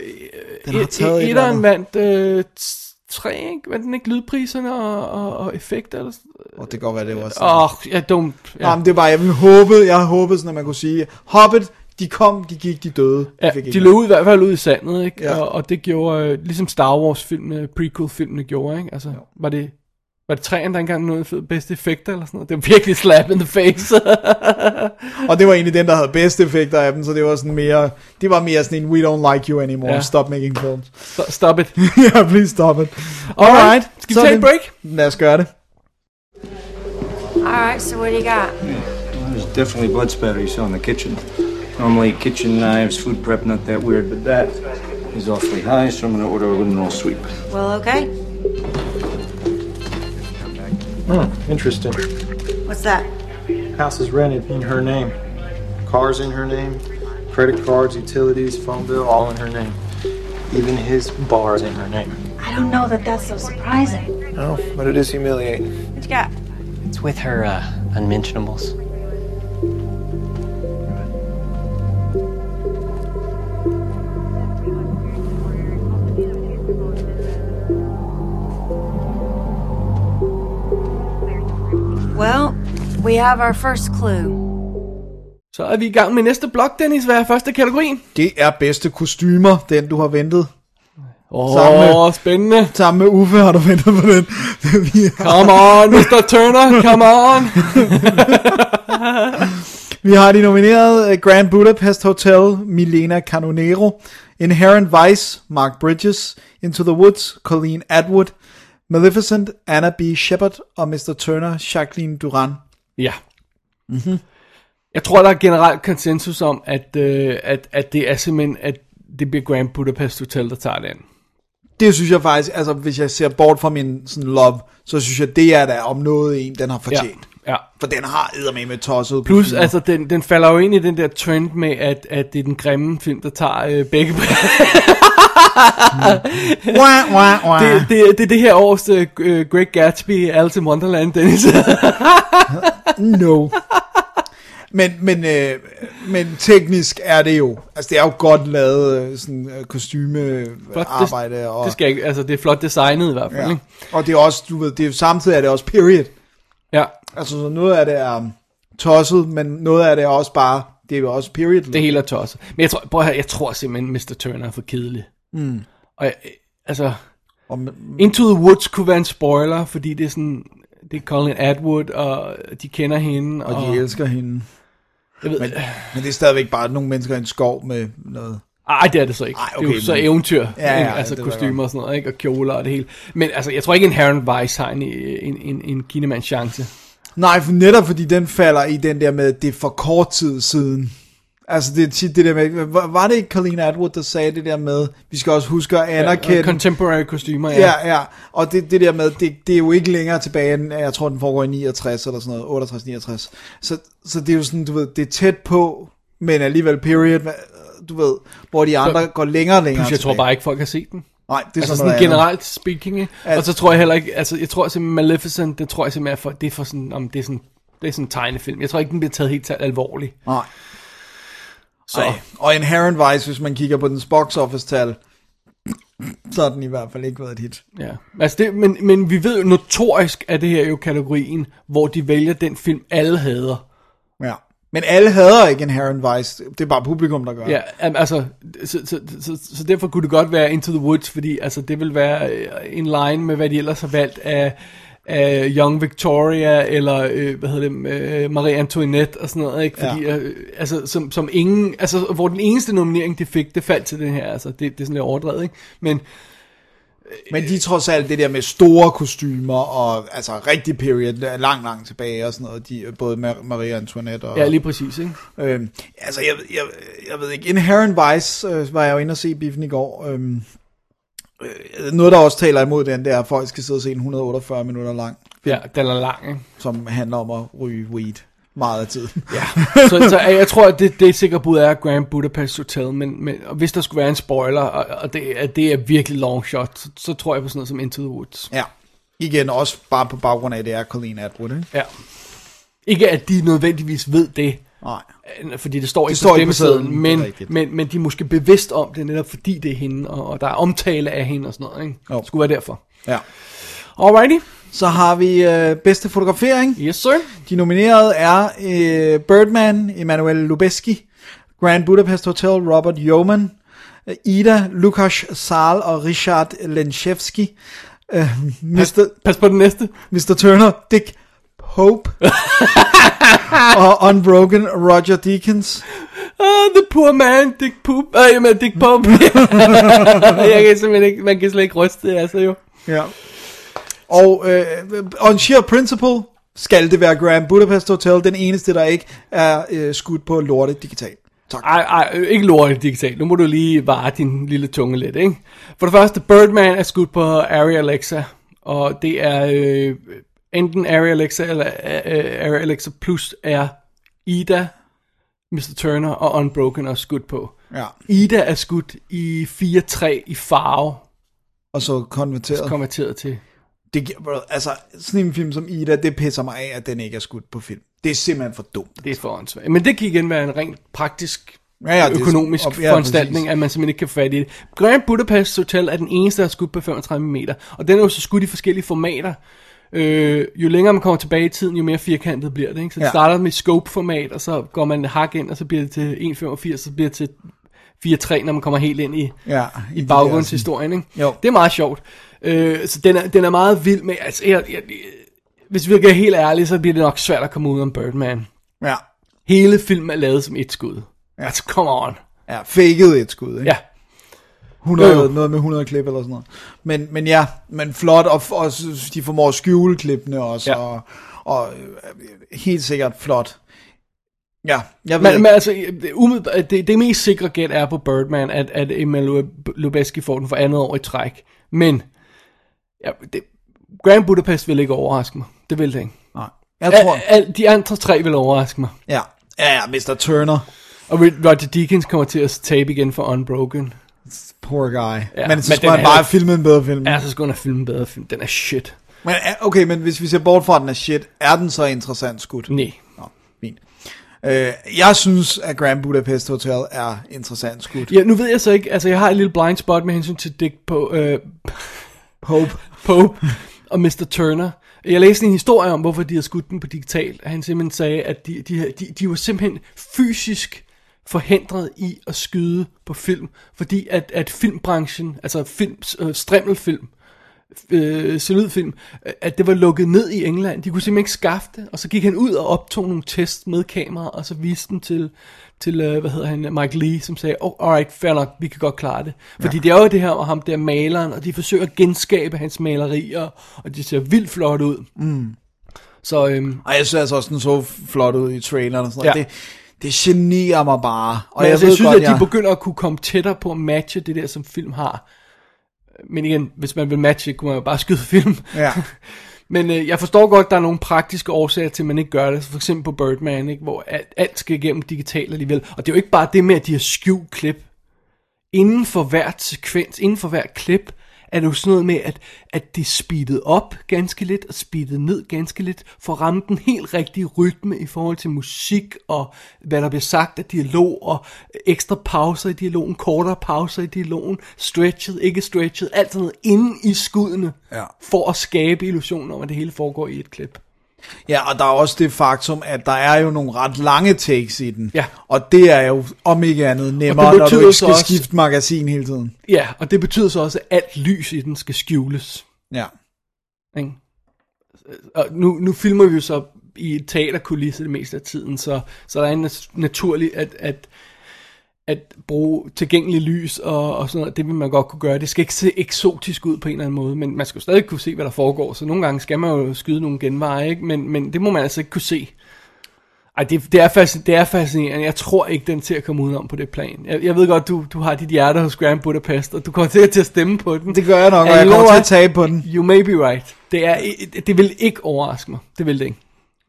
Speaker 3: Den har
Speaker 2: et-
Speaker 3: taget et eller
Speaker 2: Etteren
Speaker 3: andet.
Speaker 2: vandt øh, t- tre, ikke? Vandt den ikke lydpriserne og, og, og effekter? Eller sådan?
Speaker 3: Og det kan godt være, det var sådan.
Speaker 2: Åh, oh, jeg er dumt.
Speaker 3: Ja.
Speaker 2: Ja,
Speaker 3: Jamen, det var, jeg håbede, jeg håbede sådan, at man kunne sige, Hobbit, de kom, de gik, de døde.
Speaker 2: ja
Speaker 3: fik
Speaker 2: de
Speaker 3: ikke
Speaker 2: løb ud, i hvert fald ud i sandet, ikke?
Speaker 3: Ja.
Speaker 2: Ja. Og, og, det gjorde, øh, ligesom Star Wars-filmene, prequel-filmene gjorde, ikke? Altså, var det... Var det træen, der engang nåede fed bedste effekter eller sådan noget? Det var virkelig slap in the face. <laughs>
Speaker 3: Og det var egentlig den, der havde bedste effekter af dem, så det var sådan mere, det var mere sådan en, we don't like you anymore, ja.
Speaker 2: Ja.
Speaker 3: stop making <laughs> films.
Speaker 2: Stop- Stop it.
Speaker 3: yeah, please stop it. Alright.
Speaker 2: Skal vi
Speaker 3: så er
Speaker 2: tage et
Speaker 3: det-
Speaker 2: break?
Speaker 3: Lad os gøre det.
Speaker 9: All right, so what do you got?
Speaker 10: There's definitely blood spatter you saw in the kitchen. Normally, kitchen knives, food prep, not that weird, but that is awfully high, so I'm gonna order a liminal sweep.
Speaker 9: Well, okay.
Speaker 10: Hmm, Interesting.
Speaker 9: What's that?
Speaker 10: House is rented in her name. Cars in her name. Credit cards, utilities, phone bill, all in her name. Even his bar is in her name.
Speaker 9: I don't know that that's so surprising.
Speaker 10: No, but it is humiliating.
Speaker 9: What you got?
Speaker 11: It's with her uh, unmentionables.
Speaker 9: Well, we have our first clue.
Speaker 2: Så er vi i gang med næste blok, Dennis. Hvad er første kategori?
Speaker 3: Det er bedste kostymer, den du har ventet. Sammen med-
Speaker 2: Åh, oh, spændende.
Speaker 3: Sammen med Uffe har du ventet på den. <laughs> vi, har,
Speaker 2: Come on, Mr. Turner, come
Speaker 3: <laughs>
Speaker 2: on.
Speaker 3: vi har de nominerede øh, Grand Budapest Hotel, Milena Canonero, Inherent Vice, Mark Bridges, Into the Woods, Colleen Atwood, Maleficent, Anna B. Shepard og Mr. Turner, Jacqueline Duran.
Speaker 2: Ja. Mm-hmm. Jeg tror, der er generelt konsensus om, at, øh, at, at det er simpelthen, at det bliver Grand Budapest Hotel, der tager den.
Speaker 3: Det synes jeg faktisk, altså hvis jeg ser bort fra min sådan love, så synes jeg, det er da om noget en, den har fortjent. Ja.
Speaker 2: Ja.
Speaker 3: For den har eddermame tosset.
Speaker 2: Plus,
Speaker 3: kostymer.
Speaker 2: altså, den, den falder jo ind i den der trend med, at, at det er den grimme film, der tager øh, begge
Speaker 3: Wah, wah, wah.
Speaker 2: <laughs> det, det, det er det her års øh, øh, Great Gatsby, Alice in Wonderland, Dennis.
Speaker 3: No. Men, men, øh, men teknisk er det jo, altså det er jo godt lavet øh, sådan øh, kostyme
Speaker 2: Flot,
Speaker 3: øh,
Speaker 2: <laughs>
Speaker 3: arbejde, og,
Speaker 2: det skal jeg ikke, altså, det er flot designet i hvert fald,
Speaker 3: ja.
Speaker 2: ikke?
Speaker 3: og det er også, du ved, det er, samtidig er det også period,
Speaker 2: Ja,
Speaker 3: altså så noget af det er um, tosset, men noget af det er også bare, det er jo også period.
Speaker 2: det hele er tosset. Men jeg tror, prøv at høre, jeg tror simpelthen, Mr. Turner er for kedelig. Mm. Og jeg, altså,
Speaker 3: Og,
Speaker 2: Into the Woods kunne være en spoiler, fordi det er sådan, det er Colin Atwood, og de kender hende.
Speaker 3: og de elsker hende.
Speaker 2: Jeg ved,
Speaker 3: Men,
Speaker 2: men...
Speaker 3: men det er stadigvæk bare nogle mennesker i en skov med noget.
Speaker 2: Ej, det er det så ikke.
Speaker 3: Ej,
Speaker 2: det er
Speaker 3: okay,
Speaker 2: jo så
Speaker 3: men-
Speaker 2: eventyr.
Speaker 3: ja,
Speaker 2: ikke?
Speaker 3: ja,
Speaker 2: altså
Speaker 3: det ved jeg
Speaker 2: kostymer og sådan noget, ikke? Og kjoler og det hele. Men altså, jeg tror ikke, en Heron Vice har en, en, en, en kinemands chance.
Speaker 3: Nej, for netop fordi den falder i den der med, det er for kort tid siden. Altså det er tit det der med, var- var det ikke Colleen Atwood, der sagde det der med, vi skal også huske at anerkende...
Speaker 2: og Øh, contemporary kostymer, ja.
Speaker 3: ja. ja, Og det, det der med, det, det er jo ikke længere tilbage end, jeg tror den foregår i 69 eller sådan noget, 68-69. Så, så det er jo sådan, du ved, det er tæt på, men alligevel period, hva- du ved, hvor de andre går længere og længere
Speaker 2: Plus, jeg tror
Speaker 3: tilbage.
Speaker 2: bare ikke, folk har set den.
Speaker 3: Nej, det er
Speaker 2: altså
Speaker 3: sådan noget
Speaker 2: sådan
Speaker 3: andet.
Speaker 2: generelt speaking, ikke?
Speaker 3: At-
Speaker 2: Og så tror jeg heller ikke, altså jeg tror simpelthen Maleficent, det tror jeg simpelthen er for, det er for sådan, om det er sådan, det er sådan en tegnefilm. Jeg tror ikke, den bliver taget helt alvorligt.
Speaker 3: Nej. Så. Ej. Og Inherent Vice, hvis man kigger på dens box office tal, så har den i hvert fald ikke været et hit.
Speaker 2: Ja. Altså det, men, men vi ved jo notorisk, at det her er jo kategorien, hvor de vælger den film, alle hader.
Speaker 3: Ja. Men alle hader ikke Inherent Vice, det er bare publikum, der gør det.
Speaker 2: Ja, am- altså, så, så, så, så, så derfor kunne det godt være Into the Woods, fordi altså, det vil være øh, en line med, hvad de ellers har valgt af, af Young Victoria, eller øh, hvad hedder det, øh, Marie Antoinette og sådan noget, ikke? Fordi, ja. øh, altså, som, som ingen, altså, hvor den eneste nominering, de fik, det faldt til den her, altså, det, det er sådan lidt overdrevet, ikke? Men,
Speaker 3: Men de er trods alt det der med store kostymer og altså rigtig period, langt, langt tilbage og sådan noget, de, både Mar- Marie Antoinette og...
Speaker 2: ja, lige præcis, ikke?
Speaker 3: Øhm, altså, jeg, jeg, jeg ved ikke, Inherent Vice øh, var jeg jo inde og se i biffen i går. Øhm, øh, noget, der også taler imod den, det er, at folk skal sidde og se en 148 minutter lang,
Speaker 2: Ja, den er lang, ikke?
Speaker 3: som handler om at ryge weed meget af tiden.
Speaker 2: Ja. så, så jeg tror, at det, det sikre bud er Grand Budapest Hotel, men, men og hvis der skulle være en spoiler, og, og det, at det er virkelig long shot, så, så tror jeg på sådan noget som Into the Woods.
Speaker 3: <laughs> Ja. Igen, også bare på baggrund af, at det er Colleen Atwood, ikke?
Speaker 2: Ja. Ikke at de nødvendigvis ved det,
Speaker 3: Nej.
Speaker 2: øh, fordi det står
Speaker 3: Det
Speaker 2: ikke
Speaker 3: står
Speaker 2: på
Speaker 3: ikke på
Speaker 2: stemmesedlen,
Speaker 3: sedlen, det er
Speaker 2: men,
Speaker 3: rigtigt.
Speaker 2: men, men de er måske bevidst om det, netop fordi det er hende, og, og der er omtale af hende og sådan noget. Ikke?
Speaker 3: Jo.
Speaker 2: Det skulle være derfor.
Speaker 3: Ja.
Speaker 2: Alrighty.
Speaker 3: Så har vi øh, bedste fotografering.
Speaker 2: Yes, sir.
Speaker 3: De nominerede er øh, Birdman, Emanuel Lubezki, Grand Budapest Hotel, Robert Yeoman, øh, Ida, Lukasz Sal og Richard Lenchevski. Øh, Mr.
Speaker 2: Pas på den næste.
Speaker 3: Mr. Turner, Dick Pope <laughs> og Unbroken Roger Deakins.
Speaker 2: Oh, the poor man, Dick Poop. <laughs> Øh, jamen, Dick Pope. jeg kan simpelthen ikke, man kan slet ikke ryste det, altså jo.
Speaker 3: Ja. Og øh, on sheer principle skal det være Grand Budapest Hotel, den eneste, der ikke er øh, skudt på lortet digitalt. Tak.
Speaker 2: Ej, ej, øh, ikke lortet digitalt. Nu må du lige vare din lille tunge lidt, ikke? For det første, Birdman er skudt på Arri Alexa, og det er øh, enten Arri Alexa eller øh, Arri Alexa Plus er Ida, Mr. Turner og Unbroken er skudt på.
Speaker 3: Ja.
Speaker 2: Ida er skudt i 4-3 i farve,
Speaker 3: Og så konverteret.
Speaker 2: konverteret til.
Speaker 3: Det, gi- bro, altså, sådan en film som Ida, det pisser mig af, at den ikke er skudt på film. Det er simpelthen for dumt.
Speaker 2: Det er for åndssvagt. Men det kan igen være en rent praktisk
Speaker 3: Ja, ja, det er-
Speaker 2: økonomisk
Speaker 3: op- ja,
Speaker 2: foranstaltning,
Speaker 3: præcis.
Speaker 2: at man simpelthen ikke kan få fat i det. Grand Budapest Hotel er den eneste, der er skudt på 35 mm, og den er jo så skudt i forskellige formater. Øh, jo længere man kommer tilbage i tiden, jo mere firkantet bliver det. Ikke? Så det
Speaker 3: Ja.
Speaker 2: starter med scope-format, og så går man hak ind, og så bliver det til 1,85, så bliver det til 4,3, når man kommer helt ind i,
Speaker 3: Ja, i de
Speaker 2: i, i
Speaker 3: der
Speaker 2: baggrundshistorien. Ikke?
Speaker 3: Jo.
Speaker 2: Det er meget sjovt. Øh, så den er, den er meget vild med, altså, jeg, jeg, hvis vi er helt ærlige, så bliver det nok svært at komme ud om Birdman.
Speaker 3: Ja,
Speaker 2: Hele filmen er lavet som et skud. Ja. Altså, come on.
Speaker 3: ja faket et skud, ikke?
Speaker 2: Ja.
Speaker 3: 100,
Speaker 2: Jo, jo.
Speaker 3: Noget med 100 klip eller sådan noget. Men, men ja, men flot, og, f- og s- de formår at skjule klippene også, ja.
Speaker 2: Ja.
Speaker 3: og, og øh, helt sikkert flot. Ja, jeg ved
Speaker 2: Men,
Speaker 3: ikke.
Speaker 2: men altså, det- umiddelbart- det, det mest sikre gæt er på Birdman, at, at Emil Lubeski får den for andet år i træk. Men, ja, det, Grand Budapest vil ikke overraske mig. Det vil det ikke.
Speaker 3: Nej. Jeg tror...
Speaker 2: Al, al, de andre tre vil overraske mig.
Speaker 3: Ja, ja, ja Mr. Turner.
Speaker 2: Og Roger Deakins kommer til at tabe igen for Unbroken.
Speaker 3: Mm. Poor guy. Ja,
Speaker 2: Ja,
Speaker 3: men så
Speaker 2: men
Speaker 3: skulle
Speaker 2: den
Speaker 3: han
Speaker 2: er-
Speaker 3: bare filme en bedre film.
Speaker 2: Ja, Altså, så skulle han have filmet en bedre film. Den er shit.
Speaker 3: Men er- okay, men hvis vi ser bort fra, at den er shit, er den så interessant skudt?
Speaker 2: Nej.
Speaker 3: Nå, fint. Øh, jeg synes, at Grand Budapest Hotel er interessant skudt.
Speaker 2: Ja, nu ved jeg så ikke, altså jeg har et lille blind spot med hensyn til Dick på, øh,
Speaker 3: Pope.
Speaker 2: Pope og Mr. Turner. Jeg læste en historie om, hvorfor de havde skudt den på digital. Han simpelthen sagde, at de, de, havde- de, de var simpelthen fysisk forhindret i at skyde på film, fordi at, at filmbranchen, altså film, øh, strimmelfilm, øh, solidfilm, øh, at det var lukket ned i England. De kunne simpelthen ikke skaffe det, og så gik han ud og optog nogle test med kamera, og så viste den til, til øh, hvad hedder han, Mike Lee, som sagde, oh, alright, fair nok, vi kan godt klare det. Fordi det er jo det her med ham der maleren, og de forsøger at genskabe hans malerier, og de ser vildt flot ud. Mm. Så øhm,
Speaker 3: Og jeg synes altså også, den så flot ud i traileren og sådan noget.
Speaker 2: Ja.
Speaker 3: Det, Det generer mig bare.
Speaker 2: Og jeg, altså, jeg synes,
Speaker 3: godt,
Speaker 2: at de begynder at kunne komme tættere på at matche det der, som film har. Men igen, hvis man vil matche, kunne man jo bare skyde film.
Speaker 3: <laughs> Ja.
Speaker 2: Men øh, jeg forstår godt, at der er nogle praktiske årsager til, at man ikke gør det. For eksempel på Birdman, ikke, hvor alt, alt skal igennem digitalt alligevel. Og det er jo ikke bare det med, at de har skjult klip. Inden for hvert sekvens, inden for hvert klip, er det jo sådan noget med, at, at det er speedet op ganske lidt, og speedet ned ganske lidt, for at ramme den helt rigtige rytme i forhold til musik, og hvad der bliver sagt af dialog, og ekstra pauser i dialogen, kortere pauser i dialogen, stretchet, ikke stretchet, alt sådan noget inde i skuddene,
Speaker 3: Ja.
Speaker 2: for at skabe illusionen om, at det hele foregår i et klip.
Speaker 3: Ja, og der er også det faktum, at der er jo nogle ret lange takes i den.
Speaker 2: Ja.
Speaker 3: Og det er jo om ikke andet nemmere, når du
Speaker 2: betyder
Speaker 3: ikke
Speaker 2: så
Speaker 3: skal
Speaker 2: også-
Speaker 3: skifte magasin hele tiden.
Speaker 2: Ja, og det betyder så også, at alt lys i den skal skjules.
Speaker 3: Ja.
Speaker 2: Ikke? Og nu, nu filmer vi jo så i et teaterkulisse det meste af tiden, så, så der er en nat- naturlig, at, at, at bruge tilgængelig lys og, og sådan noget, det vil man godt kunne gøre. Det skal ikke se eksotisk ud på en eller anden måde, men man skal jo stadig kunne se, hvad der foregår, så nogle gange skal man jo skyde nogle genveje, ikke? Men, men det må man altså ikke kunne se. Ej, det, det, er fascin- det er fascinerende. Jeg tror ikke, den er til at komme udenom på det plan. Jeg, jeg ved godt, du, du har dit hjerte hos Grand Budapest, og du kommer til, til at stemme på den.
Speaker 3: Det gør jeg nok, og jeg kommer til at tage på den.
Speaker 2: You may be right. Det, er, det vil ikke overraske mig. Det vil det ikke.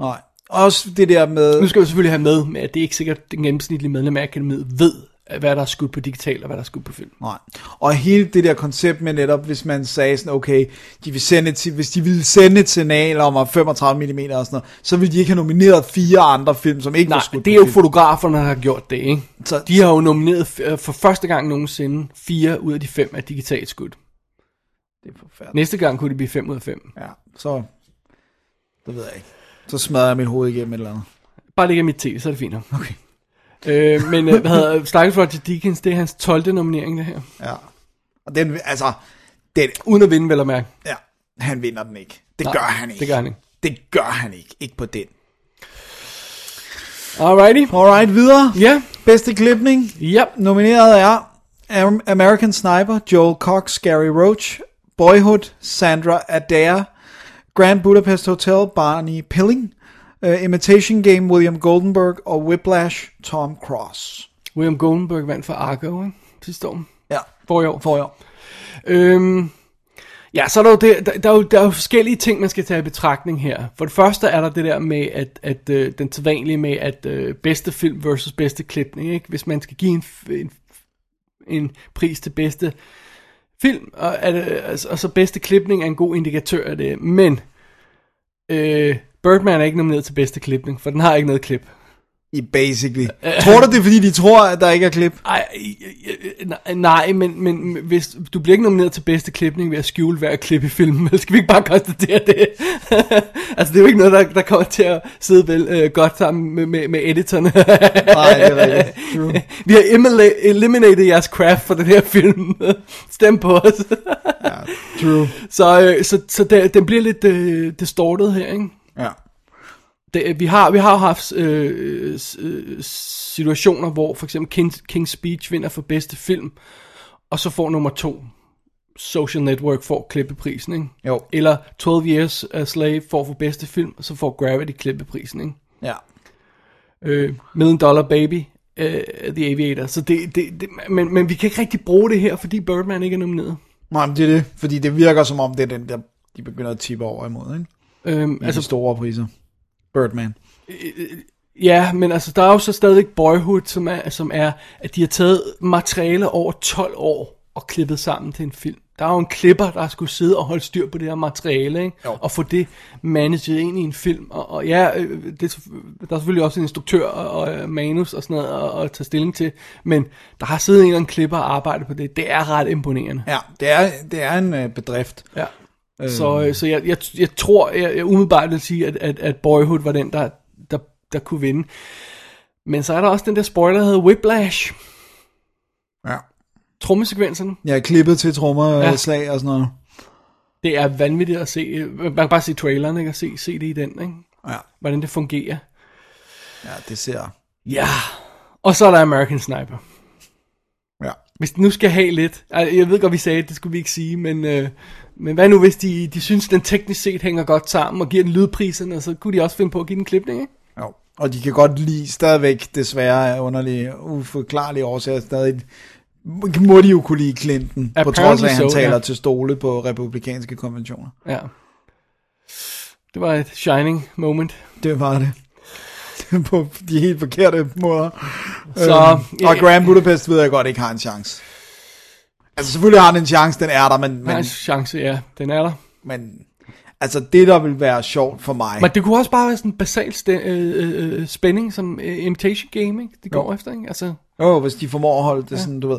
Speaker 3: Nej. Også det der med...
Speaker 2: Nu skal vi selvfølgelig have med, med at det er ikke sikkert, at den gennemsnitlige medlem af akademiet ved, hvad der er skudt på digital og hvad der er skudt på film.
Speaker 3: Nej. Og hele det der koncept med netop, hvis man sagde sådan, okay, de vil sende et, hvis de ville sende et signal om at 35 mm og sådan noget, så ville de ikke have nomineret fire andre film, som ikke
Speaker 2: Nej,
Speaker 3: var skudt
Speaker 2: det er
Speaker 3: på
Speaker 2: jo
Speaker 3: film.
Speaker 2: fotograferne, der har gjort det, ikke?
Speaker 3: Så-
Speaker 2: de har jo nomineret øh, for første gang nogensinde fire ud af de fem af digitalt skudt.
Speaker 3: Det er forfærdeligt.
Speaker 2: Næste gang kunne det blive fem ud af fem.
Speaker 3: Ja, så... Det ved jeg ikke. Så smadrer jeg mit hoved igennem et eller andet.
Speaker 2: Bare ligge i mit te, så er det fint. nok. Øh, men øh, hvad hedder Stakkels Roger Deakins, det er hans 12. nominering, det her.
Speaker 3: Ja. Og den, altså... Den,
Speaker 2: Uden at vinde, vel at mærke.
Speaker 3: ja, han vinder den ikke. Det
Speaker 2: Nej,
Speaker 3: gør han ikke.
Speaker 2: det gør han ikke.
Speaker 3: Det gør han ikke. Ikke på den.
Speaker 2: Alrighty.
Speaker 3: Alright, videre.
Speaker 2: Ja.
Speaker 3: Bedste klipning.
Speaker 2: Yep.
Speaker 3: Nomineret er Am- American Sniper, Joel Cox, Gary Roach, Boyhood, Sandra Adair, Grand Budapest Hotel, Barney Pilling, uh, Imitation Game, William Goldenberg og Whiplash, Tom Cross.
Speaker 2: William Goldenberg vandt for Argo, ikke? Sidste år.
Speaker 3: Ja.
Speaker 2: For i år.
Speaker 3: For i år.
Speaker 2: Øhm, ja, så er der jo, det, der, der, er jo, der er jo forskellige ting, man skal tage i betragtning her. For det første er der det der med, at, at øh, den sædvanlige med, at øh, bedste film versus bedste klipning, ikke? Hvis man skal give en, f- en, f- en pris til bedste film, og, at, øh, altså, og så bedste klipning er en god indikatør af det. Men øh, Birdman er ikke nomineret til bedste klipning, for den har ikke noget klip.
Speaker 3: I basically. <laughs> Tror du det er fordi, de tror, at der ikke er klip?
Speaker 2: Ej, øh, øh, nej, men, men hvis, du bliver ikke nomineret til bedste klipning ved at skjule hver klip i filmen, vel? <laughs> skal vi ikke bare konstatere det? <laughs> altså, det er jo ikke noget, der, der kommer til at sidde vel, øh, godt sammen med, med, med editorerne.
Speaker 3: <laughs> Nej, det er rigtigt. True.
Speaker 2: <laughs> vi har emila- eliminated jeres craft for den her film. <laughs> Stem på os. <laughs>
Speaker 3: True.
Speaker 2: så øh, så, så det, den bliver lidt øh, distorted her, ikke?
Speaker 3: Ja.
Speaker 2: det, vi har vi har jo haft øh, s- øh, situationer hvor for eksempel King, King's Speech vinder for bedste film og så får nummer to Social Network får klippeprisen, ikke?
Speaker 3: Jo.
Speaker 2: Eller 12 Years a Slave får for bedste film, og så får Gravity klippeprisen, ikke?
Speaker 3: Ja.
Speaker 2: øh, Million Dollar Baby, øh, The Aviator. Så det, det, det men, men vi kan ikke rigtig bruge det her, fordi Birdman ikke er nomineret.
Speaker 3: Nej, men det er det. Fordi det virker som om, det er den der, de begynder at tippe over imod, ikke?
Speaker 2: Øhm,
Speaker 3: I altså, de store priser. Birdman.
Speaker 2: Ja, men altså, der er jo så stadigvæk Boyhood, som er, som er, at de har taget materiale over 12 år og klippet sammen til en film. Der er jo en klipper, der skulle sidde og holde styr på det her materiale, ikke? og få det managed ind i en film. Og, og ja, øh, det, er selvfø- der er selvfølgelig også en instruktør og, og øh, manus og sådan noget at, at tage stilling til, men der har siddet en eller anden klipper og arbejdet på det. Det er ret imponerende.
Speaker 3: Ja, det er, det er en øh, bedrift.
Speaker 2: Ja. Så, øh, så jeg, jeg, jeg tror, jeg, jeg umiddelbart vil sige, at, at, at Boyhood var den, der, der, der kunne vinde. Men så er der også den der spoiler, der hedder Whiplash.
Speaker 3: Ja.
Speaker 2: Trommesekvenserne.
Speaker 3: Jeg er klippet til trommer
Speaker 2: Ja.
Speaker 3: ja. slag og sådan noget.
Speaker 2: Det er vanvittigt at se. Øh, Man kan bare se traileren, ikke? Og se, se det i den, ikke?
Speaker 3: Ja.
Speaker 2: Hvordan det fungerer.
Speaker 3: Ja, det ser...
Speaker 2: Ja. Og så er der American Sniper.
Speaker 3: Ja.
Speaker 2: Hvis de nu skal have lidt. altså, Jeg ved godt, vi sagde, at det skulle vi ikke sige, men... Øh, men hvad nu, hvis de, de synes, den teknisk set hænger godt sammen, og giver den lydpriserne, og så kunne de også finde på at give den klipning, ikke?
Speaker 3: Jo. Og de kan godt lide stadigvæk, desværre af underlige, uforklarlige årsager, stadig må de jo kunne lide Clinton, på
Speaker 2: Apparently
Speaker 3: trods af, at han
Speaker 2: so,
Speaker 3: taler
Speaker 2: ja.
Speaker 3: til stole på republikanske konventioner.
Speaker 2: Ja. Det var et shining moment.
Speaker 3: Det var det. <laughs> på de helt forkerte måder.
Speaker 2: Så- øh,
Speaker 3: øhm, og Grand Budapest ved jeg godt ikke har en chance. Altså selvfølgelig har den en chance, den er der, men...
Speaker 2: Men...
Speaker 3: men
Speaker 2: Nice chance, ja. Den er der.
Speaker 3: Men altså det, der vil være sjovt for mig...
Speaker 2: Men det kunne også bare være sådan en basal st- øh, øh, spænding, som øh, Imitation Game, ikke? Det går
Speaker 3: Jo.
Speaker 2: efter, ikke? Altså,
Speaker 3: Jo, hvis de formår at holde det sådan, du ved.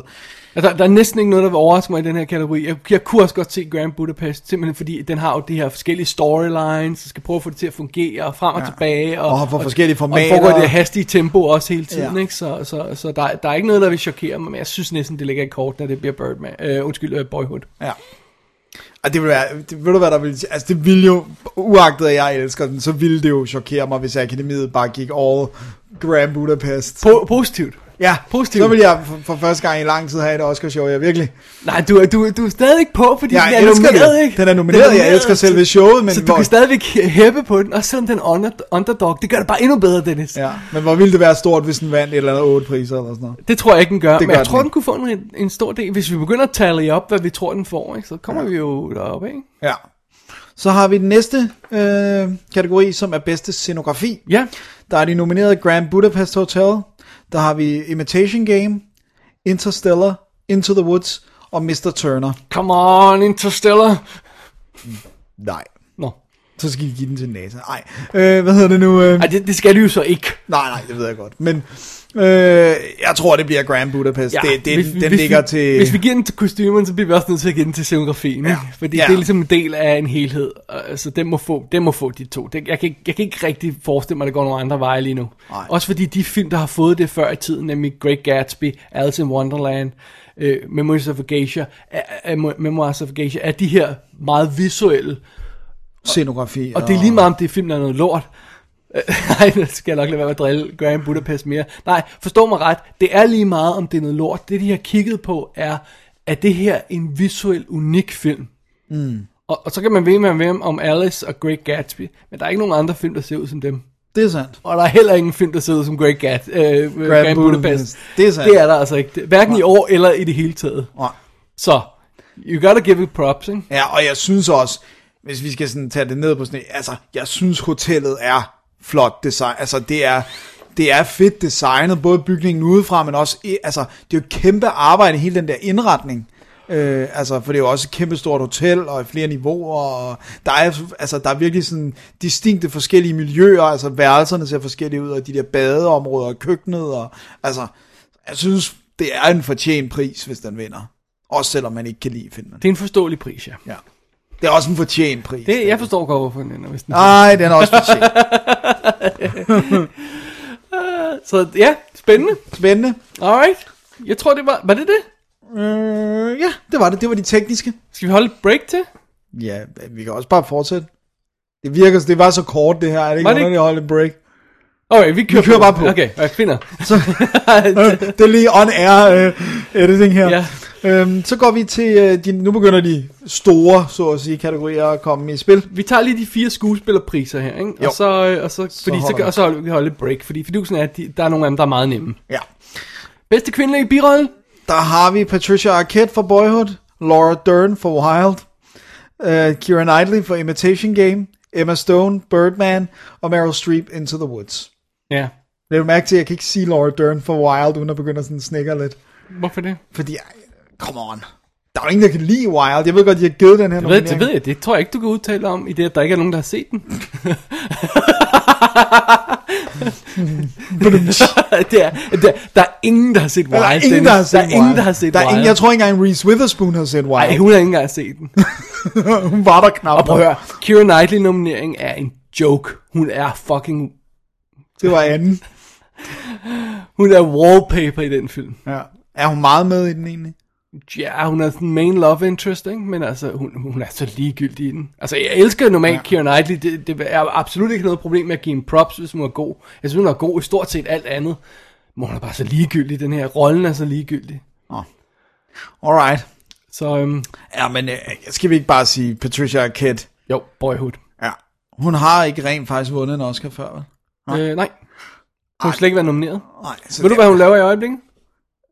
Speaker 2: Altså, der, der er næsten ikke noget, der vil overraske mig i den her kategori. Jeg, jeg kunne også godt se Grand Budapest, simpelthen fordi den har jo de her forskellige storylines, der skal prøve at få det til at fungere, og frem og
Speaker 3: Ja.
Speaker 2: ja. tilbage. Og,
Speaker 3: Og har for forskellige
Speaker 2: Og
Speaker 3: formater.
Speaker 2: det foregår i det hastige tempo også hele tiden,
Speaker 3: Ja.
Speaker 2: ja. ikke? Så, så, så der, der er ikke noget, der vil chokere mig, men jeg synes næsten, det ligger i kort, når det bliver Birdman. Øh, undskyld, øh, Boyhood.
Speaker 3: Ja. Og det vil være, det, ved du hvad der vil, altså det ville jo, uagtet at jeg elsker den, så ville det jo chokere mig, hvis akademiet bare gik all Grand Budapest.
Speaker 2: Po- positivt.
Speaker 3: Ja,
Speaker 2: Positivt.
Speaker 3: så vil jeg for, for første gang i lang tid have et Oscar-show, jeg virkelig.
Speaker 2: Nej, du, du, du er stadig ikke på, fordi
Speaker 3: Jeg
Speaker 2: den er
Speaker 3: elsker
Speaker 2: nomineret,
Speaker 3: det.
Speaker 2: ikke?
Speaker 3: Den er nomineret, jeg elsker selve showet, men
Speaker 2: Så du
Speaker 3: hvor-
Speaker 2: kan stadigvæk hæppe på den, også selvom den er under, underdog. Det gør det bare endnu bedre, Dennis.
Speaker 3: Ja, men hvor ville det være stort, hvis den vandt et eller andet otte priser eller sådan noget.
Speaker 2: Det tror jeg ikke, den gør,
Speaker 3: Det
Speaker 2: det men
Speaker 3: gør
Speaker 2: gør jeg
Speaker 3: den
Speaker 2: tror, den
Speaker 3: ikke.
Speaker 2: kunne få en, en stor del. Hvis vi begynder at tale op, hvad vi tror, den får, ikke, så kommer ja. vi jo deroppe, ikke?
Speaker 3: Ja. Så har vi den næste øh, kategori, som er bedste scenografi.
Speaker 2: Ja.
Speaker 3: Der er de nominerede Grand Budapest Hotel. Der har vi Imitation Game, Interstellar, Into the Woods og Mr. Turner.
Speaker 2: Come on, Interstellar.
Speaker 3: Nej.
Speaker 2: Nå.
Speaker 3: Så skal vi give den til NASA. Nej. Øh, hvad hedder det nu? Øh...
Speaker 2: Ej, det, det skal du jo så ikke.
Speaker 3: Nej, nej, det ved jeg godt. Men øh, jeg tror, det bliver Grand Budapest. Ja, det, det,
Speaker 2: hvis,
Speaker 3: den
Speaker 2: hvis
Speaker 3: ligger
Speaker 2: vi,
Speaker 3: til...
Speaker 2: Hvis vi giver den til kostymen, så bliver vi også nødt til at give den til scenografien, ja. Fordi
Speaker 3: Ja.
Speaker 2: ja. det er ligesom en del af en helhed, øh, så den må få, den må få de to. Det, jeg, kan ikke, jeg kan ikke rigtig forestille mig, at det går nogen andre veje lige nu.
Speaker 3: Nej.
Speaker 2: Også fordi de film, der har fået det før i tiden, nemlig Great Gatsby, Alice in Wonderland, øh, Memories of Geisha, er, er, Memoirs of Geisha, er de her meget visuelle,
Speaker 3: Scenografi.
Speaker 2: og det er lige meget, om det er film, der er noget lort. <laughs> Øh, Nej, nu skal jeg nok lade være med at drille Graham Budapest mere. Nej, forstå mig ret. Det er lige meget, om det er noget lort. Det, de har kigget på, er, er det her en visuel, unik film?
Speaker 3: Mm.
Speaker 2: Og, og så kan man vide, man vil om Alice og Great Gatsby, men der er ikke nogen andre film, der ser ud som dem.
Speaker 3: Det er sandt.
Speaker 2: Og der er heller ingen film, der ser ud som Great Gat, øh, Grand, Grand Budapest.
Speaker 3: Det er sandt.
Speaker 2: Det er der altså ikke. Hverken i år eller i det hele taget.
Speaker 3: Nej.
Speaker 2: Så, you gotta give it props, ikke?
Speaker 3: Ja, og jeg synes også, hvis vi skal sådan tage det ned på sådan et- altså, jeg synes hotellet er flot design, altså det er, det er fedt designet, både bygningen udefra, men også, i- altså, det er jo et kæmpe arbejde, hele den der indretning, øh, altså, for det er jo også et kæmpe stort hotel, og i flere niveauer, og der er, altså, der er virkelig sådan distinkte forskellige miljøer, altså værelserne ser forskellige ud, og de der badeområder, og køkkenet, og altså, jeg synes, det er en fortjent pris, hvis den vinder. Også selvom man ikke kan lide filmen.
Speaker 2: Det er en forståelig pris, ja.
Speaker 3: Ja. Det er også en fortjent pris.
Speaker 2: Det, jeg forstår godt, hvorfor den ender, hvis den
Speaker 3: Nej, den er også <laughs> fortjent.
Speaker 2: Så ja, spændende.
Speaker 3: Spændende.
Speaker 2: Alright. Jeg tror, det var... Var det det?
Speaker 3: Øh, ja, det var det. Det var de tekniske.
Speaker 2: Skal vi holde et break til?
Speaker 3: Ja, vi kan også bare fortsætte. Det virker, det var så kort det her. Er det ikke
Speaker 2: Var det
Speaker 3: underligt at holde en break?
Speaker 2: Alright, vi kører,
Speaker 3: kører bare på.
Speaker 2: Okay, jeg finder. <laughs>
Speaker 3: Så, øh, det er lige on-air øh, editing her.
Speaker 2: Ja.
Speaker 3: Øhm, så går vi til, øh, de, nu begynder de store, så at sige, kategorier at komme i spil.
Speaker 2: Vi tager lige de fire skuespillerpriser her, ikke?
Speaker 3: Jo.
Speaker 2: Og så, øh, og så, fordi, så,
Speaker 3: holder
Speaker 2: så,
Speaker 3: vi.
Speaker 2: og så holder vi holde et break, fordi fidusen er, at de, der er nogle af dem, der er meget nemme.
Speaker 3: Ja.
Speaker 2: Bedste kvindelige birolle?
Speaker 3: Der har vi Patricia Arquette for Boyhood, Laura Dern for Wild, uh, Keira Knightley for Imitation Game, Emma Stone, Birdman og Meryl Streep Into the Woods.
Speaker 2: Ja.
Speaker 3: Det er jo mærke til, at jeg kan ikke sige Laura Dern for Wild, uden at begynde at sådan snikker lidt.
Speaker 2: Hvorfor det?
Speaker 3: Fordi, ej, come on. Der er jo ingen, der kan lide Wild. Jeg ved godt, de har givet den her
Speaker 2: Det ved, det
Speaker 3: nominering.
Speaker 2: ved jeg, det tror jeg ikke, du kan udtale om, i det, at der ikke er nogen, der har set
Speaker 3: <laughs>
Speaker 2: den. <laughs> det er, det er, der er ingen, der har set Wild.
Speaker 3: Der er ingen,
Speaker 2: Dennis.
Speaker 3: der har set
Speaker 2: der er ingen,
Speaker 3: Wild.
Speaker 2: der har set
Speaker 3: der er
Speaker 2: Wild.
Speaker 3: ingen, Jeg tror ikke engang Reese Witherspoon har set Wild.
Speaker 2: Ej, hun har ikke engang set den.
Speaker 3: <laughs> hun var der knap.
Speaker 2: Og prøv at høre, Keira Knightley nominering er en joke. Hun er fucking,
Speaker 3: Det var anden.
Speaker 2: hun er wallpaper i den film.
Speaker 3: Ja. Er hun meget med i den egentlig?
Speaker 2: Ja, hun er sådan main love interest, ikke? men altså, hun, hun er så ligegyldig i den. Altså, jeg elsker normalt ja. Keira Knightley. Det, det, er absolut ikke noget problem med at give hende props, hvis hun er god. Jeg synes, hun er god i stort set alt andet. Men hun er bare så ligegyldig, den her. Rollen er så ligegyldig.
Speaker 3: Alright.
Speaker 2: Så, øhm,
Speaker 3: Ja, men øh, skal vi ikke bare sige Patricia Arquette?
Speaker 2: jo, boyhood.
Speaker 3: Ja. Hun har ikke rent faktisk vundet en Oscar før, vel?
Speaker 2: Nej. Øh, nej. Hun har slet ikke været nomineret.
Speaker 3: Nej, altså,
Speaker 2: Ved du, hvad hun laver i øjeblikket?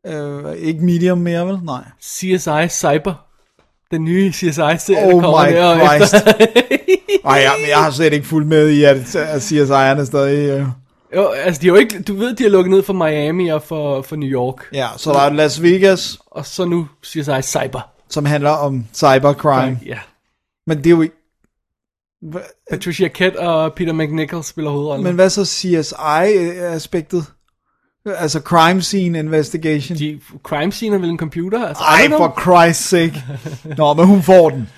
Speaker 3: Øh, ikke medium mere, vel? Nej.
Speaker 2: CSI Cyber. Den nye CSI-serie,
Speaker 3: Oh
Speaker 2: der kommer
Speaker 3: my
Speaker 2: der og
Speaker 3: <laughs> Christ.
Speaker 2: efter.
Speaker 3: Ej, ja, men jeg har slet ikke fulgt med i, at at CSI'erne stadig... Øh.
Speaker 2: <laughs> Jo, altså, de har jo ikke, du ved, de har lukket ned for Miami og for, for New York.
Speaker 3: Ja, så der er Las Vegas.
Speaker 2: Og så nu CSI Cyber.
Speaker 3: Som handler om cybercrime.
Speaker 2: Ja.
Speaker 3: Men det er jo ikke...
Speaker 2: Patricia Arquette og Peter McNichol spiller hovedrollen.
Speaker 3: Men hvad så CSI-aspektet? øh, Altså crime scene investigation.
Speaker 2: De, crime scene er vel en computer? Altså, I
Speaker 3: Ej,
Speaker 2: don't know.
Speaker 3: for Christ's sake. Nå, men hun får den.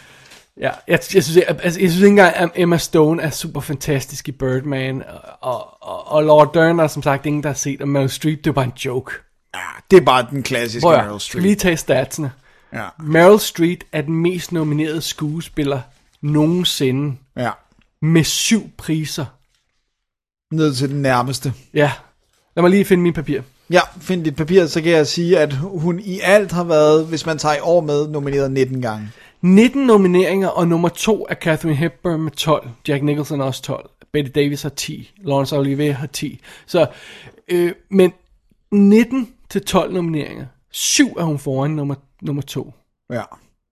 Speaker 2: Ja, jeg, jeg, synes, jeg, altså, jeg synes ikke engang, at Emma Stone er super fantastisk i Birdman, og, og, og Laura Dern er som sagt ingen, der har set, og Meryl Streep, det er bare en joke.
Speaker 3: Det er bare den klassiske
Speaker 2: Prøv at-
Speaker 3: Meryl
Speaker 2: Skal vi lige
Speaker 3: Streep.
Speaker 2: tage statsene?
Speaker 3: Ja.
Speaker 2: Meryl Streep er den mest nominerede skuespiller nogensinde,
Speaker 3: Ja.
Speaker 2: med syv priser.
Speaker 3: Ned til den nærmeste.
Speaker 2: Ja, lad mig lige finde min papir.
Speaker 3: Ja, find dit papir, så kan jeg sige, at hun i alt har været, hvis man tager i år med, nomineret 19 gange.
Speaker 2: 19 nomineringer, og nummer to er Catherine Hepburn med 12. Jack Nicholson er også 12. Betty Davis har 10. Laurence Olivier har 10. Så, øh, men 19 til 12 nomineringer. Syv er hun foran nummer, nummer to.
Speaker 3: Ja.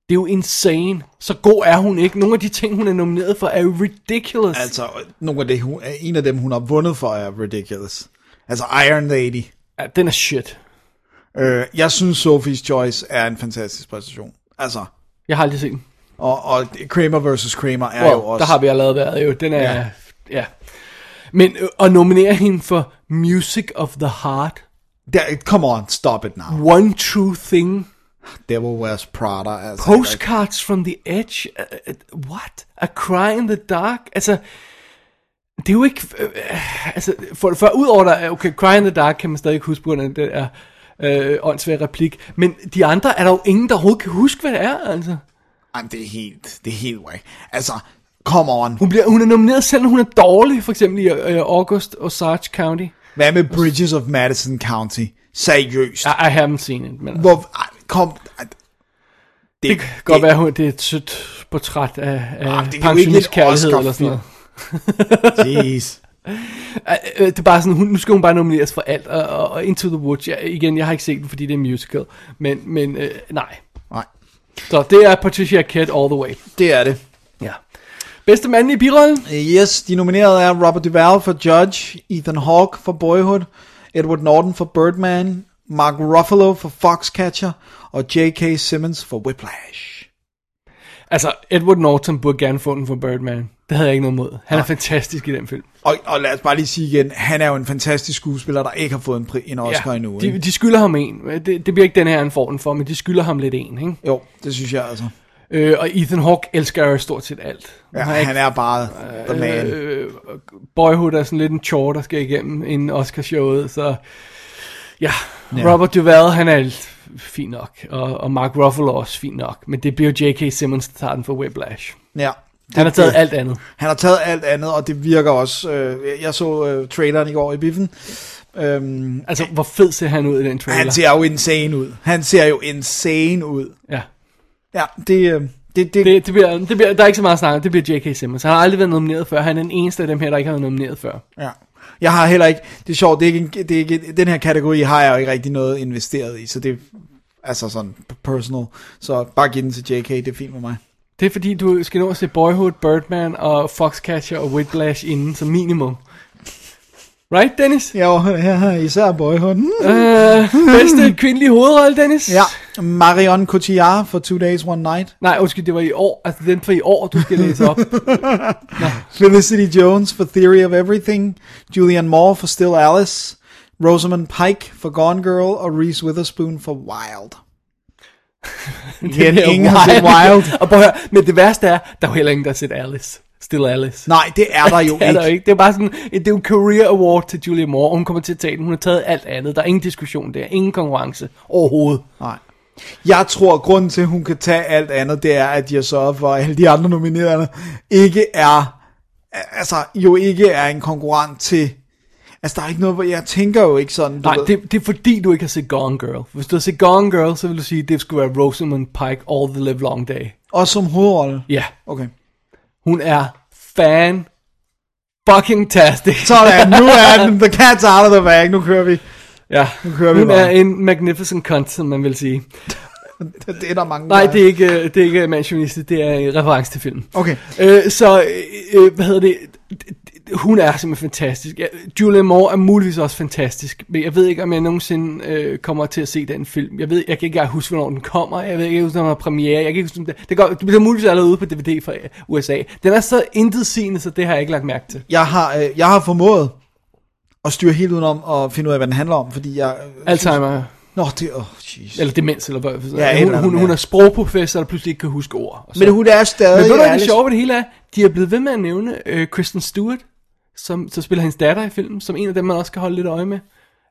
Speaker 2: Det er jo insane. Så god er hun ikke. Nogle af de ting, hun er nomineret for, er jo ridiculous.
Speaker 3: Altså, nogle af det, hun, en af dem, hun har vundet for, er ridiculous. Altså, Iron Lady.
Speaker 2: Ja, den er shit.
Speaker 3: Øh, jeg synes, Sophie's Choice er en fantastisk præstation. Altså,
Speaker 2: Jeg har aldrig set den.
Speaker 3: og, og Kramer vs. Kramer er
Speaker 2: Wow,
Speaker 3: jo også...
Speaker 2: Der har vi allerede været jo. Den er...
Speaker 3: Ja.
Speaker 2: Ja. ja. Men øh, at nominere hende for Music of the Heart.
Speaker 3: Der, come on, stop it now.
Speaker 2: One True Thing.
Speaker 3: Devil Wears Prada. Altså,
Speaker 2: Postcards from the Edge. Uh, uh, what? A Cry in the Dark. Altså, det er jo ikke... øh, Øh, altså, for, for udover der... øh, Okay, Cry in the Dark kan man stadig ikke huske, på grund af den der øh, åndssvær replik. Men de andre er der jo ingen, der overhovedet kan huske, hvad det er, altså.
Speaker 3: Jamen, det er helt, det er helt whack. Altså, come on.
Speaker 2: Hun, bliver, hun er nomineret, selvom hun er dårlig, for eksempel i øh, August og Sarge County.
Speaker 3: Hvad med Bridges of Madison County? Seriøst.
Speaker 2: I, I haven't seen it, men...
Speaker 3: Hvor, ej, kom, ej,
Speaker 2: Det, det kan godt være, hun, det er et sødt portræt af, af
Speaker 3: Ah, det er jo ikke et
Speaker 2: pensionistkærlighed eller sådan noget.
Speaker 3: <laughs> Jeez.
Speaker 2: Øh, øh, Det er bare sådan, hun, nu skal hun bare nomineres for alt, og, og- og Into the Woods, jeg, igen, jeg har ikke set den, fordi det er en musical, men, men øh, nej.
Speaker 3: Nej.
Speaker 2: Så det er Patricia Arquette all the way.
Speaker 3: Det er det.
Speaker 2: Ja. Bedste mand i birollen?
Speaker 3: Yes, de nominerede er Robert Duvall for Judge, Ethan Hawke for Boyhood, Edward Norton for Birdman, Mark Ruffalo for Foxcatcher og J.K. Simmons for Whiplash.
Speaker 2: Altså, Edward Norton burde gerne få den for Birdman. Det havde jeg ikke noget mod. Han
Speaker 3: Ah.
Speaker 2: er fantastisk i den film.
Speaker 3: Og, og lad os bare lige sige igen, han er jo en fantastisk skuespiller, der ikke har fået en, pri- en Oscar ja, endnu.
Speaker 2: de,
Speaker 3: ikke?
Speaker 2: de skylder ham en. Det, det bliver ikke den her, han får den for, men de skylder ham lidt en, ikke?
Speaker 3: Jo, det synes jeg altså.
Speaker 2: Øh, og Ethan Hawke elsker jo stort set alt.
Speaker 3: Ja,
Speaker 2: har ikke-
Speaker 3: han er bare the man.
Speaker 2: Øh, Boyhood er sådan lidt en chore, der skal igennem inden Oscarshowet, så ja,
Speaker 3: Ja.
Speaker 2: ja. Robert Duvall, han er alt fint nok, og, og Mark Ruffalo er også fint nok, men det bliver jo J.K. Simmons, der tager den for Whiplash.
Speaker 3: Ja.
Speaker 2: Han har taget alt andet.
Speaker 3: Han har taget alt andet, og det virker også. Øh, jeg- jeg så øh, traileren i går i biffen. Øhm,
Speaker 2: altså, hvor fed ser han ud i den trailer?
Speaker 3: Han ser jo insane ud. Han ser jo insane ud.
Speaker 2: Ja.
Speaker 3: Ja, det, øh, det, det,
Speaker 2: det, det, bliver, det bliver, der er ikke så meget at snakke om, det bliver J.K. Simmons. Han har aldrig været nomineret før, han er den eneste af dem her, der ikke har været nomineret før.
Speaker 3: Ja. Jeg har heller ikke, det er sjovt, det er ikke, en, det er ikke den her kategori har jeg jo ikke rigtig noget investeret i, så det er altså sådan personal. Så bare giv den til JK, det er fint med mig.
Speaker 2: Det er fordi, du skal nå at se Boyhood, Birdman og Foxcatcher og Whiplash inden som minimum. Right, Dennis?
Speaker 3: Ja, ja især Boyhood.
Speaker 2: Øh, bedste kvindelige hovedrolle, Dennis?
Speaker 3: Ja, Marion Cotillard for Two Days, One Night.
Speaker 2: Nej, undskyld, det var i år. Altså, den for i år, du skal
Speaker 3: <laughs>
Speaker 2: læse op.
Speaker 3: Felicity Jones for Theory of Everything. Julianne Moore for Still Alice. Rosamund Pike for Gone Girl. Og Reese Witherspoon for
Speaker 2: <laughs>
Speaker 3: Wild. Igen,
Speaker 2: Den er
Speaker 3: ingen har set Wild.
Speaker 2: <laughs> og prøv at høre, men det værste er, der er jo heller ingen, der har set Alice. Still Alice.
Speaker 3: Nej, det er der jo
Speaker 2: <laughs> det er Der
Speaker 3: ikke.
Speaker 2: ikke. Det er bare sådan, det er jo en career award til Julia Moore, og hun kommer til at tage den. Hun har taget alt andet. Der er ingen diskussion der. Ingen konkurrence overhovedet.
Speaker 3: Nej. Jeg tror, at grunden til, at hun kan tage alt andet, det er, at de har sørget for, at alle de andre nominerede ikke er, altså jo ikke er en konkurrent til, altså der er ikke noget, hvor jeg tænker jo ikke sådan, du
Speaker 2: Nej,
Speaker 3: ved.
Speaker 2: det, det er fordi, du ikke har set Gone Girl. Hvis du har set Gone Girl, så vil du sige, at det skulle være Rosamund Pike all the live long day.
Speaker 3: Og som hovedrolle?
Speaker 2: Ja.
Speaker 3: Okay.
Speaker 2: Hun er fan fucking tastic.
Speaker 3: Sådan, nu er den. The cat's out of the bag. Nu kører vi.
Speaker 2: Ja,
Speaker 3: nu kører vi
Speaker 2: hun er
Speaker 3: bare.
Speaker 2: en magnificent cunt, som man vil sige.
Speaker 3: Det, det er der mange.
Speaker 2: Nej,
Speaker 3: der
Speaker 2: det er ikke, øh, det er ikke mandsjournalist, det er en reference til filmen.
Speaker 3: Okay.
Speaker 2: Øh, så, øh, øh, hvad hedder det? D- d- d- Hun er simpelthen fantastisk. Ja, Julianne Moore er muligvis også fantastisk, men jeg ved ikke, om jeg nogensinde øh, kommer til at se den film. Jeg ved, jeg kan ikke engang huske, hvornår den kommer. Jeg ved ikke, huske, når den har premiere. Jeg kan ikke huske, om det, det, går, det bliver muligvis allerede ude på DVD fra øh, USA. Den er så intetsigende, så det har jeg ikke lagt mærke til.
Speaker 3: jeg har, øh, jeg har formået at styre helt udenom og finde ud af, hvad den handler om, fordi jeg... Øh,
Speaker 2: Alzheimer.
Speaker 3: Nå, det... Åh, jeez.
Speaker 2: Eller demens, eller hvad.
Speaker 3: Ja, et
Speaker 2: Ja,
Speaker 3: eller
Speaker 2: hun,
Speaker 3: andet,
Speaker 2: hun, hun
Speaker 3: ja.
Speaker 2: er sprogprofessor, og pludselig ikke kan huske ord. Og så-
Speaker 3: Men hun er stadig
Speaker 2: Men ved du, hvad det
Speaker 3: ærlig-
Speaker 2: sjove ved det hele er? De er blevet ved med at nævne øh, Kristen Stewart, som så spiller hendes datter i filmen, som en af dem, man også skal holde lidt øje med.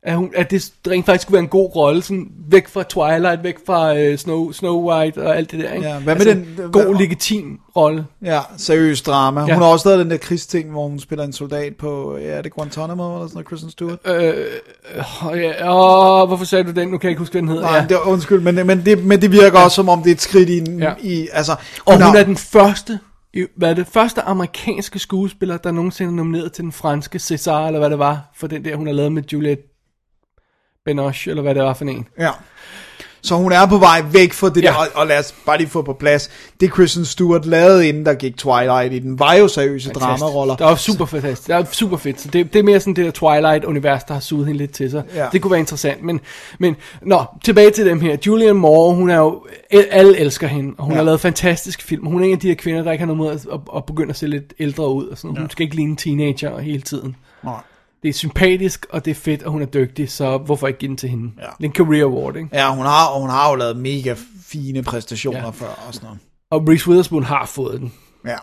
Speaker 2: At, hun, at det rent faktisk skulle være en god rolle, sådan væk fra Twilight, væk fra øh, Snow, Snow White og alt det der. Ikke? Altså,
Speaker 3: Ja, hvad med den-
Speaker 2: God,
Speaker 3: hvad-
Speaker 2: legitim rolle.
Speaker 3: Ja, seriøs drama. Ja.
Speaker 2: Ja.
Speaker 3: Hun har også lavet den der krigsting, hvor hun spiller en soldat på, ja, er det Guantanamo eller sådan noget, Kristen Stewart?
Speaker 2: Øh, Åh, ja, åh, hvorfor sagde du den? Nu kan jeg ikke huske, hvad den hedder.
Speaker 3: Nej,
Speaker 2: ja.
Speaker 3: ja. det, undskyld, men, men, det, men det virker også, som om det er et skridt i, ja. i altså...
Speaker 2: Og hun
Speaker 3: har-
Speaker 2: er den første, i- hvad er det, første amerikanske skuespiller, der nogensinde er nomineret til den franske César, eller hvad det var, for den der, hun har lavet med Juliette Binoche, eller hvad det var for en.
Speaker 3: Ja. Så hun er på vej væk fra det ja. der, og, og lad os bare lige få på plads. Det Kristen Stewart lavede, inden der gik Twilight i den, var jo seriøse
Speaker 2: Fantastisk.
Speaker 3: dramaroller.
Speaker 2: Det er også super fantastisk. Det er super fedt. Så det, det er mere sådan det der Twilight-univers, der har suget hende lidt til sig.
Speaker 3: Ja.
Speaker 2: Det kunne være interessant. Men, men nå, tilbage til dem her. Julianne Moore, hun er jo... el- Alle elsker hende, og hun
Speaker 3: Ja.
Speaker 2: ja. har lavet fantastisk film. Hun er en af de her kvinder, der ikke har noget mod at, at, at begynde at se lidt ældre ud. Og sådan. noget. Hun skal ikke ligne en teenager hele tiden.
Speaker 3: Nej.
Speaker 2: Det er sympatisk, og det er fedt, og hun er dygtig, så hvorfor ikke give den til hende? Ja. Det er en career award, ikke?
Speaker 3: Ja, hun har, og hun har jo lavet mega fine præstationer ja.
Speaker 2: Ja.
Speaker 3: før og sådan noget.
Speaker 2: Og Reese Witherspoon har fået den.
Speaker 3: Ja.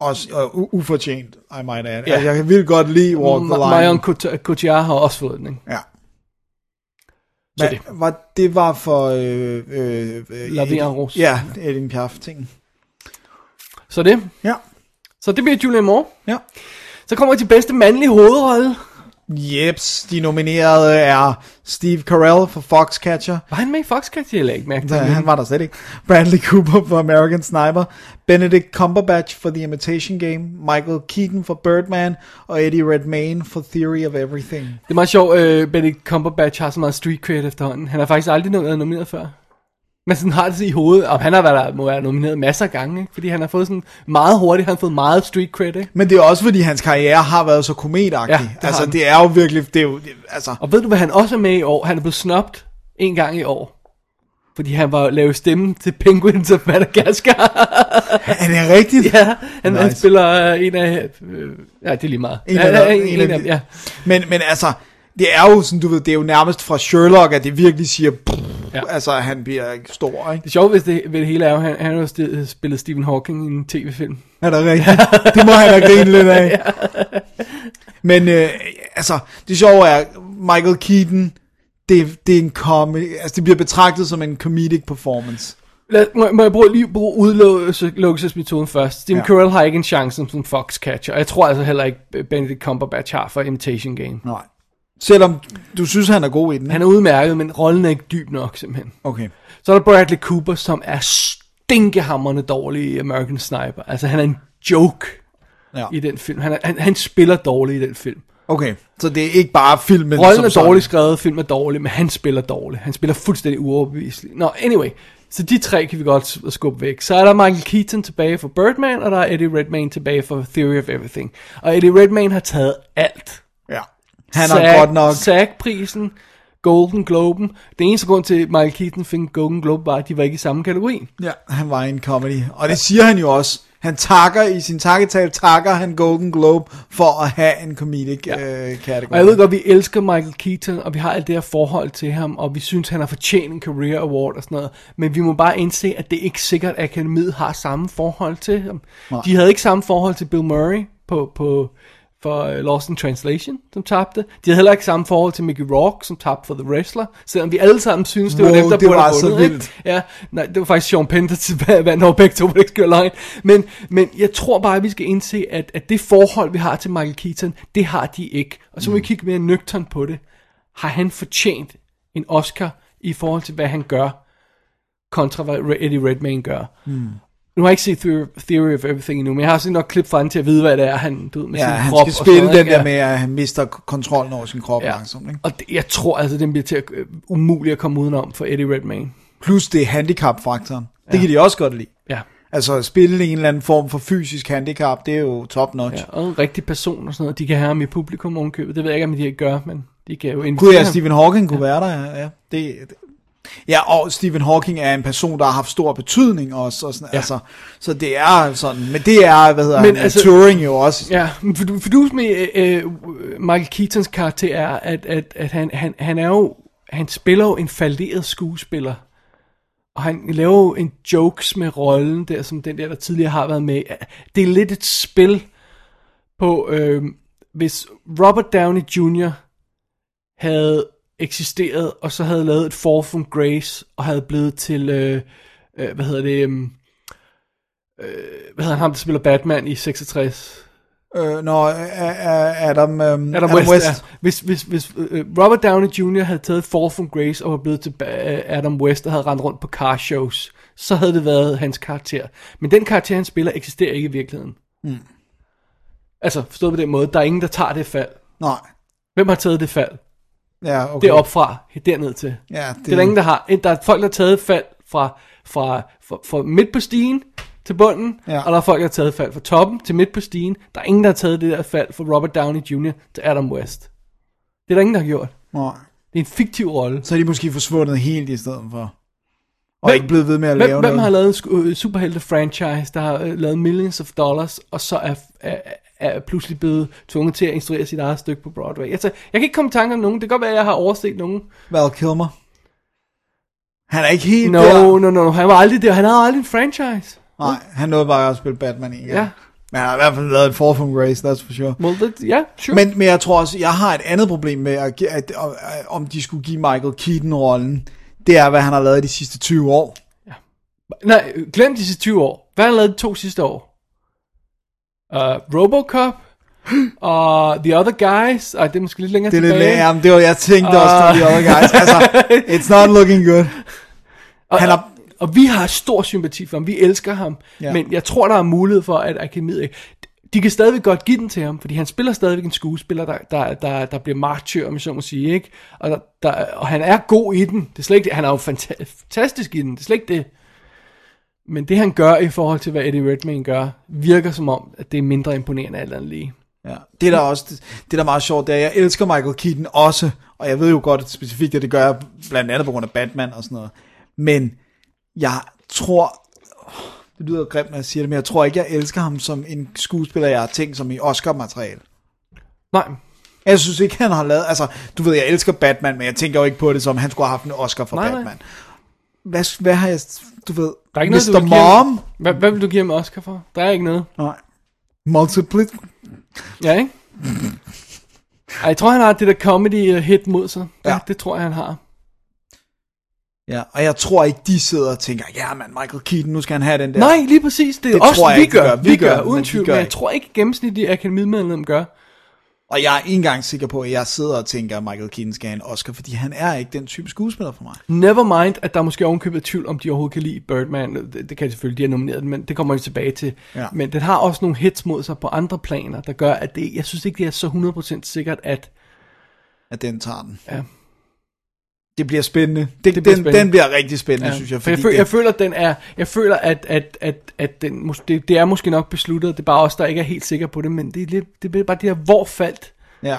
Speaker 3: Også og u- ufortjent, I might add. Ja.
Speaker 2: Ja.
Speaker 3: Altså, jeg kan virkelig godt lide Walk the Line.
Speaker 2: Marion Cot- Cotillard har også fået den, ikke?
Speaker 3: Ja.
Speaker 2: Så
Speaker 3: Men, det. Var, det var for... Øh, øh, øh,
Speaker 2: La Vie en
Speaker 3: Edith-
Speaker 2: Rose.
Speaker 3: Ja, Edin Piaf-tingen.
Speaker 2: Så det.
Speaker 3: Ja.
Speaker 2: Så det bliver Julian Moore.
Speaker 3: Ja.
Speaker 2: Så kommer vi til bedste mandlige hovedrolle.
Speaker 3: Jeps, de nominerede er Steve Carell for Foxcatcher.
Speaker 2: Var han med i Foxcatcher? Jeg lagde ikke mærke til
Speaker 3: Da,
Speaker 2: det.
Speaker 3: han var der slet ikke. Bradley Cooper for American Sniper. Benedict Cumberbatch for The Imitation Game. Michael Keaton for Birdman. Og Eddie Redmayne for Theory of Everything.
Speaker 2: Det er meget sjovt, øh, Benedict Cumberbatch har så meget street cred efterhånden. Han har faktisk aldrig noget været nomineret før. Men sådan har det sig i hovedet, og han har været, der må være nomineret masser af gange, ikke? fordi han har fået sådan meget hurtigt, han har fået meget street cred, ikke?
Speaker 3: Men det er også fordi hans karriere har været så kometagtig.
Speaker 2: Ja, det har
Speaker 3: altså
Speaker 2: han.
Speaker 3: det er jo virkelig, det er jo, det, altså,
Speaker 2: Og ved du, hvad han også er med i år? Han er blevet snobt en gang i år. Fordi han var lavet stemmen til Penguins of Madagascar.
Speaker 3: er det rigtigt?
Speaker 2: ja, han, nice. han
Speaker 3: Nice.
Speaker 2: spiller øh, en af... Øh, ja, det er lige meget.
Speaker 3: En
Speaker 2: ja,
Speaker 3: af-
Speaker 2: ja, en,
Speaker 3: en
Speaker 2: en,
Speaker 3: af
Speaker 2: en af,
Speaker 3: de-
Speaker 2: ja.
Speaker 3: Men, men altså, det er jo sådan, du ved, det er jo nærmest fra Sherlock, at det virkelig siger, pff, ja.
Speaker 2: Ja.
Speaker 3: altså han bliver ikke stor, ikke?
Speaker 2: Det sjove ved det, ved det hele er jo, han, han har jo sti- spillet Stephen Hawking i en tv-film.
Speaker 3: Er det rigtigt? Det må han have grinet lidt
Speaker 2: <laughs>
Speaker 3: af. Men øh, altså, det sjove er, Michael Keaton, det, det er en comedy, altså det bliver betragtet som en comedic performance.
Speaker 2: Lad, må, jeg- må jeg bruge, lige bruge udelukkelsesmetoden først? Stephen
Speaker 3: Ja.
Speaker 2: ja. Carell har ikke en chance som, som Foxcatcher, og jeg tror altså heller ikke, Benedict Cumberbatch har for Imitation Game.
Speaker 3: Nej. Selvom du synes, han er god i den.
Speaker 2: Han
Speaker 3: ikke?
Speaker 2: er udmærket, men rollen er ikke dyb nok simpelthen.
Speaker 3: Okay.
Speaker 2: Så er der Bradley Cooper, som er stinkehammerende dårlig i American Sniper. Altså han er en joke
Speaker 3: Ja.
Speaker 2: ja. i den film. Han, er, han, han spiller dårligt i den film.
Speaker 3: Okay, så det er ikke bare filmen
Speaker 2: Rollen
Speaker 3: som
Speaker 2: er
Speaker 3: sådan.
Speaker 2: dårligt skrevet, filmen er dårlig, men han spiller dårligt. Han spiller fuldstændig uoverbeviselig. Nå, anyway. Så de tre kan vi godt s- skubbe væk. Så er der Michael Keaton tilbage for Birdman, og der er Eddie Redmayne tilbage for Theory of Everything. Og Eddie Redmayne har taget alt.
Speaker 3: Ja. Han er godt nok.
Speaker 2: SAG-prisen, Golden Globen. Den eneste grund til, at Michael Keaton fik en Golden Globe, var, at de var ikke i samme kategori.
Speaker 3: Ja, han var i en comedy. Og det siger han jo også. Han takker i sin takketale, takker han Golden Globe for at have en comedic ja. øh, kategori.
Speaker 2: Og jeg ved godt, vi elsker Michael Keaton, og vi har alt det her forhold til ham, og vi synes, han har fortjent en Career Award og sådan noget. Men vi må bare indse, at det er ikke sikkert, at Akademiet har samme forhold til ham.
Speaker 3: Nej.
Speaker 2: Nej. De havde ikke samme forhold til Bill Murray på, på, for øh, Lost in Translation, som tabte. De havde heller ikke samme forhold til Mickey Rourke, som tabte for The Wrestler, selvom vi alle sammen synes, det var
Speaker 3: Wow,
Speaker 2: dem, der
Speaker 3: det
Speaker 2: burde
Speaker 3: var
Speaker 2: have
Speaker 3: så
Speaker 2: vundet, ikke?
Speaker 3: vildt.
Speaker 2: Ja, nej, det var faktisk Sean Penn, <laughs> der til- vandt over begge to, hvor det ikke skal være løgn. Men, men jeg tror bare, at vi skal indse, at, at det forhold, vi har til Michael Keaton, det har de ikke. Og
Speaker 3: Mm.
Speaker 2: så må vi kigge mere nøgtern på det. Har han fortjent en Oscar i forhold til, hvad han gør, kontra hvad Eddie Redmayne gør? Mm. Nu har jeg ikke set Theory- Theory of Everything endnu, men jeg har set nok klip fra han til at vide, hvad det er, han du ved, med
Speaker 3: Ja,
Speaker 2: sin
Speaker 3: han
Speaker 2: krop.
Speaker 3: skal
Speaker 2: og sådan
Speaker 3: spille
Speaker 2: noget,
Speaker 3: den
Speaker 2: ikke?
Speaker 3: der med, at han mister k- kontrollen over sin krop ja. langsomt. Ikke?
Speaker 2: Og det, jeg tror altså, den bliver til at, øh, umulig at komme udenom for Eddie Redmayne.
Speaker 3: Plus det er handicap-faktoren. Ja. Det kan de også godt lide.
Speaker 2: Ja.
Speaker 3: Altså at spille en eller anden form for fysisk handicap, det er jo top notch.
Speaker 2: Ja, og en rigtig person og sådan noget. De kan have ham i publikum ovenkøbet. Det ved jeg ikke, om de ikke gør, men de kan jo
Speaker 3: Gud ja,
Speaker 2: ham.
Speaker 3: Stephen Hawking kunne være der, ja. ja. Det, det. Ja, og Stephen Hawking er en person, der har haft stor betydning også, og sådan, ja. altså, så det er sådan, men det er, hvad hedder
Speaker 2: Men
Speaker 3: men, han,
Speaker 2: altså-
Speaker 3: altså, Turing jo også.
Speaker 2: Ja, men for, for du med øh, øh, Michael Keatons karakter er, at, at, at han, han, han er jo, han spiller jo en falderet skuespiller. Og han laver jo en jokes med rollen der, som den der, der tidligere har været med. Det er lidt et spil på, øh, hvis Robert Downey Jr. havde eksisteret, og så havde lavet et Fall from Grace, og havde blevet til, øh, øh, hvad hedder det, øh, hvad hedder han, ham der spiller Batman i 66?
Speaker 3: Øh, når øh, øh, Adam, øh, Adam,
Speaker 2: Adam West, West. Ja. Hvis, hvis, hvis øh, Robert Downey Jr. havde taget Fall from Grace og var blevet til øh, Adam West og havde rendt rundt på car shows, så havde det været hans karakter. Men den karakter, han spiller, eksisterer ikke i virkeligheden.
Speaker 3: Mm.
Speaker 2: Altså, forstået på den måde, der er ingen, der tager det fald.
Speaker 3: Nej.
Speaker 2: Hvem har taget det fald?
Speaker 3: Ja, okay.
Speaker 2: Det er opfra, derned til.
Speaker 3: Ja, det-
Speaker 2: det... det er der ingen, der har. Der er folk, der har taget fald fra, fra, fra, fra midt på stigen til bunden, ja. og der er folk, der har taget fald fra toppen til midt på stigen. Der er ingen, der har taget det der fald fra Robert Downey Jr. til Adam West. Det er der ingen, der har gjort.
Speaker 3: Nej.
Speaker 2: Det er en fiktiv rolle.
Speaker 3: Så er de måske forsvundet helt i stedet for. Og hvem, ikke blevet ved med at
Speaker 2: hvem,
Speaker 3: lave
Speaker 2: Hvem
Speaker 3: noget.
Speaker 2: har lavet en sku- øh, superhelte-franchise, der har øh, lavet millions of dollars, og så er, er, er pludselig blevet tvunget til at instruere sit eget stykke på Broadway? Altså, jeg kan ikke komme i tanke om nogen. Det kan godt være, at jeg har overset nogen.
Speaker 3: Val Kilmer. Han er ikke helt
Speaker 2: No,
Speaker 3: der.
Speaker 2: no, no, han var aldrig der. Han havde aldrig en franchise.
Speaker 3: Nej, han nåede bare at spille Batman en gang.
Speaker 2: Ja.
Speaker 3: Men han har i hvert fald lavet et Fall from Grace, that's for sure.
Speaker 2: Well, that, yeah, sure.
Speaker 3: Men, men jeg tror også, jeg har et andet problem med, at, gi- at, at, at om de skulle give Michael Keaton-rollen. Det er, hvad han har lavet de sidste 20 år.
Speaker 2: Nej, glem de sidste 20 år. Hvad har han lavet de to sidste år? Uh, Robocop <gasps> og The Other Guys. Ej, det er måske lidt længere
Speaker 3: Det er lidt
Speaker 2: tilbage.
Speaker 3: læ- jamen, det var, jeg tænkte også,
Speaker 2: Ah.
Speaker 3: uh... the other guys.
Speaker 2: <laughs>
Speaker 3: Altså, it's not looking good.
Speaker 2: Og, han er... og vi har stor sympati for ham. Vi elsker ham.
Speaker 3: Ja.
Speaker 2: Ja. Men jeg tror, der er mulighed for, at akademiet... ikke- De kan stadigvæk godt give den til ham, fordi han spiller stadigvæk en skuespiller, der, der, der, der bliver martyr, om jeg så må sige. Ikke? Og, der, der, og han er god i den. Det er slet ikke det. Han er jo fanta- fantastisk i den. Det er slet ikke det. Men det, han gør i forhold til, hvad Eddie Redmayne gør, virker som om, at det er mindre imponerende alt andet lige.
Speaker 3: Ja, det er der også, det, det der er meget sjovt, det er, jeg elsker Michael Keaton også, og jeg ved jo godt specifikt, at det gør jeg blandt andet på grund af Batman og sådan noget. Men jeg tror, det lyder grimt, når jeg siger det, men jeg tror ikke, jeg elsker ham som en skuespiller, jeg har tænkt som i Oscar-materiale.
Speaker 2: Nej.
Speaker 3: Jeg synes ikke, han har lavet, altså, du ved, jeg elsker Batman, men jeg tænker jo ikke på det som, han skulle have haft en Oscar for
Speaker 2: Nej, nej.
Speaker 3: Batman. Hvad, hvad har jeg, du ved,
Speaker 2: Der er ikke
Speaker 3: Mr.
Speaker 2: noget, du vil give ham-
Speaker 3: Mom,
Speaker 2: Hvad, hvad vil du give ham Oscar for? Der er ikke noget.
Speaker 3: Nej. Multiple,
Speaker 2: Ja,
Speaker 3: <laughs>
Speaker 2: ikke? Ej, jeg tror, han har det der comedy øh, hit mod sig. Ja. Det, det tror jeg, han har.
Speaker 3: Ja, og jeg tror ikke, de sidder og tænker, ja, man, Michael Keaton, nu skal han have den der.
Speaker 2: Nej, lige præcis. Det,
Speaker 3: Det
Speaker 2: er også,
Speaker 3: tror jeg
Speaker 2: vi
Speaker 3: ikke, de
Speaker 2: gør.
Speaker 3: gør.
Speaker 2: Vi,
Speaker 3: Vi
Speaker 2: gør,
Speaker 3: gør, men
Speaker 2: uden
Speaker 3: de
Speaker 2: tvig.
Speaker 3: gør
Speaker 2: Men jeg
Speaker 3: ikke.
Speaker 2: tror ikke, gennemsnitlige akademimedlem gør.
Speaker 3: Og jeg er ikke engang sikker på, at jeg sidder og tænker, at Michael Keaton skal have en Oscar, fordi han er ikke den type skuespiller for mig.
Speaker 2: Never mind, at der måske ovenkøbet er tvivl, om de overhovedet kan lide Birdman. Det, det kan de selvfølgelig, de har nomineret den, men det kommer vi tilbage til.
Speaker 3: Ja.
Speaker 2: Men den har også nogle hits mod sig på andre planer, der gør, at det, jeg synes ikke, det er så 100% sikkert, at...
Speaker 3: At den tager den.
Speaker 2: Ja.
Speaker 3: Det bliver spændende. Det,
Speaker 2: Det
Speaker 3: det
Speaker 2: bliver
Speaker 3: bliver
Speaker 2: spændende.
Speaker 3: Den, den bliver rigtig spændende, ja. synes jeg.
Speaker 2: For jeg,
Speaker 3: Fordi
Speaker 2: føler,
Speaker 3: det,
Speaker 2: jeg føler, at den er, jeg føler, at, at, at, at den, mås- det, det, er måske nok besluttet, det er bare os, der ikke er helt sikre på det, men det er, lidt, det er bare det her, hvor faldt
Speaker 3: ja.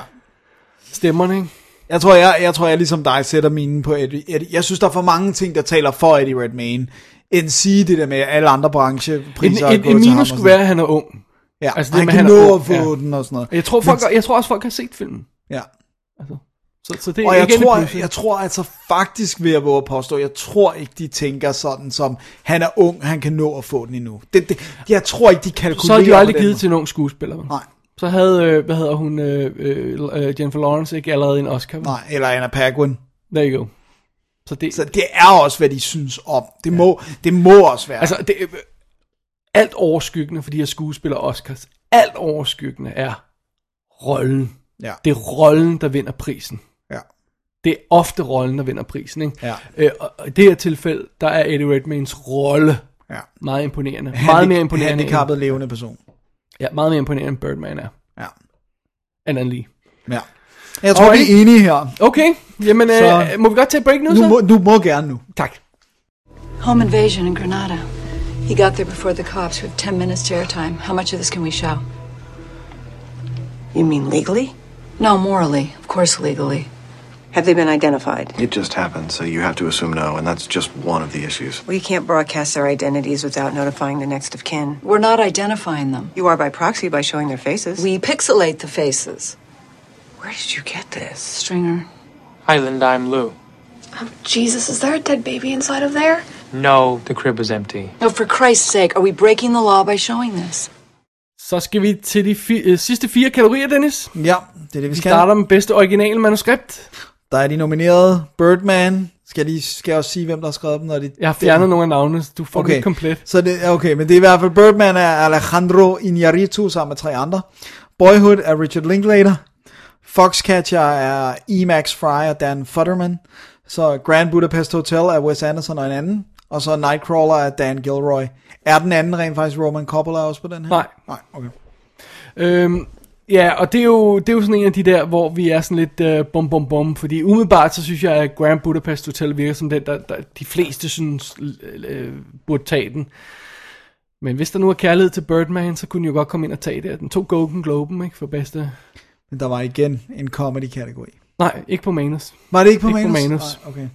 Speaker 2: stemmerne, ikke?
Speaker 3: jeg, tror, jeg, jeg tror, jeg ligesom dig sætter mine på Eddie, Eddie. Jeg synes, der er for mange ting, der taler for Eddie Redmayne, end sige det der med, at alle andre branchepriser er
Speaker 2: En, en,
Speaker 3: gået
Speaker 2: en
Speaker 3: til ham og
Speaker 2: minus
Speaker 3: sådan
Speaker 2: skulle være, at han er ung.
Speaker 3: Ja,
Speaker 2: Altså,
Speaker 3: altså,
Speaker 2: det
Speaker 3: han
Speaker 2: med,
Speaker 3: kan
Speaker 2: han er
Speaker 3: nå
Speaker 2: ung,
Speaker 3: at få
Speaker 2: ja.
Speaker 3: den og sådan noget.
Speaker 2: Jeg tror, folk, jeg tror også, folk har set filmen.
Speaker 3: Ja.
Speaker 2: Altså, så, så det er
Speaker 3: og jeg
Speaker 2: igen et
Speaker 3: tror,
Speaker 2: plus, ikke?
Speaker 3: jeg tror altså faktisk, vil jeg våge at påstå, jeg tror ikke, de tænker sådan som, han er ung, han kan nå at få den endnu. Det, det, jeg tror ikke, de kalkulerer
Speaker 2: så har de jo aldrig
Speaker 3: på den
Speaker 2: givet
Speaker 3: måde.
Speaker 2: til nogen skuespiller. vel?
Speaker 3: Nej.
Speaker 2: Så havde, øh, hvad hedder hun, øh, øh, øh, Jennifer Lawrence ikke allerede en Oscar. vel?
Speaker 3: Nej, eller Anna Paquin.
Speaker 2: There you go. Så det,
Speaker 3: så det er også, hvad de synes om. Det, ja. må, det må også være.
Speaker 2: Altså, det, øh, alt overskyggende for de her skuespillere Oscars, alt overskyggende er rollen.
Speaker 3: Ja.
Speaker 2: Det er rollen, der vinder prisen.
Speaker 3: Ja.
Speaker 2: Det er ofte rollen, der vinder prisen. Ikke?
Speaker 3: Ja.
Speaker 2: Øh, og og i det her tilfælde, der er Eddie Redmaynes rolle,
Speaker 3: Ja.
Speaker 2: Meget
Speaker 3: <laughs>
Speaker 2: imponerende.
Speaker 3: Handi-
Speaker 2: Meget mere imponerende. end-
Speaker 3: handicappet levende person.
Speaker 2: Ja, meget mere imponerende end Birdman er.
Speaker 3: Ja.
Speaker 2: Anna Lee.
Speaker 3: Ja. Jeg tror, vi er enige her.
Speaker 2: Okay, jamen
Speaker 3: Så-
Speaker 2: øh, må vi godt tage break nu,
Speaker 3: Nu
Speaker 2: så?
Speaker 3: må, du må gerne nu.
Speaker 2: Tak.
Speaker 12: Home invasion in Granada. He got there before the cops. We have 10 minutes to airtime. How much of this can we show?
Speaker 13: You mean legally?
Speaker 12: No, morally. Of course, legally.
Speaker 13: Have they been identified?
Speaker 14: It just happened, so you have to assume no, and that's just one of the issues.
Speaker 13: We can't broadcast their identities without notifying the next of kin.
Speaker 12: We're not identifying them.
Speaker 13: You are by proxy by showing their faces.
Speaker 12: We pixelate the faces.
Speaker 13: Where did you get this?
Speaker 12: Stringer.
Speaker 15: Hi, Linda, I'm Lou.
Speaker 12: Jesus, is there a dead baby inside of there?
Speaker 15: No, the crib was empty.
Speaker 12: No, for Christ's sake, are we breaking the law by showing this?
Speaker 2: Så skal vi til de fi- øh, sidste fire kategorier, Dennis.
Speaker 3: Ja, det er det, vi skal.
Speaker 2: Vi starter med bedste originale manuskript.
Speaker 3: Der er de nominerede. Birdman. Skal, de, skal jeg også sige, hvem der har skrevet dem? Når de,
Speaker 2: Jeg har fjernet nogle af navnene, så du får okay.
Speaker 3: Okay.
Speaker 2: det komplet.
Speaker 3: Så det, okay, men det er i hvert fald Birdman af Alejandro Iñárritu sammen med tre andre. Boyhood af Richard Linklater. Foxcatcher er E. Max Fry og Dan Futterman. Så Grand Budapest Hotel af Wes Anderson og en anden. Og så Nightcrawler af Dan Gilroy. Er den anden rent faktisk Roman Coppola også på den her?
Speaker 2: Nej.
Speaker 3: Nej, okay.
Speaker 2: Øhm, ja, og det er, jo, det er jo sådan en af de der, hvor vi er sådan lidt øh, bum bum bum, fordi umiddelbart så synes jeg, at Grand Budapest Hotel virker som den, der, der de fleste synes øh, burde tage den. Men hvis der nu er kærlighed til Birdman, så kunne den jo godt komme ind og tage det. Den tog Golden Globen, ikke, for bedste...
Speaker 3: Men der var igen en comedy-kategori.
Speaker 2: Nej, ikke på manus.
Speaker 3: Var det ikke på
Speaker 2: ikke
Speaker 3: manus?
Speaker 2: På manus.
Speaker 3: Nej, okay.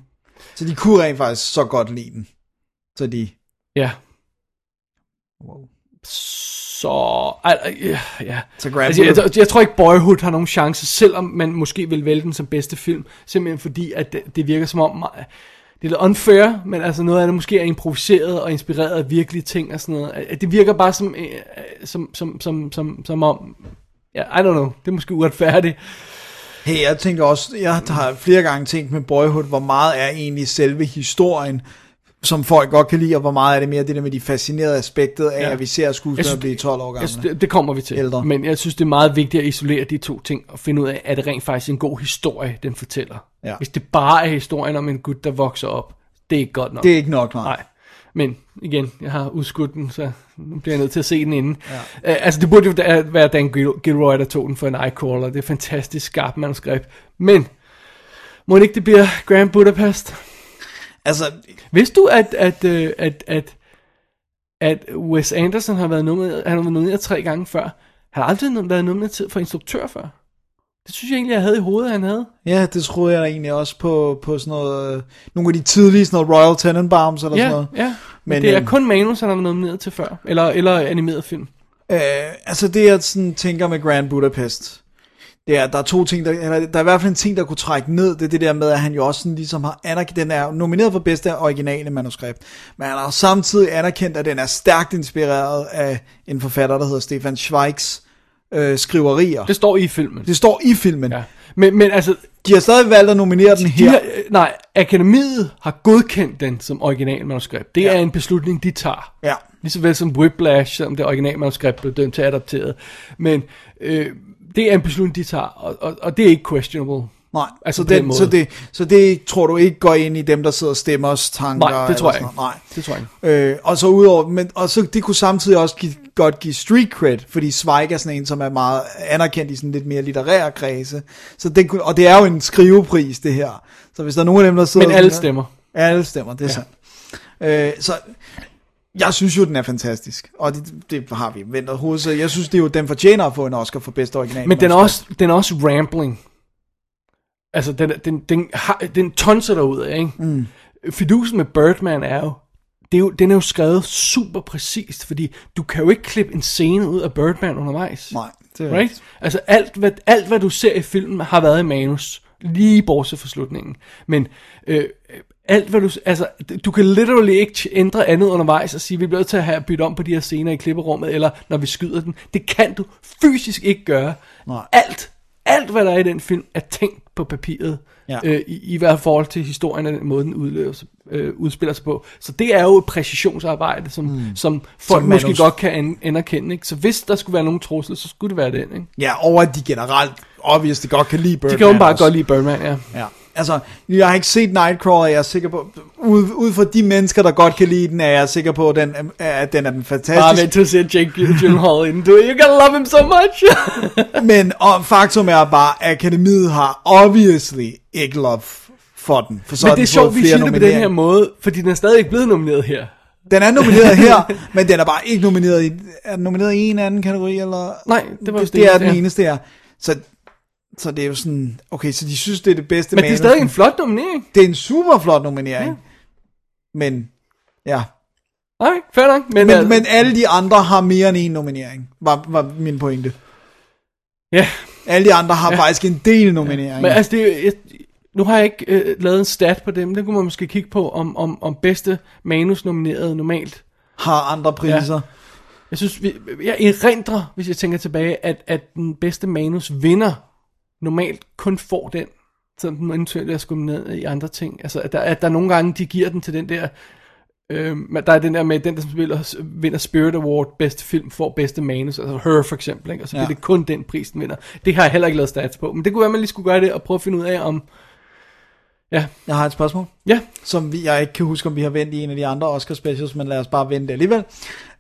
Speaker 3: Så de kunne rent faktisk så godt lide den. Så de...
Speaker 2: Ja.
Speaker 3: Wow.
Speaker 2: Så... Ej, ej, ja, ja.
Speaker 3: Så Grand
Speaker 2: altså, jeg,
Speaker 3: Budapest-
Speaker 2: jeg, jeg tror ikke Boyhood har nogen chance, selvom man måske vil vælge den som bedste film, simpelthen fordi, at det, det virker som om... mig- Det er lidt unfair, men altså noget af det måske er improviseret og inspireret af virkelige ting og sådan noget. At Det virker bare som, øh, som, som, som, som, som om... Ja, I don't know. Det er måske uretfærdigt.
Speaker 3: Hey, jeg tænker også, jeg har flere gange tænkt med Boyhood, hvor meget er egentlig selve historien, som folk godt kan lide, og hvor meget er det mere det der med de fascinerede aspekter af,
Speaker 2: Ja.
Speaker 3: ja. at vi ser
Speaker 2: Jeg
Speaker 3: skuespillere
Speaker 2: synes,
Speaker 3: blive 12 år gamle.
Speaker 2: Jeg synes, Altså, det, det kommer vi til. Ældre. Men jeg synes, det er meget vigtigt at isolere de to ting og finde ud af, er det rent faktisk en god historie, den fortæller.
Speaker 3: Ja.
Speaker 2: Hvis det bare er historien om en gut, der vokser op, det er ikke godt nok.
Speaker 3: Det er ikke nok, nej.
Speaker 2: nej. Men igen, jeg har udskudt den, så nu bliver jeg nødt til at se den inden. Ja. Øh, altså, det burde jo da- være Dan Gil- Gilroy, der tog den for en eyecrawler. Det er fantastisk skarpt manuskript. Men, må det ikke det bliver Grand Budapest?
Speaker 3: Altså,
Speaker 2: Vidste du, at, at, øh, at, at, at Wes Anderson har været nomineret, han har været nomineret tre gange før? Han har aldrig no- været nomineret for instruktør før. Det synes jeg egentlig, jeg havde i hovedet, han havde.
Speaker 3: Ja, det troede jeg da egentlig også på, på sådan noget, øh, nogle af de tidlige sådan noget Royal Tenenbaums eller
Speaker 2: ja,
Speaker 3: sådan noget.
Speaker 2: ja. Men, øh, Men det er kun manus, han har været nomineret til før. Eller, eller animeret film.
Speaker 3: Øh, altså det jeg sådan tænker med Grand Budapest, det er, der er to ting, der, eller, der er i hvert fald en ting, der kunne trække ned, det er det der med, at han jo også sådan ligesom har anerkendt, den er nomineret for bedste originale manuskript, men han har samtidig anerkendt, at den er stærkt inspireret af en forfatter, der hedder Stefan Zweigs øh, skriverier.
Speaker 2: Det står i filmen.
Speaker 3: Det står i filmen.
Speaker 2: Ja. Men, men altså...
Speaker 3: De har stadig valgt at nominere den her.
Speaker 2: De har, øh, nej, Akademiet har godkendt den som originalmanuskript. Det ja. er en beslutning, de tager.
Speaker 3: Ja.
Speaker 2: Lige så vel som Whiplash, som det originalmanuskript blev dømt til adapteret. Men øh, det er en beslutning, de tager, og, og, og det er ikke questionable.
Speaker 3: Nej, altså
Speaker 2: altså på
Speaker 3: så, den,
Speaker 2: den måde.
Speaker 3: så, det, så det tror du ikke går ind i dem, der sidder og stemmer os tanker?
Speaker 2: Nej,
Speaker 3: eller
Speaker 2: det tror jeg
Speaker 3: sådan
Speaker 2: ikke.
Speaker 3: noget?
Speaker 2: Det tror jeg
Speaker 3: altså, Nej.
Speaker 2: ikke.
Speaker 3: Øh, og så udover, men, og så det kunne samtidig også give, godt give street cred, fordi Zweig er sådan en, som er meget anerkendt i sådan lidt mere litterære kredse. Så det, kunne- og det er jo en skrivepris, det her. Så hvis der er nogen af dem, der sidder...
Speaker 2: Men
Speaker 3: og
Speaker 2: alle
Speaker 3: sådan-
Speaker 2: stemmer.
Speaker 3: Alle stemmer, det er
Speaker 2: Ja.
Speaker 3: ja. sandt. Øh, så jeg synes jo, den er fantastisk, og det, det har vi vendt overhovedet, så jeg synes det er jo, den fortjener at få en Oscar for bedste original.
Speaker 2: Men den er, også, den er også rambling. Altså, den, den, den, har, den tonser derud af, ikke?
Speaker 3: Mm.
Speaker 2: Fidusen med Birdman er jo, det er jo, den er jo skrevet super præcist, fordi du kan jo ikke klippe en scene ud af Birdman undervejs.
Speaker 3: Nej, det er
Speaker 2: right? Altså, alt hvad, alt hvad du ser i filmen har været i manus, lige bortset fra slutningen. Men øh, alt hvad du, altså, du kan literally ikke ændre andet undervejs og sige, vi bliver nødt til at have bytte om på de her scener i klipperummet, eller når vi skyder den. Det kan du fysisk ikke gøre.
Speaker 3: Nej.
Speaker 2: Alt, alt hvad der er i den film, er tænkt på papiret. Ja.
Speaker 3: Ja.
Speaker 2: Øh, i, I hvert forhold til historien og den måde, den udleves, øh, udspiller sig på. Så det er jo et præcisionsarbejde, som, mm. som folk
Speaker 3: Som
Speaker 2: som måske
Speaker 3: manus.
Speaker 2: godt kan an- anerkende. Ikke? Så hvis der skulle være nogen trussel, så skulle det være den. Ikke?
Speaker 3: Ja, over at de generelt obviously godt kan lide Birdman.
Speaker 2: De kan jo bare
Speaker 3: også.
Speaker 2: godt lide Birdman, ja.
Speaker 3: Ja. Altså, jeg har ikke set Nightcrawler, jeg er sikker på, ud, ud fra de mennesker, der godt kan lide den, er jeg sikker på, at den, er- at den er den fantastiske.
Speaker 2: Bare vent til at se Jake Gyllenhaal inden du, you gotta love him so much. <laughs>
Speaker 3: Men og faktum er bare, at akademiet har obviously ikke love for den. For så
Speaker 2: men
Speaker 3: har
Speaker 2: det
Speaker 3: den
Speaker 2: er
Speaker 3: fået
Speaker 2: sjovt, vi
Speaker 3: flere
Speaker 2: siger det på den her
Speaker 3: nomineringer.
Speaker 2: måde, fordi den er stadig ikke blevet nomineret her.
Speaker 3: Den er nomineret her,
Speaker 2: <laughs>
Speaker 3: men den er bare ikke nomineret i, er den nomineret i en anden kategori, eller?
Speaker 2: Nej, det var
Speaker 3: det,
Speaker 2: vist
Speaker 3: det er
Speaker 2: eneste,
Speaker 3: den
Speaker 2: ja.
Speaker 3: eneste, ja. Så, så det er jo sådan, okay, så de synes, det er det bedste
Speaker 2: Men det er
Speaker 3: manus.
Speaker 2: stadig en flot nominering.
Speaker 3: Det er en super flot nominering. Ja. Men, ja.
Speaker 2: Nej, fair nok. Men,
Speaker 3: men,
Speaker 2: altså-
Speaker 3: men alle de andre har mere end en nominering, var, var min pointe.
Speaker 2: Ja.
Speaker 3: Alle de andre har
Speaker 2: Ja.
Speaker 3: ja. faktisk en del nomineringer.
Speaker 2: Men altså, det, er jo- jeg, nu har jeg ikke øh, lavet en stat på dem. Det kunne man måske kigge på, om, om, om bedste manus nomineret normalt.
Speaker 3: Har andre priser.
Speaker 2: Ja. Jeg synes, vi, jeg erindrer, hvis jeg tænker tilbage, at, at den bedste manus vinder normalt kun får den, som den eventuelt er skubbet ned i andre ting. Altså, at der, at der nogle gange, de giver den til den der, øh, der er den der med, den der spiller, vinder Spirit Award, bedste film, får bedste manus, altså Her for eksempel, ikke? og så bliver
Speaker 3: Ja.
Speaker 2: ja. det kun den pris, den vinder. Det har jeg heller ikke lavet stats på, men det kunne være, man lige skulle gøre det, og prøve at finde ud af, om, ja,
Speaker 3: Jeg har et spørgsmål.
Speaker 2: Ja.
Speaker 3: Som vi, jeg ikke kan huske, om vi har vendt i en af de andre Oscar specials, men lad os bare vende det alligevel.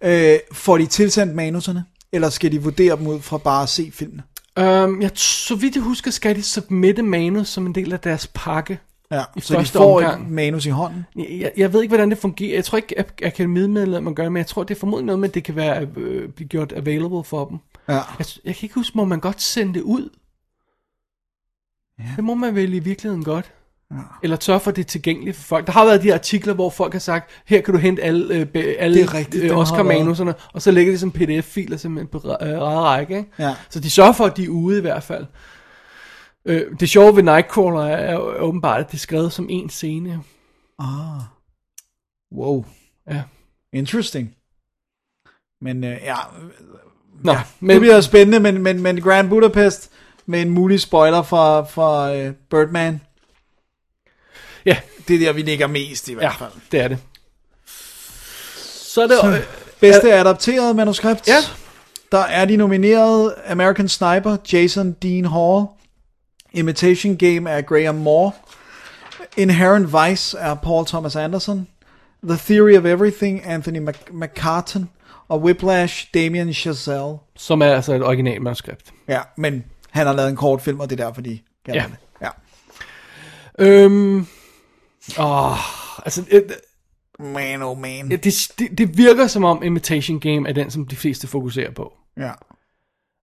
Speaker 3: Øh, får de tilsendt manuserne, eller skal de vurdere dem ud fra bare at se filmene?
Speaker 2: Øhm, jeg, så vidt jeg husker, skal de submitte manus som en del af deres pakke.
Speaker 3: Ja,
Speaker 2: i
Speaker 3: så de
Speaker 2: første
Speaker 3: får
Speaker 2: omgang.
Speaker 3: et manus i hånden.
Speaker 2: Jeg, jeg, jeg ved ikke, hvordan det fungerer. Jeg tror ikke, at akademimedlemmer gør det, men jeg tror, det er formodentlig noget med, at det kan være øh, blive gjort available for dem.
Speaker 3: Ja.
Speaker 2: Jeg, jeg kan ikke huske, må man godt sende det ud? Ja. Det må man vel i virkeligheden godt.
Speaker 3: Ja.
Speaker 2: Eller tør for det er tilgængeligt for folk. Der har været de her artikler, hvor folk har sagt, her kan du hente alle, øh, be-
Speaker 3: Det
Speaker 2: alle
Speaker 3: er rigtigt, dem
Speaker 2: øh,
Speaker 3: har
Speaker 2: Oscar-manuserne, og så ligger de som pdf-filer simpelthen på ra- øh, rette række. Ikke?
Speaker 3: Ja.
Speaker 2: Så de sørger for, at de er ude i hvert fald. Øh, det sjove ved Nightcrawler er jo åbenbart, at det er skrevet som en scene.
Speaker 3: Ah. Wow.
Speaker 2: Ja.
Speaker 3: Interesting. Men øh, ja,
Speaker 2: Nå,
Speaker 3: ja.
Speaker 2: men-
Speaker 3: Men... det bliver spændende, men, men, men Grand Budapest med en mulig spoiler fra, fra øh, Birdman.
Speaker 2: Ja.
Speaker 3: Det er der, vi ligger mest i hvert
Speaker 2: Ja,
Speaker 3: fald.
Speaker 2: det er det. Så er der... Øh,
Speaker 3: Bedste adapteret manuskript.
Speaker 2: Ja.
Speaker 3: Der er de nominerede American Sniper, Jason Dean Hall. Imitation Game er Graham Moore. Inherent Vice er Paul Thomas Anderson. The Theory of Everything, Anthony Mac- McCartan. Og Whiplash, Damien Chazelle.
Speaker 2: som er altså et originalt manuskript.
Speaker 3: Ja, men han har lavet en kort film, og det er derfor, de kalder
Speaker 2: Ja.
Speaker 3: det. Ja.
Speaker 2: Øhm... Åh, altså... Øh,
Speaker 3: Man, oh man.
Speaker 2: det, det, det virker som om Imitation Game er den, som de fleste fokuserer på.
Speaker 3: Ja.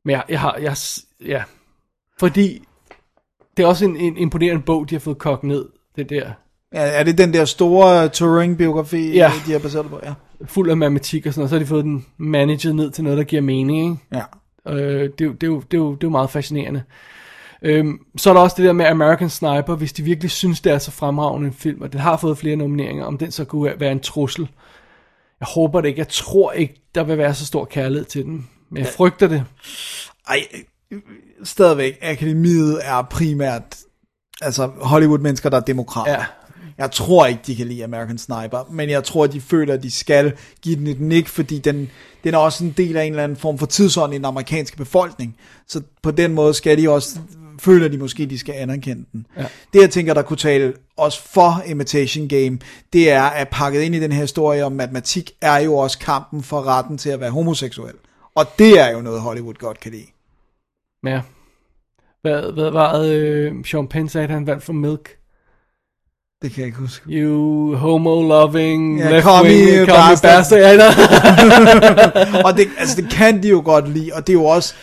Speaker 2: Men jeg, jeg har, jeg, s- ja. Fordi det er også en, en imponerende bog, de har fået kogt ned, det der.
Speaker 3: Er, er det den der store Turing-biografi,
Speaker 2: Ja.
Speaker 3: de har baseret det på? Ja.
Speaker 2: Fuld af matematik og sådan noget, så har de fået den managed ned til noget, der giver mening, ikke?
Speaker 3: Ja.
Speaker 2: Øh, det, er jo- det, er jo, det, er jo, det er jo meget fascinerende. Øhm, så er der også det der med American Sniper, hvis de virkelig synes, det er så fremragende en film, og den har fået flere nomineringer, om den så kunne være en trussel. Jeg håber det ikke. Jeg tror ikke, der vil være så stor kærlighed til den. Men jeg frygter det.
Speaker 3: Ej, øh, stadigvæk, akademiet er primært altså Hollywood-mennesker, der er demokrater.
Speaker 2: Ja.
Speaker 3: Jeg tror ikke, de kan lide American Sniper, men jeg tror, de føler, at de skal give den et nik, fordi den, den er også en del af en eller anden form for tidsånd i den amerikanske befolkning. Så på den måde skal de også, føler de måske, de skal anerkende den.
Speaker 2: Ja.
Speaker 3: Det, jeg tænker, der kunne tale også for Imitation Game, det er, at pakket ind i den her historie om matematik, er jo også kampen for retten til at være homoseksuel. Og det er jo noget, Hollywood godt kan lide.
Speaker 2: Ja. Hvad, hvad var det, øh, Sean Penn sagde, at han vandt for Milk?
Speaker 3: Det kan jeg ikke huske.
Speaker 2: You homo-loving,
Speaker 3: Ja,
Speaker 2: left-wing,
Speaker 3: commie
Speaker 2: commie bastard.
Speaker 3: bastard.
Speaker 2: Ja, der.
Speaker 3: og det, altså, det kan de jo godt lide, og det er jo også,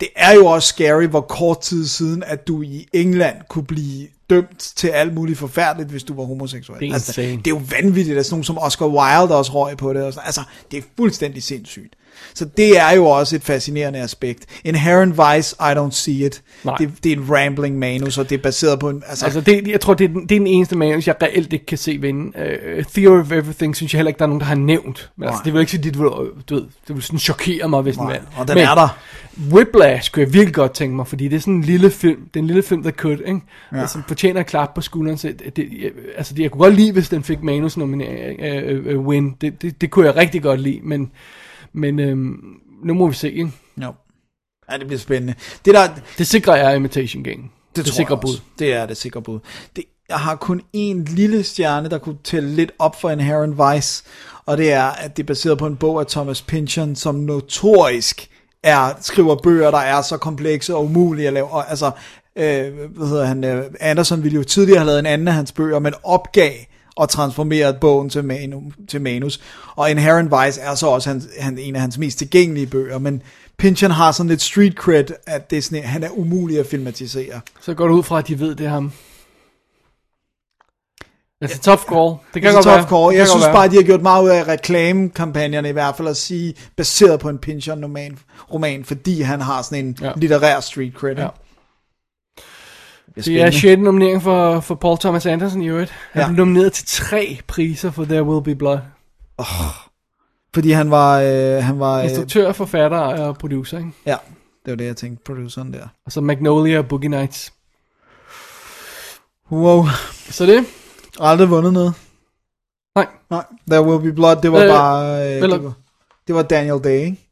Speaker 3: det er jo også scary, hvor kort tid siden, at du i England kunne blive dømt til alt muligt forfærdeligt, hvis du var homoseksuel.
Speaker 2: Det er
Speaker 3: altså,
Speaker 2: insane.
Speaker 3: det er jo vanvittigt, at sådan nogen som Oscar Wilde også røg på det. Og sådan. Altså, det er fuldstændig sindssygt. Så det er jo også et fascinerende aspekt. Inherent Vice, I don't see it.
Speaker 2: Nej.
Speaker 3: Det, det, er en rambling manus, og det er baseret på en... Altså,
Speaker 2: Altså, det, jeg tror, det er, den, det er den eneste manus, jeg reelt ikke kan se vinde. Uh, Theory of Everything synes jeg heller ikke, der er nogen, der har nævnt. Men altså,
Speaker 3: Nej.
Speaker 2: det vil ikke sige, det vil, du ved, det vil sådan chokere mig, hvis den
Speaker 3: Nej,
Speaker 2: vandt.
Speaker 3: og den
Speaker 2: Men
Speaker 3: er der.
Speaker 2: Whiplash kunne jeg virkelig godt tænke mig, fordi det er sådan en lille film. Det er en lille film, der could, ikke?
Speaker 3: Ja.
Speaker 2: Ja. Altså, fortjener at klappe på skulderen. Så det, jeg, altså, det, jeg kunne godt lide, hvis den fik manus nominering, øh, øh, win. Det, det, det, kunne jeg rigtig godt lide, men, men øhm, nu må vi se, ikke?
Speaker 3: Jo. Ja, det bliver spændende. Det, der,
Speaker 2: Det sikrer jeg Imitation Game.
Speaker 3: Det, det tror
Speaker 2: sikrer
Speaker 3: jeg også. Det er det sikre bud. Det Jeg har kun en lille stjerne, der kunne tælle lidt op for Inherent Vice, og det er, at det er baseret på en bog af Thomas Pynchon, som notorisk er, skriver bøger, der er så komplekse og umulige at lave. Og, altså, øh, hvad hedder han, øh, Anderson ville jo tidligere have lavet en anden af hans bøger, men opgav og transformerede bogen til, manu, til manus. Og Inherent Vice er så også hans, han, en af hans mest tilgængelige bøger, men Pynchon har sådan lidt street cred, at det er sådan, en- han er umulig at filmatisere.
Speaker 2: Så går du ud fra, at de ved, det er ham. Altså, tough call. Det kan
Speaker 3: It's a
Speaker 2: godt
Speaker 3: Ligesom tough
Speaker 2: være.
Speaker 3: call.
Speaker 2: Det
Speaker 3: Jeg
Speaker 2: kan
Speaker 3: synes
Speaker 2: godt
Speaker 3: bare,
Speaker 2: være.
Speaker 3: at de har gjort meget ud af reklamekampagnerne, i hvert fald at sige, baseret på en Pynchon roman, roman fordi han har sådan en ja. litterær street cred. Ja.
Speaker 2: Det er 6. nominering for, for Paul Thomas Anderson i øvrigt. Han
Speaker 3: Ja.
Speaker 2: ja. blev nomineret til tre priser for There Will Be Blood.
Speaker 3: Fordi han var... Øh, han var øh,
Speaker 2: Instruktør, forfatter og producer, ikke?
Speaker 3: ja, det var det, jeg tænkte. Produceren der.
Speaker 2: Og så Magnolia og Boogie Nights.
Speaker 3: Wow.
Speaker 2: Så det.
Speaker 3: Aldrig vundet noget.
Speaker 2: Nej.
Speaker 3: Nej, There Will Be Blood, det var
Speaker 2: Øh,
Speaker 3: øh, bare... Øh,
Speaker 2: eller-
Speaker 3: det, var, det var Daniel Day, ikke?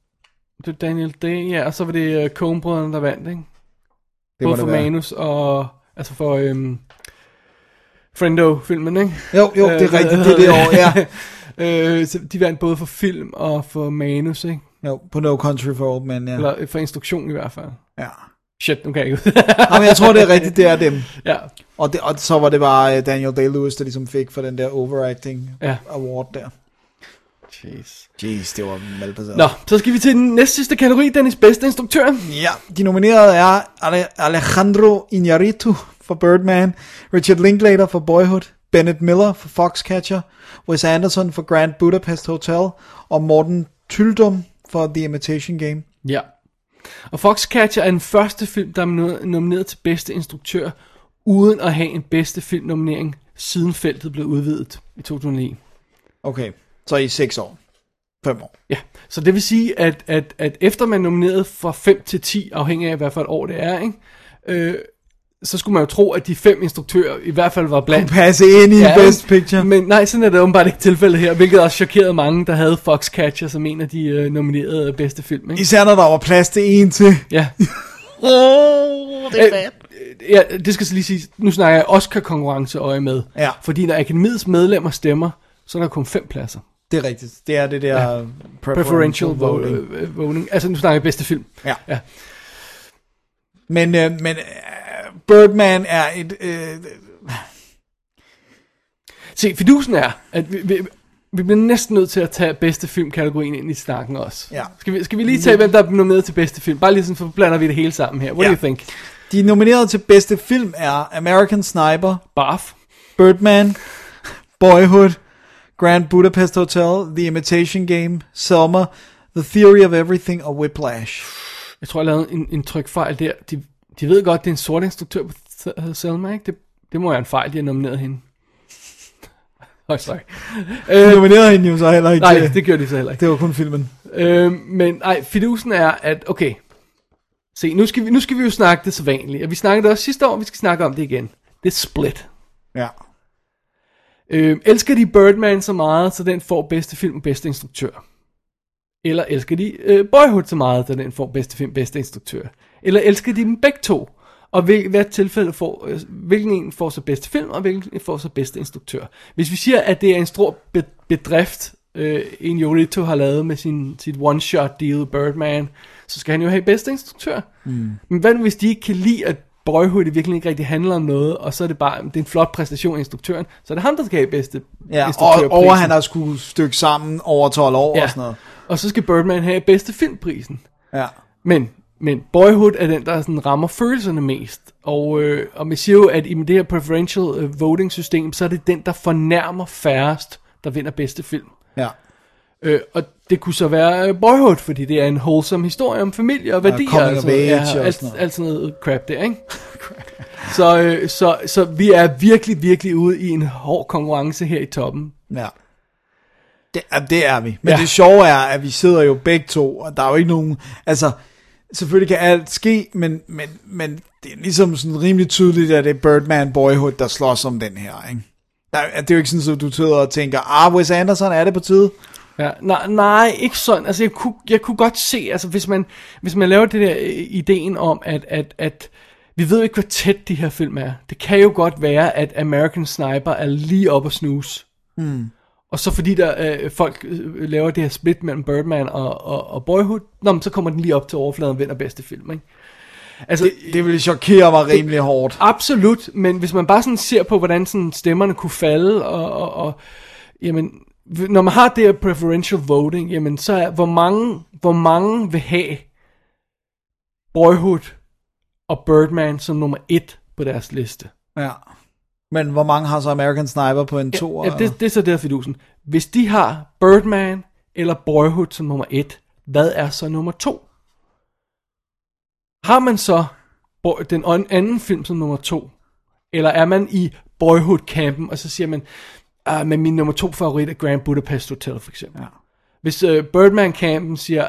Speaker 2: Det var Daniel Day, ja, og så var det uh, Coenbrødrene, der vandt, ikke?
Speaker 3: Det
Speaker 2: Både
Speaker 3: må det
Speaker 2: for
Speaker 3: være.
Speaker 2: manus og... Altså for... Øhm, Friendo-filmen, ikke?
Speaker 3: Jo, jo, det er
Speaker 2: Øh,
Speaker 3: rigtigt, det er det
Speaker 2: <laughs>
Speaker 3: år, ja.
Speaker 2: ja. øh, så de vandt både for film og for manus, ikke?
Speaker 3: Jo, på No Country for Old Men, ja.
Speaker 2: Eller øh, for instruktion i hvert fald.
Speaker 3: Ja.
Speaker 2: Shit, nu kan
Speaker 3: <laughs>
Speaker 2: jeg ikke
Speaker 3: Nej, men jeg tror, det er rigtigt, det er dem.
Speaker 2: Ja.
Speaker 3: Og, det, og så var det bare øh, Daniel Day-Lewis, der ligesom fik for den der overacting
Speaker 2: Ja.
Speaker 3: award der.
Speaker 2: Jeez.
Speaker 3: Jeez, det var malplaceret.
Speaker 2: Nå, så skal vi til den næste sidste kategori, Dennis bedste instruktør.
Speaker 3: Ja, de nominerede er Ale- Alejandro Iñárritu for Birdman, Richard Linklater for Boyhood, Bennett Miller for Foxcatcher, Wes Anderson for Grand Budapest Hotel og Morten Tyldum for The Imitation Game.
Speaker 2: Ja. Og Foxcatcher er den første film, der er no- nomineret til bedste instruktør, uden at have en bedste filmnominering, siden feltet blev udvidet i 2009.
Speaker 3: Okay, så i 6 år. 5 år.
Speaker 2: Ja, så det vil sige, at, at, at efter man nominerede fra 5 til 10, afhængig af hvad for et år det er, ikke? Øh, så skulle man jo tro, at de fem instruktører i hvert fald var blandt...
Speaker 3: Kunne passe ind i Best
Speaker 2: Picture. Men nej, sådan er det åbenbart ikke tilfældet her, hvilket også chokerede mange, der havde Foxcatcher som en af de øh, nominerede bedste film. Ikke?
Speaker 3: Især når der var plads til en til.
Speaker 2: Ja.
Speaker 1: Oh, det er bad.
Speaker 2: Øh, Ja, det skal så lige sige, nu snakker jeg Oscar-konkurrenceøje med.
Speaker 3: Ja.
Speaker 2: Fordi når akademiets medlemmer stemmer, så er der kun fem pladser.
Speaker 3: Det er rigtigt. Det er det der ja.
Speaker 2: Preferential, voting. voting. Altså nu snakker jeg bedste film.
Speaker 3: Ja. ja. Men, øh, men øh, Birdman er et... Øh,
Speaker 2: Se, fidusen er, at vi, vi, vi bliver næsten nødt til at tage bedste filmkategorien ind i snakken også.
Speaker 3: Ja. Mm.
Speaker 2: Skal, vi, skal vi lige tage, hvem der er nomineret til bedste film? Bare lige sådan, for blander vi det hele sammen her. What
Speaker 3: Ja.
Speaker 2: do you think?
Speaker 3: de nominerede til bedste film er American Sniper,
Speaker 2: Barf,
Speaker 3: Birdman, Boyhood, Grand Budapest Hotel, The Imitation Game, Selma, The Theory of Everything og Whiplash.
Speaker 2: Jeg tror, jeg lavede en, en trykfejl der. De, de ved godt, det er en sort instruktør på Th- Selma, ikke? Det, det må være en fejl, de har nomineret hende. <laughs> Åh, oh, sorry.
Speaker 3: De nominerede hende jo så heller ikke.
Speaker 2: Nej, det gjorde de så heller ikke.
Speaker 3: Øh, Det var kun filmen.
Speaker 2: Øh, men nej, fidusen er, at okay, se, nu skal, vi, nu skal vi jo snakke det så vanligt, og vi snakkede det også sidste år, vi skal snakke om det igen. Det er Split.
Speaker 3: Ja.
Speaker 2: Øh, elsker de Birdman så meget, så den får bedste film og bedste instruktør? Eller elsker de øh, Boyhood så meget, så den får bedste film og bedste instruktør? Eller elsker de dem begge to? Og hvil, hvad tilfælde får, øh, hvilken en får så bedste film, og hvilken en får så bedste instruktør? Hvis vi siger, at det er en stor be- bedrift, øh, en Jolito har lavet med sin, sit one-shot deal Birdman, så skal han jo have bedste instruktør.
Speaker 1: Mm.
Speaker 2: Men hvad nu, hvis de ikke kan lide, at Boyhood det virkelig ikke rigtig handler om noget, og så er det bare, det er en flot præstation af instruktøren, så er det ham, der skal have bedste
Speaker 3: Ja,
Speaker 2: instruktørprisen.
Speaker 3: og over han har skulle stykke sammen over 12 år ja. og sådan noget.
Speaker 2: Og så skal Birdman have bedste filmprisen.
Speaker 3: Ja.
Speaker 2: Men, men Boyhood er den, der sådan rammer følelserne mest. Og, øh, og man siger jo, at i det her preferential øh, voting system, så er det den, der fornærmer færrest, der vinder bedste film.
Speaker 3: Ja.
Speaker 2: Øh, og det kunne så være øh, Boyhood, fordi det er en wholesome historie om familie og værdier.
Speaker 3: coming of
Speaker 2: noget.
Speaker 3: age og
Speaker 2: alt,
Speaker 3: sådan noget.
Speaker 2: alt sådan noget crap der, ikke? <laughs> så, øh, så, så vi er virkelig, virkelig ude i en hård konkurrence her i toppen.
Speaker 3: Ja. Det er, det er vi. Men ja.
Speaker 2: Ja.
Speaker 3: det sjove er, at vi sidder jo begge to, og der er jo ikke nogen... Altså, selvfølgelig kan alt ske, men, men, men det er ligesom sådan rimelig tydeligt, at det er Birdman Boyhood, der slås om den her, ikke? Der, er- det er jo ikke sådan, at du sidder og tænker, ah, Wes Anderson, er det på tide?
Speaker 2: Ja, nej, nej, ikke sådan. Altså, jeg kunne, jeg kunne godt se, altså, hvis man, hvis man laver det der øh, ideen om, at, at, at Vi ved jo ikke, hvor tæt de her film er. Det kan jo godt være, at American Sniper er lige op at snuse.
Speaker 3: Mm.
Speaker 2: Og så fordi der øh, folk øh, laver det her split mellem Birdman og, og, og Boyhood, nå, men så kommer den lige op til overfladen og vinder bedste film, ikke? Altså, det,
Speaker 3: det ville chokere mig rimelig hårdt.
Speaker 2: Absolut, men hvis man bare sådan ser på, hvordan sådan stemmerne kunne falde, og, og, og jamen, når man har det her preferential voting, jamen så er, hvor mange, hvor mange vil have Boyhood og Birdman som nummer et på deres liste?
Speaker 3: Ja. Men hvor mange har så American Sniper på en to?
Speaker 2: Ja, det, det er så der fidusen. Hvis de har Birdman eller Boyhood som nummer et, hvad er så nummer to? Har man så Boy- den on- anden film som nummer to? Eller er man i Boyhood-campen, og så siger man, ah, men min nummer to favorit er Grand Budapest Hotel, for eksempel. Ja. Hvis øh, Birdman-campen siger,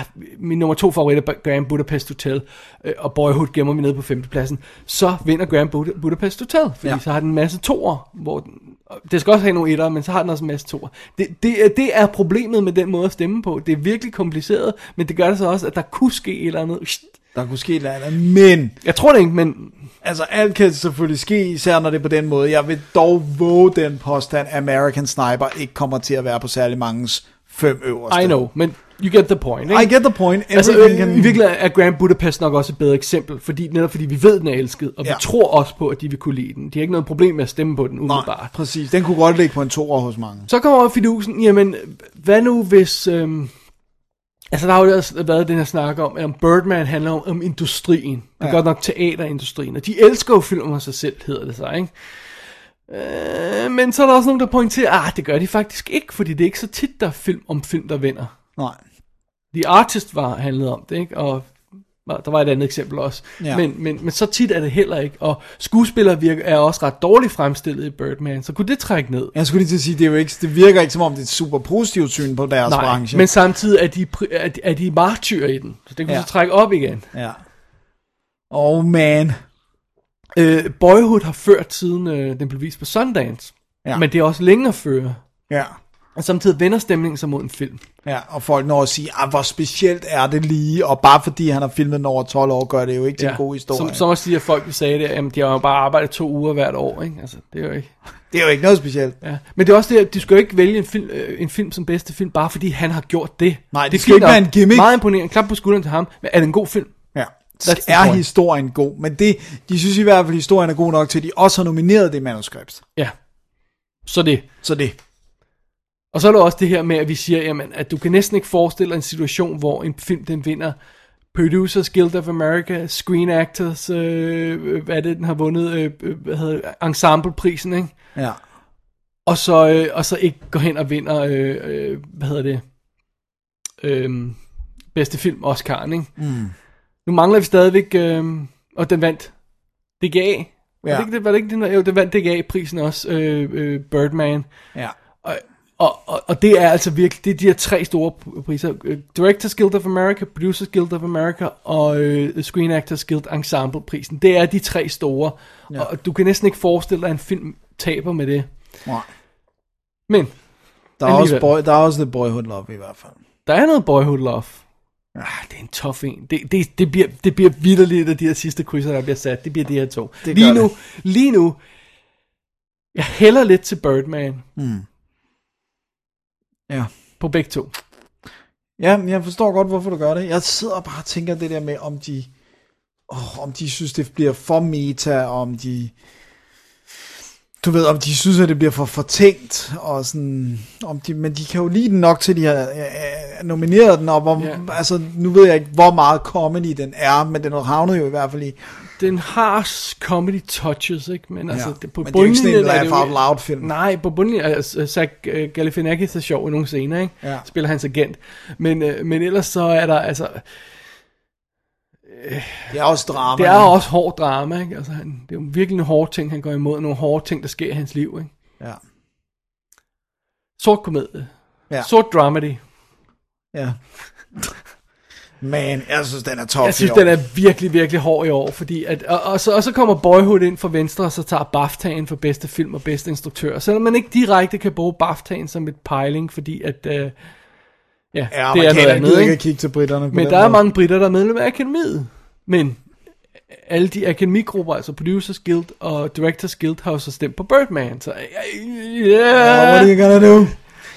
Speaker 2: ah, min nummer to favorit er Grand Budapest Hotel, øh, og Boyhood gemmer mig nede på femtepladsen, så vinder Grand Bud- Budapest Hotel, fordi
Speaker 3: Ja.
Speaker 2: ja. så har den en masse toer, hvor den, og det skal også have nogle etter, men så har den også en masse toer. Det, det, er- det er problemet med den måde at stemme på. Det er virkelig kompliceret, men det gør det så også, at der kunne ske et eller andet.
Speaker 3: Der kunne ske et eller andet, men...
Speaker 2: Jeg tror det ikke, men...
Speaker 3: Altså, alt kan selvfølgelig ske, især når det er på den måde. Jeg vil dog våge den påstand, at American Sniper ikke kommer til at være på særlig mangens fem øverste.
Speaker 2: I know, men you get the point, ikke?
Speaker 3: I get the point.
Speaker 2: Altså,
Speaker 3: Everything
Speaker 2: øh,
Speaker 3: can-
Speaker 2: i virkeligheden er Grand Budapest nok også et bedre eksempel, fordi, netop fordi vi ved, den er elsket, og ja. vi tror også på, at de vil kunne lide den. De har ikke noget problem med at stemme på den umiddelbart. Nej,
Speaker 3: præcis. Den kunne godt ligge på en toer hos mange.
Speaker 2: Så kommer fidusen, jamen, hvad nu hvis... Øhm, altså, der har jo også været den her snak om, at om Birdman handler om, om industrien. Det
Speaker 3: Ja.
Speaker 2: er ja. godt nok teaterindustrien, og de elsker jo film om sig selv, hedder det sig, ikke? Øh, men så er der også nogen, der pointerer, at det gør de faktisk ikke, fordi det er ikke så tit, der er film om film, der vinder.
Speaker 3: Nej.
Speaker 2: The Artist var handlet om det, ikke? Og var- der var et andet eksempel også.
Speaker 3: Ja.
Speaker 2: Ja. Men, men, men så tit er det heller ikke. Og skuespillere virker, er også ret dårligt fremstillet i Birdman, så kunne det trække ned.
Speaker 3: Jeg skulle lige til at sige, det, er jo ikke, det virker ikke som om, det er et super positivt syn på deres
Speaker 2: Nej,
Speaker 3: branche.
Speaker 2: men samtidig er de, pri- er, de- er de martyrer i den, så det kunne
Speaker 3: Ja.
Speaker 2: ja. så trække op igen.
Speaker 3: Ja. Oh man.
Speaker 2: Øh, Boyhood har ført siden øh, den blev vist på Sundance,
Speaker 3: Ja.
Speaker 2: ja. men det er også længe at føre.
Speaker 3: Ja.
Speaker 2: Og samtidig vender stemningen sig mod en film.
Speaker 3: Ja, og folk når at sige, "Ah, hvor specielt er det lige, og bare fordi han har filmet den over 12 år, gør det jo ikke til en god historie.
Speaker 2: Som, som også de her folk, vi sagde det, jamen de har jo bare arbejdet to uger hvert år, ikke? Altså, det er jo ikke...
Speaker 3: Det er jo ikke noget specielt.
Speaker 2: Ja. Men det er også det, at de skal jo ikke vælge en film, øh, en film som bedste film, bare fordi han har gjort det.
Speaker 3: Nej,
Speaker 2: det,
Speaker 3: det
Speaker 2: er
Speaker 3: skal
Speaker 2: fint
Speaker 3: ikke være
Speaker 2: nok.
Speaker 3: en gimmick.
Speaker 2: Meget imponerende. Klap på skulderen til ham. Men er det en god film?
Speaker 3: Ja.
Speaker 2: That's the
Speaker 3: er
Speaker 2: point.
Speaker 3: historien god, men det, de synes i hvert fald, at historien er god nok til, at de også har nomineret det manuskript.
Speaker 2: Ja. Så det.
Speaker 3: Så det.
Speaker 2: Og så er der også det her med, at vi siger, jamen, at du kan næsten ikke forestille dig en situation, hvor en film den vinder Producers Guild of America, Screen Actors, øh, øh, hvad er det, den har vundet, øh, øh, hvad hedder det, Ensemble-prisen, ikke?
Speaker 3: Ja.
Speaker 2: Og så, øh, og så ikke går hen og vinder, øh, øh, hvad hedder det, øh, bedste film, Oscar'en, ikke?
Speaker 3: Mm.
Speaker 2: Nu mangler vi stadigvæk, øh, og den vandt DGA. Ja. Var
Speaker 3: Ja.
Speaker 2: det ikke det, var det ikke det, jo, den vandt DGA-prisen også, øh, øh, Birdman.
Speaker 3: Ja.
Speaker 2: Og, og, og, og det er altså virkelig, det er de her tre store pr- priser. Øh, Directors Guild of America, Producers Guild of America og øh, Screen Actors Guild Ensemble-prisen. Det er de tre store,
Speaker 3: Ja.
Speaker 2: ja. og du kan næsten ikke forestille dig, at en film taber med det.
Speaker 3: Nej.
Speaker 2: Men,
Speaker 3: Der er, også
Speaker 2: alligevel.
Speaker 3: boy, der er også lidt boyhood love i hvert fald.
Speaker 2: Der er noget boyhood love. Ah, det er en tough en. Det, det, det bliver, det bliver vidderligt af de her sidste krydser, der bliver sat. Det bliver de her to.
Speaker 3: Det
Speaker 2: lige,
Speaker 3: gør
Speaker 2: nu,
Speaker 3: det.
Speaker 2: lige nu, jeg hælder lidt til Birdman
Speaker 3: Mm. Ja.
Speaker 2: på begge to.
Speaker 3: Ja, men jeg forstår godt, hvorfor du gør det. Jeg sidder og bare og tænker det der med, om de, oh, om de synes, det bliver for meta, og om de... Du ved, om de synes, at det bliver for fortænkt, og sådan, om de, men de kan jo lide den nok til, de har øh, nomineret den, og hvor, yeah. altså, nu ved jeg ikke, hvor meget comedy den er, men den havnede jo i hvert fald i.
Speaker 2: Den har s- comedy touches, ikke? Men altså,
Speaker 3: Ja.
Speaker 2: det, på
Speaker 3: Men det er jo ikke sådan en
Speaker 2: bundlinjen
Speaker 3: laugh out loud film.
Speaker 2: Nej, på bundlinjen, altså, Zach øh, Galifianakis er sjov i nogle scener, ikke?
Speaker 3: Ja.
Speaker 2: Spiller hans agent. Men, øh, men ellers så er der, altså,
Speaker 3: Det er også drama.
Speaker 2: det er
Speaker 3: ikke?
Speaker 2: også hård drama, ikke? Altså, han, det er jo virkelig en hård ting, han går imod. Nogle hårde ting, der sker i hans liv, ikke?
Speaker 3: Ja.
Speaker 2: Sort komedie.
Speaker 3: Ja.
Speaker 2: Sort dramedy.
Speaker 3: Ja. Man, jeg synes, den er top
Speaker 2: Jeg synes,
Speaker 3: i år.
Speaker 2: den er virkelig, virkelig hård i år, fordi at, og, og, så, og så kommer Boyhood ind fra venstre, og så tager BAFTA'en for bedste film og bedste instruktør. Selvom man ikke direkte kan bruge BAFTA'en som et pejling, fordi at, øh, ja, ja, det er noget
Speaker 3: amerikanerne gider
Speaker 2: andet,
Speaker 3: ikke at
Speaker 2: ikke?
Speaker 3: kigge til britterne på
Speaker 2: Men
Speaker 3: den
Speaker 2: der er
Speaker 3: måde.
Speaker 2: mange britter, der er medlem af akademiet. Men alle de akademigrupper, altså Producers Guild og Directors Guild, har jo så stemt på Birdman. Så, øh, yeah.
Speaker 3: what are you gonna do?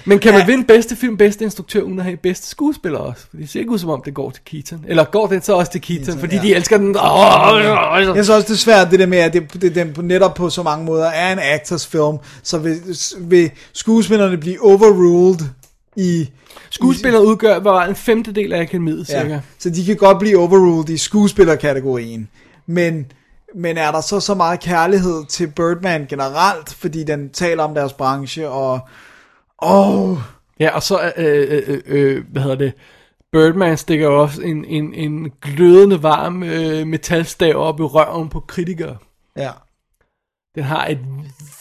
Speaker 2: Men kan man vinde bedste film, bedste instruktør, uden at have bedste skuespiller også? For det ser ikke ud som om, det går til Keaton. Eller går den så også til Keaton, fordi
Speaker 3: ja.
Speaker 2: de elsker den. Åh, åh, åh, åh.
Speaker 3: Jeg synes også, det er svært det der med, at det, det, den på- netop på så mange måder er en actors film, så vil, vil skuespillerne blive overruled i...
Speaker 2: Skuespillere udgør bare en femtedel af akademiet, cirka.
Speaker 3: Så de kan godt blive overruled i skuespillerkategorien. Men, men er der så så meget kærlighed til Birdman generelt, fordi den taler om deres branche, og... Åh...
Speaker 2: Ja, og så, øh, øh, øh, øh, hvad hedder det, Birdman stikker jo også en, en, en glødende varm øh, metalstav op i røven på kritikere.
Speaker 3: Ja.
Speaker 2: Den har et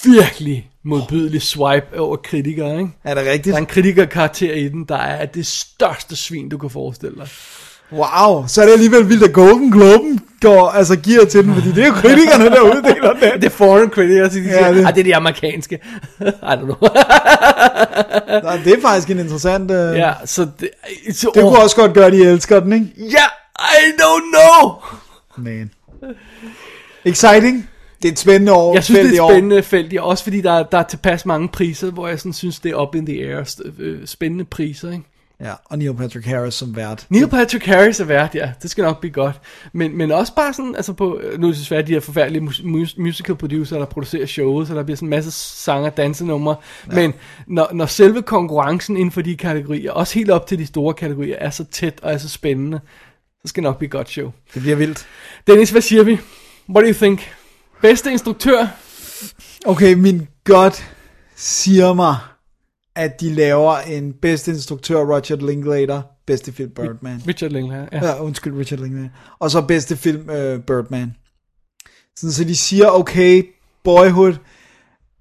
Speaker 2: virkelig modbydeligt swipe over kritikere, ikke?
Speaker 3: Er det rigtigt?
Speaker 2: Der er en kritikerkarakter i den, der er det største svin, du kan forestille dig.
Speaker 3: Wow, så er det alligevel vildt, at Golden Globen går, altså giver til den, fordi det er jo kritikerne, der uddeler den.
Speaker 2: Det er foreign critics, de siger, ja, det... Ah, det er de amerikanske. <laughs> I don't know.
Speaker 3: Nej, <laughs> det er faktisk en interessant... Øh...
Speaker 2: ja, så det... Så, oh,
Speaker 3: Det kunne også godt gøre, at de elsker den, ikke?
Speaker 2: Ja, I don't know!
Speaker 3: Man. Exciting. Det er et spændende år.
Speaker 2: Jeg synes, det er et
Speaker 3: år.
Speaker 2: spændende felt, ja, også fordi der, er- der er tilpas mange priser, hvor jeg sådan synes, det er up in the air, st- øh, spændende priser, ikke?
Speaker 3: Ja, og Neil Patrick Harris som vært.
Speaker 2: Neil Patrick Harris er vært, ja, det skal nok blive godt. Men, men også bare sådan, altså på, nu er det svært, de her forfærdelige mus- mus- musical producer, der producerer showet, så der bliver sådan en masse sanger og dansenumre. Ja. Men når, når selve konkurrencen inden for de kategorier, også helt op til de store kategorier, er så tæt og er så spændende, så skal det nok blive et godt show.
Speaker 3: Det bliver vildt.
Speaker 2: Dennis, hvad siger vi? What do you think? Bedste instruktør?
Speaker 3: Okay, min godt siger mig, at de laver en bedste instruktør, Roger Linklater, bedste film Birdman.
Speaker 2: Richard Linklater, ja.
Speaker 3: Ja. ja, undskyld, Richard Linklater. Og så bedste film øh, Birdman. Sådan, så de siger, okay, Boyhood,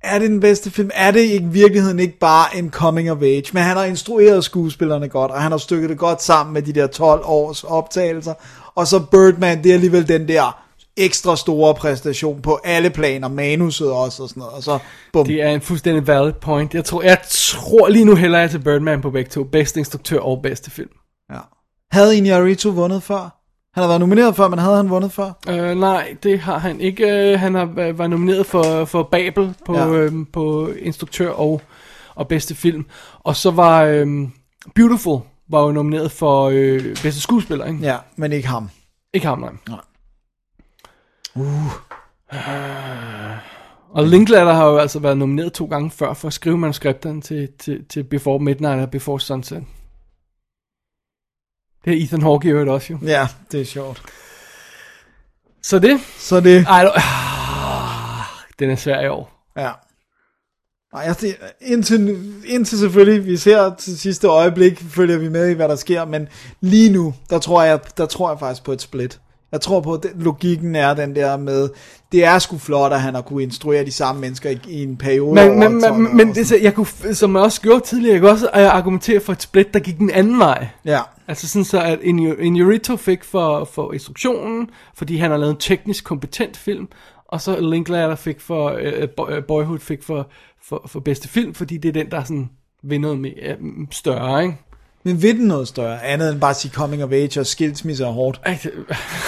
Speaker 3: er det den bedste film? Er det i virkeligheden ikke bare en coming of age? Men han har instrueret skuespillerne godt, og han har stykket det godt sammen med de der 12 års optagelser. Og så Birdman, det er alligevel den der ekstra store præstation på alle planer, manuset også og sådan noget. Og så, bum.
Speaker 2: Det er en fuldstændig valid point. Jeg tror, jeg tror lige nu heller jeg til Birdman på begge to. Bedste instruktør og bedste film.
Speaker 3: Ja. Havde Iñárritu vundet før? Han har været nomineret før, men havde han vundet før?
Speaker 2: Øh, nej, det har han ikke. Øh, Han har, va- var nomineret for, for Babel på, ja.
Speaker 3: Ja.
Speaker 2: øhm, på instruktør og, og bedste film. Og så var øhm, Beautiful var jo nomineret for øh, bedste skuespiller, ikke?
Speaker 3: Ja, men ikke ham.
Speaker 2: Ikke ham, nej. Uh.
Speaker 3: Nej.
Speaker 2: Og Linklater har jo altså været nomineret to gange før for at skrive manuskripterne til, til, til Before Midnight og Before Sunset. Det er Ethan Hawke i øvrigt også jo.
Speaker 3: Ja, det er sjovt.
Speaker 2: Så det.
Speaker 3: Så det.
Speaker 2: Ej, du... Ah, Den er svær i år.
Speaker 3: Ja. Nej, altså, det- indtil, nu- indtil selvfølgelig, vi ser til sidste øjeblik, følger vi med i, hvad der sker, men lige nu, der tror jeg, der tror jeg faktisk på et split. Jeg tror på, at den, logikken er den der med, det er sgu flot, at han har kunne instruere de samme mennesker i, i en periode.
Speaker 2: Men,
Speaker 3: over
Speaker 2: men,
Speaker 3: 12 år.
Speaker 2: men, men det, så jeg kunne, f- som jeg også gjorde tidligere, jeg kunne også øh, argumentere for et split, der gik den anden vej.
Speaker 3: Ja.
Speaker 2: Altså sådan så, at Inurito fik for, for instruktionen, fordi han har lavet en teknisk kompetent film, og så Linklater fik for, øh, Bo- øh, Boyhood fik for, for, for bedste film, fordi det er den, der sådan vinder noget mere, øh, større, ikke?
Speaker 3: Men vil den noget større, andet end bare at sige coming of age og skilsmisse er hårdt?
Speaker 2: Ej, det-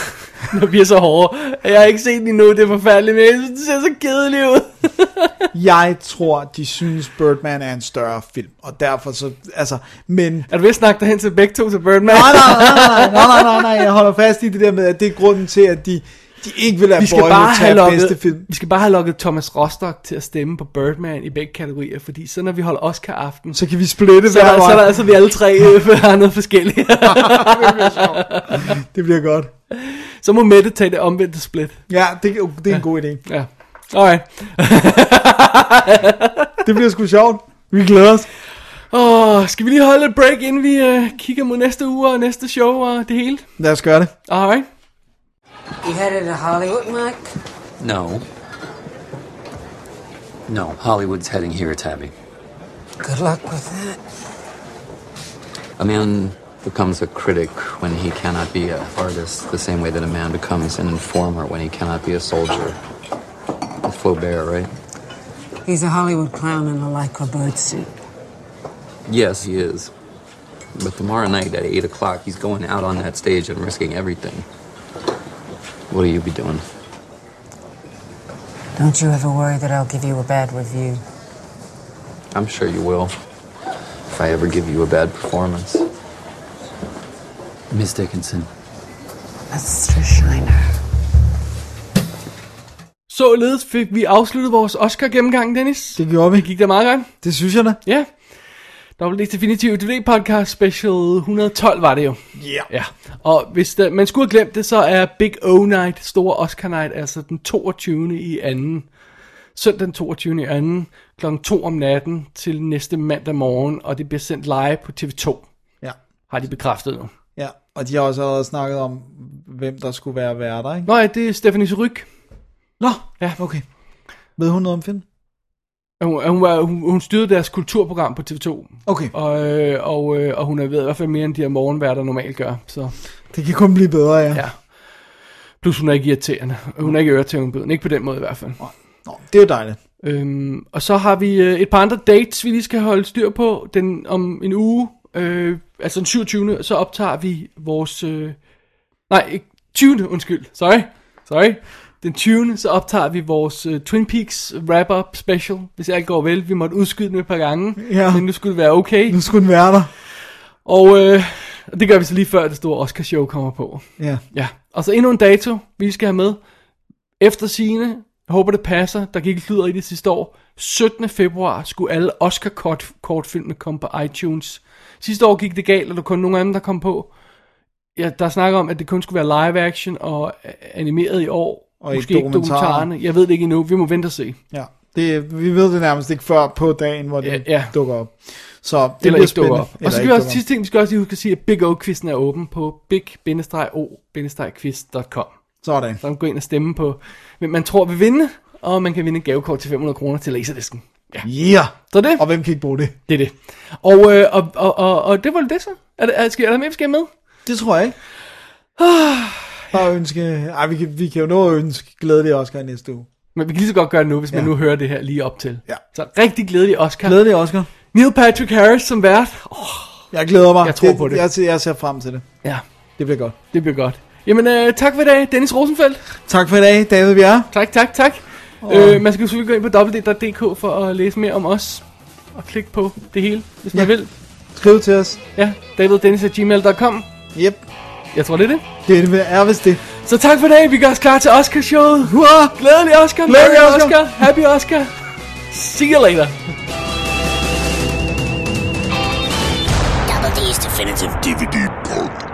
Speaker 2: <laughs> Nu bliver jeg så hård. Jeg har ikke set den endnu, det er forfærdeligt, men jeg synes, det ser så kedeligt ud.
Speaker 3: Jeg tror, de synes, Birdman er en større film, og derfor så, altså, men...
Speaker 2: Er du ved at snakke dig hen til begge to til Birdman?
Speaker 3: Nej, nej, nej, nej, nej, nej, nej, nej, jeg holder fast i det der med, at det er grunden til, at de, de ikke vil lade
Speaker 2: vi skal,
Speaker 3: Boyhood
Speaker 2: bare
Speaker 3: tage
Speaker 2: have
Speaker 3: bedste film.
Speaker 2: lukket, vi skal bare have lukket Thomas Rostock til at stemme på Birdman i begge kategorier, fordi så når vi holder Oscar-aften,
Speaker 3: så kan vi splitte
Speaker 2: så,
Speaker 3: hver
Speaker 2: der, så
Speaker 3: vej.
Speaker 2: er der altså vi alle tre øh, <laughs> har noget forskelligt.
Speaker 3: det bliver godt.
Speaker 2: så må Mette tage det omvendte split.
Speaker 3: Ja, det, det er en god idé.
Speaker 2: Ja. Alright.
Speaker 3: Det bliver sgu sjovt. Vi glæder os.
Speaker 2: Åh, skal vi lige holde et break, inden vi øh, kigger mod næste uge og næste show og det hele?
Speaker 3: Lad os gøre det.
Speaker 2: Alright.
Speaker 16: You headed to Hollywood, Mike?
Speaker 17: No. No, Hollywood's heading here, Tabby.
Speaker 16: Good luck with that.
Speaker 17: A man becomes a critic when he cannot be an artist, the same way that a man becomes an informer when he cannot be a soldier. It's Flaubert, right?
Speaker 16: He's a Hollywood clown in a lycra bird suit.
Speaker 17: Yes, he is. But tomorrow night at 8 o'clock, he's going out on that stage and risking everything. What'll you be doing?
Speaker 16: Don't you ever worry that I'll give you a bad review.
Speaker 17: I'm sure you will. If I ever give you a bad performance. Miss Dickinson.
Speaker 16: Mr. Shiner.
Speaker 2: Således fik vi afsluttet vores Oscar-gennemgang, Dennis.
Speaker 3: Det gjorde vi. Det
Speaker 2: gik da meget godt.
Speaker 3: Det synes jeg da.
Speaker 2: Ja. Dobbelt Definitive DVD Podcast Special 112 var det jo.
Speaker 3: Ja.
Speaker 2: Ja. Og hvis der, man skulle have glemt det, så er Big O Night, store Oscar Night, altså den 22. i anden. Søndag den 22. i anden, kl. 2 om natten til næste mandag morgen, og det bliver sendt live på TV2.
Speaker 3: Ja.
Speaker 2: Har de bekræftet nu.
Speaker 3: Ja, og de har også allerede snakket om, hvem der skulle være værter, ikke?
Speaker 2: Nå ja, det er Stephanie Suryk.
Speaker 3: Nå,
Speaker 2: ja.
Speaker 3: okay. Ved hun noget om film?
Speaker 2: Ja, Hun, hun, var, hun, hun styrede deres kulturprogram på TV2.
Speaker 3: Okay.
Speaker 2: Og, øh, og, øh, og hun er ved i hvert fald mere, end de her morgenværter normalt gør. Så.
Speaker 3: Det kan kun blive bedre, ja.
Speaker 2: ja. Plus hun er ikke irriterende. Hun er ikke øretævnbøden. Ikke på den måde i hvert fald.
Speaker 3: Nå, det er jo dejligt.
Speaker 2: Øhm, og så har vi øh, et par andre dates, vi lige skal holde styr på. Den, om en uge, øh, altså den 27. så optager vi vores... Øh, nej, ikke, 20. undskyld. Sorry. Sorry. Den 20. så optager vi vores øh, Twin Peaks wrap-up special. Hvis alt går vel, vi måtte udskyde den et par gange.
Speaker 3: Ja.
Speaker 2: Men nu skulle det være okay.
Speaker 3: Nu skulle den være der.
Speaker 2: Og øh, og det gør vi så lige før det store Oscar-show kommer på.
Speaker 3: Ja.
Speaker 2: Ja, og så endnu en dato, vi skal have med. Efter sine, jeg håber det passer, der gik sludder i det sidste år. 17. februar skulle alle Oscar-kortfilmene komme på iTunes. Sidste år gik det galt, og der var kun nogle af dem, der kom på. Ja, der snakker om, at det kun skulle være live action og øh, animeret i år.
Speaker 3: Og ikke
Speaker 2: Måske ikke
Speaker 3: dokumentarer.
Speaker 2: dokumentarerne. Jeg ved det ikke endnu, vi må vente og se.
Speaker 3: Ja. Det, vi ved det nærmest ikke før på dagen, hvor det ja,
Speaker 2: ja.
Speaker 3: dukker op. Så det
Speaker 2: Eller
Speaker 3: bliver
Speaker 2: ikke dukker
Speaker 3: spændende.
Speaker 2: op. Og så skal vi
Speaker 3: ikke
Speaker 2: også,
Speaker 3: dukker op.
Speaker 2: sidste ting, vi skal også lige huske at sige, at Big O-quizzen er åben på big-o-quiz.com.
Speaker 3: Sådan.
Speaker 2: Så man kan gå ind og stemme på, hvem man tror vil vinde, og man kan vinde et gavekort til 500 kroner til laserdisken. Ja.
Speaker 3: Yeah.
Speaker 2: Så det.
Speaker 3: Og hvem kan ikke bruge det?
Speaker 2: Det er det. Og, øh, og, og, og, og det var det så. Er, det, er, skal, er der mere, vi skal have med?
Speaker 3: Det tror
Speaker 2: <sighs>
Speaker 3: jeg ikke. Bare ønske... Ej, vi kan, vi kan jo nå at ønske glædelig Oscar i næste uge.
Speaker 2: Men vi kan lige så godt gøre det nu, hvis man
Speaker 3: Ja.
Speaker 2: nu hører det her lige op til.
Speaker 3: Ja.
Speaker 2: Så rigtig glædelig Oscar.
Speaker 3: Glædelig Oscar.
Speaker 2: Neil Patrick Harris som vært. Oh,
Speaker 3: Jeg glæder mig.
Speaker 2: Jeg tror
Speaker 3: det,
Speaker 2: på det.
Speaker 3: Jeg, ser- jeg ser frem til det.
Speaker 2: Ja,
Speaker 3: Det bliver godt.
Speaker 2: det bliver godt. Jamen, øh, tak for i dag, Dennis Rosenfeldt.
Speaker 3: Tak for i dag, David Bjerre.
Speaker 2: Tak, tak, tak.
Speaker 3: Og-
Speaker 2: Øh, man skal jo selvfølgelig gå ind på www.dk for at læse mere om os. Og klikke på det hele, hvis man
Speaker 3: Ja.
Speaker 2: vil.
Speaker 3: Skriv til os.
Speaker 2: Ja, daviddennis.gmail.com
Speaker 3: Yep.
Speaker 2: Jeg tror, det er det.
Speaker 3: Det er- er vist det.
Speaker 2: Så tak for i dag. Vi gør os klar til Oscarshowet. Hurra! Glædelig Oscar!
Speaker 3: Glædelig
Speaker 2: Merry
Speaker 3: Oscar.
Speaker 2: Happy Oscar! See you later!
Speaker 18: Double D's Definitive DVD Podcast.